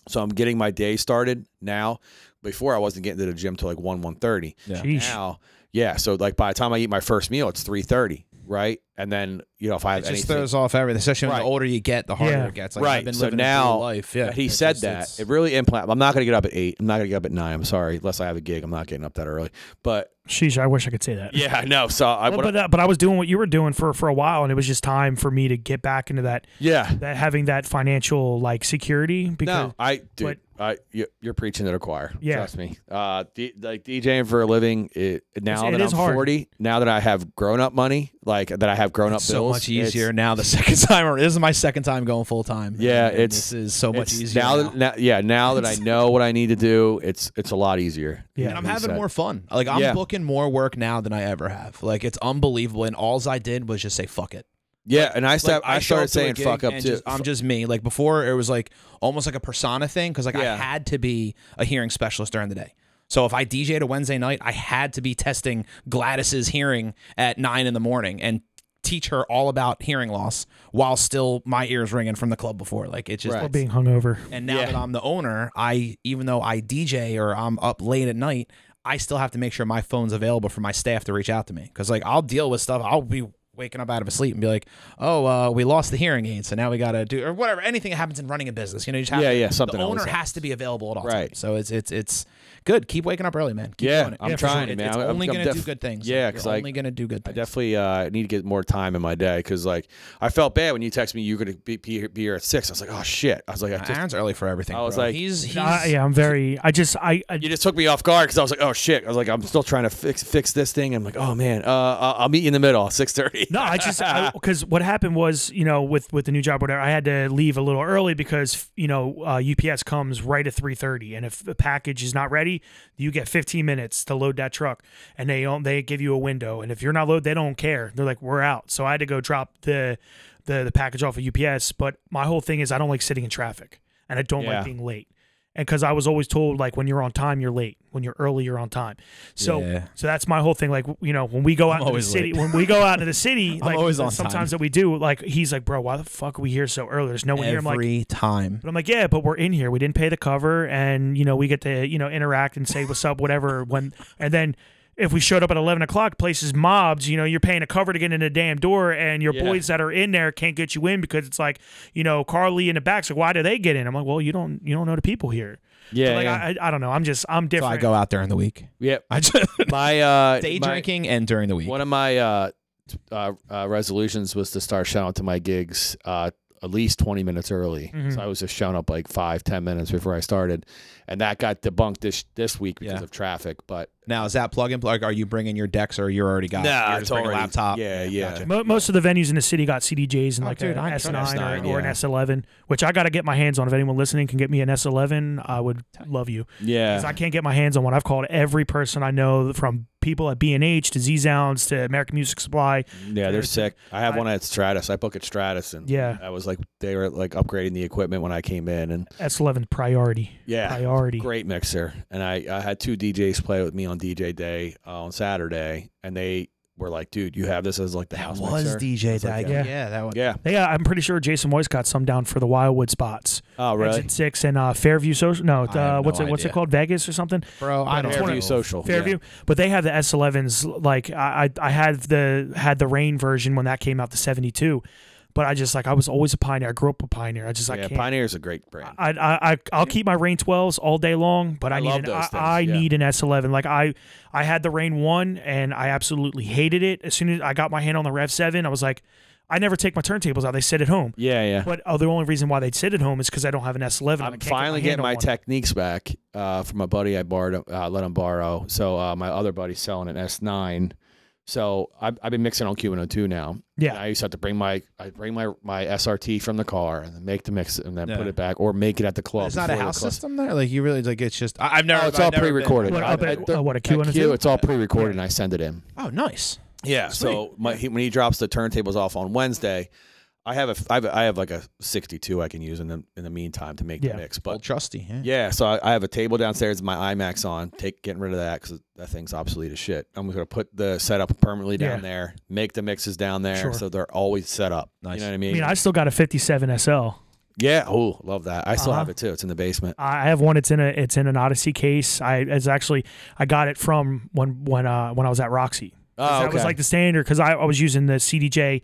So I'm getting my day started now. Before I wasn't getting to the gym till like one one thirty
Sheesh.
now, yeah. So like by the time I eat my first meal, it's three thirty, right? And then you know if I have
It just
anything,
throws off everything, especially when
Right.
the older you get, the harder
Yeah.
it gets. Like,
Right.
I've been
So
living
now-
a dual life. Yeah,
But he
It's
said
just-
that
it's-
it really implant. I'm not going to get up at eight. I'm not going to get up at nine. I'm sorry, unless I have a gig. I'm not getting up that early. But <laughs>
Sheesh, I wish I could say that.
yeah, I know. So I
Well,
what-
but, uh, but I was doing what you were doing for, for a while, and it was just time for me to get back into that,
yeah.
that having that financial like security. Because
No, I dude, I you, you're preaching to the choir.
Yeah.
Trust me. Uh, d- like DJing for a living. It, now
it
that
is
I'm
hard.
40, now that I have grown up money, like that I have grown up
so
bills,
much
it's-
easier now. The <laughs> second time, or this is my second time going full time.
Yeah,
And
it's-
this is so much
it's
easier
now,
now.
That, now. Yeah, now that I know what I need to do, it's it's a lot easier.
Yeah.
and I'm
He
having
said.
more fun. Like I'm
Yeah.
booking more work now than I ever have. Like it's unbelievable. And alls I did was just say fuck it.
Yeah, and I sta-
Like,
I started
show up to a
saying
gig
fuck up
and
too.
just- I'm just me. Like before, it was like almost like a persona thing because like
Yeah.
I had to be a hearing specialist during the day. So if I DJ'd a Wednesday night, I had to be testing Gladys's hearing at nine in the morning and teach her all about hearing loss while still my ears ringing from the club before. Like it just
Right.
Or being hungover.
and now
Yeah.
that I'm the owner, I even though I DJ or I'm up late at night, I still have to make sure my phone's available for my staff to reach out to me because like I'll deal with stuff. I'll be waking up out of a sleep and be like, "Oh, uh, we lost the hearing aid, so now we gotta do or whatever." Anything that happens in running a business, you know, you just have
Yeah,
to,
yeah, something
The
always
owner has to be available at all
Right.
times. So it's it's it's good. Keep waking up early, man. Keep
Yeah,
doing it.
I'm
for sure.
trying,
It-
man.
It's
I'm-
only
I'm
gonna
def-
do good things.
Yeah, 'cause
because
I-
only gonna do good
I
things.
definitely uh, need to get more time in my day because, like, I felt bad when you texted me you're gonna be, be, be here at six. I was like, oh shit. I was like, I just,
Aaron's early for everything.
I was
bro.
like-
he's he's
I, yeah, I'm very. I just. I. I
you just took me off guard because I was like, oh shit. I was like, I'm still trying to fix fix this thing. I'm like, oh man, uh, I'll I'll meet you in the middle, six <laughs> thirty.
no, I just because what happened was, you know, with with the new job, or whatever, I had to leave a little early because you know uh, UPS comes right at three thirty, and if the package is not ready, you get fifteen minutes to load that truck, and they don't they give you a window, and if you're not loaded, they don't care. They're like, we're out. So I had to go drop the the the package off of UPS. But my whole thing is, I don't like sitting in traffic, and I don't
Yeah.
like being late. And because I was always told, like, when you're on time, you're late. When you're early, you're on time. So,
Yeah.
so that's my whole thing. Like, you know, when we go out into the
always
city, when we go out into the city,
<laughs> I'm
like,
always on
sometimes
time.
that we do, like, he's like, bro, why the fuck are we here so early? There's no one here. I'm like,
every time.
but I'm like, yeah, but we're in here. We didn't pay the cover, and you know, we get to you know interact and say what's up, whatever. When <laughs> and then if we showed up at 11 o'clock, places mobbed. You know, you're paying a cover to get in a damn door, and your
Yeah.
boys that are in there can't get you in because it's like you know Carly in the back's like, why do they get in? I'm like, well, you don't you don't know the people here. So,
Yeah,
like
yeah.
I, I I don't know. I'm just I'm
So
different.
I go out during the week.
Yep.
I just
My uh,
day
my-
drinking and during the week.
One of my uh, t- uh, uh, resolutions was to start shouting out to my gigs uh, at least 20 minutes early.
Mhm.
So I was just shouting up like five, 10 minutes before I started. And that got debunked this this week because
Yeah.
of traffic. But
Now is that plug and plug? Are you bringing your decks or you're already got?
Nah,
you're
it's
just bringing a
already-
laptop.
yeah, yeah.
Gotcha.
Mo- Most of the venues in the city got CDJs and
Oh,
like
dude, I
an S
trust
nine
S9,
or, or an
yeah.
S eleven, which I got to get my hands on. If anyone listening can get me an S eleven, I would love you. because
yeah.
I can't get my hands on one. I've called every person I know from people at B&H to Z-Zounds to American Music Supply.
yeah, they're sick. I have
I-
one at Stratus. I book at Stratus. And
Yeah.
I was like, they were like upgrading the equipment when I came in. And
S11 priority.
yeah.
Priority.
Great mixer. And I, I had two DJs play with me on DJ Day uh, on Saturday. And they were like, dude, you have this as like the house mixer.
DJ
It's like,
Dag.
yeah.
that was.
yeah.
Yeah, uh, I'm pretty sure Jason Moyes got some down for the Wildwood spots.
Oh, really?
Exit 6 and uh, Fairview Social. No,
have
uh,
no
what's it what's it
idea.
called? Vegas or something?
Bro, I don't
Fairview
know.
Social.
Fairview. But they have the S11s. Like, I, I I had the had the rain version when that came out, the 72. But I just, like, I was always a pioneer. I grew up a pioneer. I just, I
Yeah,
can't.
Pioneer's a great brand.
I I I- I'll keep my rain twelves all day long, but I,
I
need
love
an,
those
I,
things,
I
yeah.
need an S eleven. Like I I had the rain one and I absolutely hated it. As soon as I got my hand on the Rev seven, I was like, I never take my turntables out. They sit at home.
yeah, yeah.
But oh, the only reason why they'd sit at home is because I don't have an S eleven.
I'm finally getting my
tech.
techniques back uh, from a buddy I borrowed, uh, let him borrow. So uh, my other buddy's selling an S9. So I've, I've been mixing on Q102 now. And
Yeah,
I used to have to bring my I bring my my SRT from the car and then make the mix and then
Yeah.
put it back or make it at the club.
It's not a
before the
house
club.
system there. Like you really like it's just. I, have never.
Oh, it's
I've
all
never been-
pre-recorded.
What,
I-
up
I-
at, uh, what a
At Q,
Q102?
it's all pre-recorded and I send it in.
Oh, nice.
Yeah. So my, he, when he drops the turntables off on Wednesday, I have a I have, a, I have like a 62 I can use in the in the meantime to make
Yeah.
the mix.
Old
But
trusty. Yeah.
yeah, so I, I have a table downstairs, with my IMAX on, take getting rid of that because that thing's obsolete as shit. I'm gonna put the setup permanently down
Yeah.
there, make the mixes down there,
Sure.
so they're always set up. You
Nice.
know what I
I
mean?
mean, I still got a fifty seven SL.
yeah. Oh, love that. I still have
Uh-huh.
it too. It's in the basement.
I have one. It's in a it's in an Odyssey case. I it's actually I got it from when when uh when I was at Roxy.
Oh,
'Cause That was
okay.
like the standard because I, I was using the CDJ,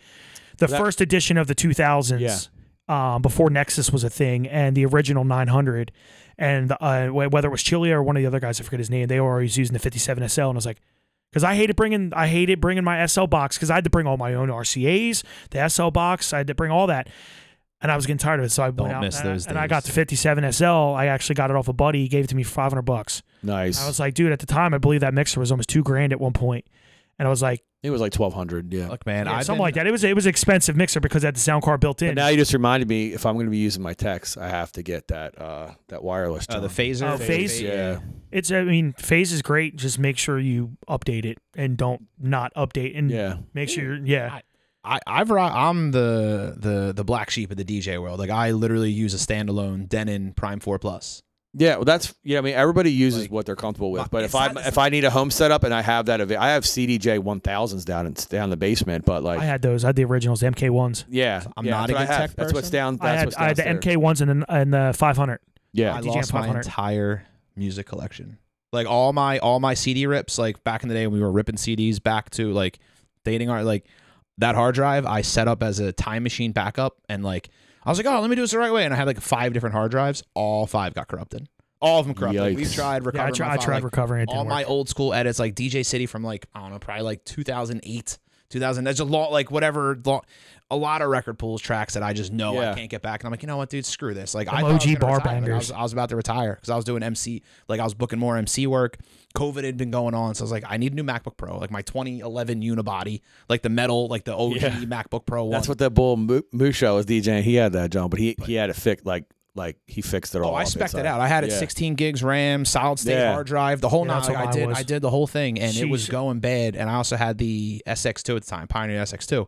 the
That-
first edition of the 2000s, um, before Nexus was a thing, and the original 900. And uh, wh- whether it was Chile or one of the other guys, I forget his name, they were always using the 57 SL, and I was like, because I hated bringing I hated bringing my SL box because I had to bring all my own RCA's, the SL box, I had to bring all that. And I was getting tired of it, so I
Don't
went out
miss
and,
those
and I
days.
got the 57 SL. I actually got it off a buddy. He gave it to me for 500 bucks.
nice.
I was like, dude, at the time, I believe that mixer was almost two grand at one point, and I was like,
it was like 1200. Yeah.
Look, man.
yeah,
I've
something
been,
like that. It was it was an expensive mixer because it had the sound card built in.
But now you just reminded me if I'm going to be using my text, I have to get that uh, that wireless.
Uh, the
John.
phaser.
Oh, phase?
Yeah.
it's I mean, phase is great. Just make sure you update it and don't not update and
Yeah.
make sure you're- yeah.
I, I've ro- I'm the the the black sheep of the DJ world. Like I literally use a standalone Denon Prime Four Plus.
Yeah, well, that's yeah. I mean, everybody uses what they're comfortable with. But if
it's
I
not- it's
if I need a home setup and I have that, av- I have CDJ one thousands down in, down in the basement. But like,
I had those. I had the originals, the MK ones.
yeah,
I'm
yeah,
not
that's
a
what I
good
have.
tech
That's what's
person.
down.
I
That's
had
what's
I had the
downstairs.
MK ones and the, and the 500.
Yeah,
I
DJM
lost my
500.
entire music collection. Like all my all my CD rips, like back in the day when we were ripping CDs back to like dating art, like that hard drive I set up as a time machine backup and like I was like, oh, let me do this the right way. And I had like five different hard drives. All five got corrupted. All of them corrupted.
Yikes.
We've tried
Yeah, I,
recovering.
tr-
my
I
file,
tried
like,
recovering it.
all
Didn't
my
work.
old school edits, like DJ City from like I don't know, probably like 2008, 2000. That's a lot, like whatever. Lo- a lot of record pools tracks that I just know
Yeah.
I can't get back, and I'm like, you know what, dude, screw this. Like
Them
I thought I was
OG
gonna
bar
retire. Like, I,
bangers.
was, I was about to retire because I was doing MC, like I was booking more MC work. COVID had been going on, so I was like, I need a new MacBook Pro, like my 2011 unibody, like the metal, like the OG
Yeah.
MacBook Pro one.
that's what that bull Mu- Musho was DJing. He had that John, but he he had it fixed. Like like he fixed it all.
Oh, I
up
spec
inside.
it out. I had it
Yeah.
16 gigs RAM, solid state
Yeah.
hard drive, the whole
Yeah,
nine.
that's
Like,
how
I
mine
did,
was.
I did the whole thing, and it was
Jeez.
going bad. And I also had the SX2 at the time, Pioneer SX2,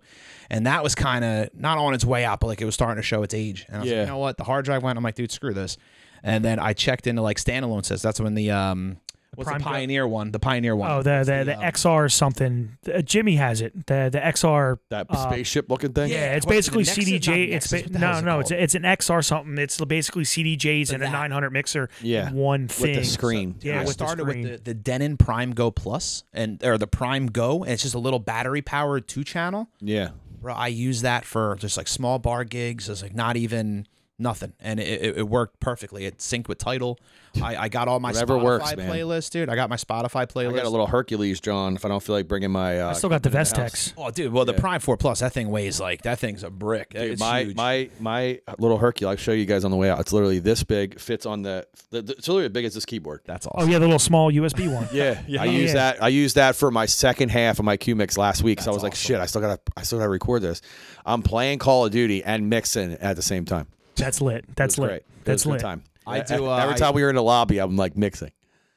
and that was kind of not on its way out, but like it was starting to show its age. And I was
Yeah.
like, you know what? The hard drive went. I'm like, dude, screw this. And then I checked into like standalone sets. That's when the um, what's
Prime
the
Go-
Pioneer one? The Pioneer one.
Oh, the the, the XR something. Uh, Jimmy has it. The the XR.
That
uh,
spaceship looking thing.
Yeah, it's
What's it,
basically
the Nexus? Not
CDJ. It's
Nexus.
ba-
What the hell
no,
is it
no. It's
called?
it's an XR something. It's basically CDJs and a 900 mixer. in
Yeah.
one thing
with the screen.
Yeah,
I
with the
started
screen.
with the, the Denon Prime Go Plus and or the Prime Go, and it's just a little battery powered two channel.
yeah.
bro, I use that for just like small bar gigs. It's like not even nothing, and it, it, it worked perfectly. It synced with title. I, I got all my
Whatever
Spotify
works, man.
playlist, dude. I got my Spotify
I
playlist.
got a little Hercules, John. If I don't feel like bringing my, uh,
I still got the
equipment in house.
Vestex.
oh, dude. Well, the Prime Four Plus, that thing weighs like that thing's a brick.
Dude,
it's
my
huge.
my my little Hercule. I'll show you guys on the way out. It's literally this big. Fits on the. the, the- it's literally as big as this keyboard.
That's
Oh
awesome.
yeah, the little
<laughs>
small USB one.
Yeah, I
Oh,
use
yeah.
that. I used that for my second half of my Q mix last week. so I was like, shit, I still gotta, I still gotta record this. I'm playing Call of Duty and mixing at the same time.
That's lit. That's
It's great.
lit.
It was
That's
a good
lit.
Time.
I
E- <laughs>
do, uh,
every
I-
time we were in the lobby, I'm like mixing.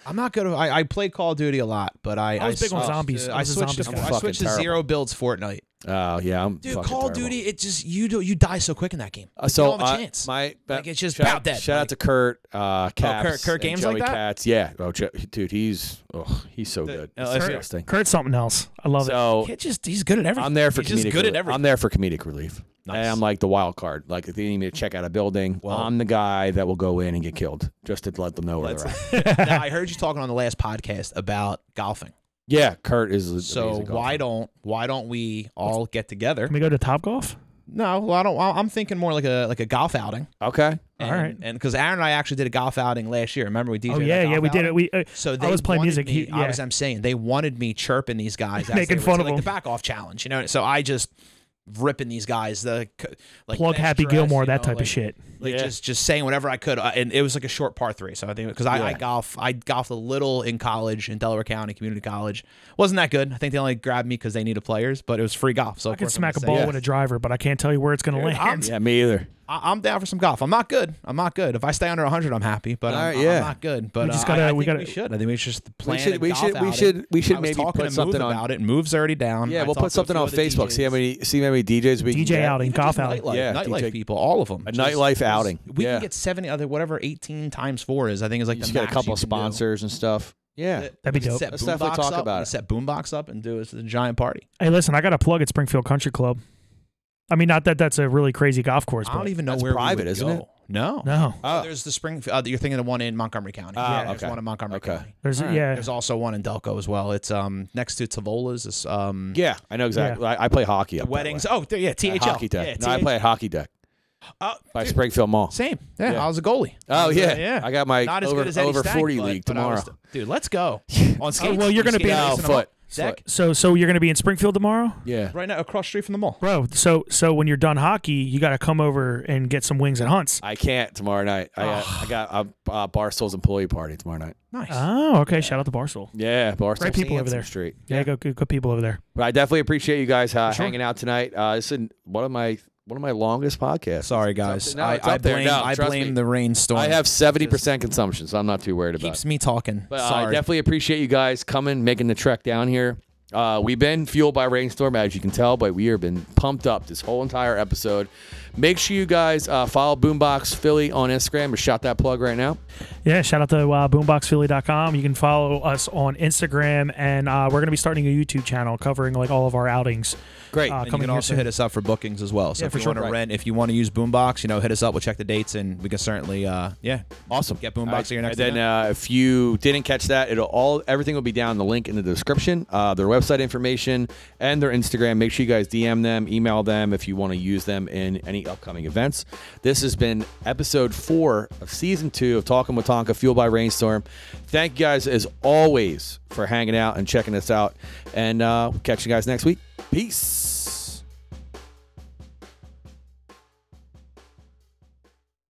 I'm not good. at- I, I play Call of Duty a lot, but I
I was big on
switched
zombies.
to-
I
I
was a
switched
zombies
to
guy.
I
Fucking
switched to
terrible.
zero builds Fortnite.
Oh yeah, I'm.
Dude,
fucking
Call of
terrible.
Duty, it just you do you die so quick in that game.
Uh,
Like,
so
you don't have
I-
a chance.
my uh,
Like, it's just
shout,
about that.
Shout out
Like-
to Kurt, uh, Caps,
Oh, Kurt- Kurt
and
games
Joey
like that?
Katz. Yeah, oh, Jo- dude, he's oh, he's so good.
uh,
It's
let's hear it.
disgusting.
Kurt's something else. I love it.
So
Kid just he's good at everything.
I'm there for
he's
comedic.
just good
relief.
at everything.
I'm there for comedic relief. And I'm like the wild card. Like if they need me to check out a building, I'm the guy that will go in and get killed just to let them know where they're
<laughs>
at.
now, I heard you talking on the last podcast about golfing.
Yeah, Kurt is
So
amazing
why don't why don't we all get together?
Can we go to Top Golf?
No, well, I don't. I- I'm thinking more like a like a golf outing.
golfer. okay?
All
And,
right.
and because Aaron and I actually did a golf outing last year. Remember we DJ?
Oh yeah, yeah, we did it. We uh,
So they
I was playing
wanted
music.
Me,
He-
I
yeah.
was. I'm saying they wanted me chirping these guys, as
Making
they were-
fun of
like
them.
the back off challenge. You know, so I just ripping these guys the c- like
Plug
bench
Happy
press,
Gilmore,
you
that
know,
type
like-
of shit.
like
Yeah.
just just saying whatever I could, uh, and it was like a short par three. So I think because I, I
Yeah.
golf, I golfed a little in college in Delaware County Community College. wasn't that good. I think they only grabbed me because they needed players, but it was free golf. So
I can smack a
am
ball with a driver, but I can't tell you where it's gonna <laughs>
I'm-
land.
Yeah, me either.
I, am down for some golf. I'm not good. I'm not good. If I stay under 100, I'm happy. But
All
I'm,
right, yeah.
I'm not good. But
just
uh,
gotta-
I, I
we
think
gotta-
we should. I think we should just plan.
should-
a
we
golf
should- we
outing.
should- we should
I was
maybe
talking
put
to Move
something on-
about it. Moves already down.
Yeah,
Um, I
we'll
talked
put
to a
something
few
on
of the
Facebook. See how
DJs.
many see how many DJs we can
DJ
get.
outing,
Even
golf
just
outing.
nightlife,
Yeah,
nightlife
DJ
people, all of them.
A nightlife outing.
We
Yeah.
can get seventy other, whatever, eighteen times four is. I think is like
You
the
just get a
max
couple
you
of
can do.
sponsors and stuff. Yeah,
That'd be dope.
Set
Let's
boombox
definitely talk
up,
about
we
it.
Set boombox up and do it. It's a giant party.
Hey, listen, I got a plug at Springfield Country Club. I mean, not that that's a really crazy golf course,
I don't
but
even know
That's
where we
private,
would
isn't
go.
it?
No.
no,
Oh.
There's the spring. Uh, you're thinking of the one in Montgomery County.
Ah,
There's
okay.
one in Montgomery
Okay.
County.
there's
All right.
yeah,
There's also one in Delco as well. It's um next to Tavola's. It's, um
yeah, I know exactly. I, I play hockey. Up that
weddings.
way.
Oh there- yeah,
At
THL.
hockey deck.
Yeah,
no, I
THL.
play at hockey deck
Oh,
by
dude,
Springfield Mall.
Same. Yeah,
Yeah.
I was a goalie. I
Oh
was a-
yeah,
yeah.
I got my
Not as
over,
good as Eddie
over
Stank,
forty
but-
league
but I
tomorrow.
was- dude,
<laughs>
let's go on skates.
well, you're
We're
gonna be
skating
on-
ice
No,
in the
foot.
mall. Deck
so so you're gonna be in Springfield tomorrow,
yeah,
right now across the street from the mall.
bro. So so when you're done hockey, you got to come over and get some wings at Hunts.
I can't tomorrow night. I got, I got a uh, Barstool's employee party tomorrow night.
Nice.
Oh, okay. Shout out to Barstool.
Yeah, Barstool.
Great people over
Sansome
there.
Street.
Yeah, go good, good people over there.
But I definitely appreciate you guys uh, hanging out tonight. Uh, this is one of my one of my longest podcasts.
Sorry guys.
no,
I,
it's
I
up there.
blame
No,
I
trust me.
blame the rainstorm.
I have seventy percent consumption, so I'm not too worried about. it.
keeps me talking.
But uh, I
Sorry.
definitely appreciate you guys coming, making the trek down here. Uh, we've been fueled by rainstorm, as you can tell, but we have been pumped up this whole entire episode. Make sure you guys uh, follow Boombox Philly on Instagram. Or shot that plug right now.
Yeah, shout out to uh, boomboxphilly.com. You can follow us on Instagram, and uh, we're going to be starting a YouTube channel covering like all of our outings.
Great.
Uh,
And you
coming
can
here
also
soon.
hit us up for bookings as well. So
Yeah,
if
for
you
sure.
want to
Right.
rent, if you want to use Boombox, you know, hit us up. We'll check the dates, and we can certainly, uh, yeah,
awesome.
get Boombox at your next.
And
event.
then uh, if you didn't catch that, it'll all everything will be down the link in the description. Uh, their website information and their Instagram. Make sure you guys DM them, email them if you want to use them in any upcoming events. This has been episode four of season two of Talking with Tonka, fueled by Rainstorm. Thank you guys as always for hanging out and checking us out. And uh, catch you guys next week. Peace.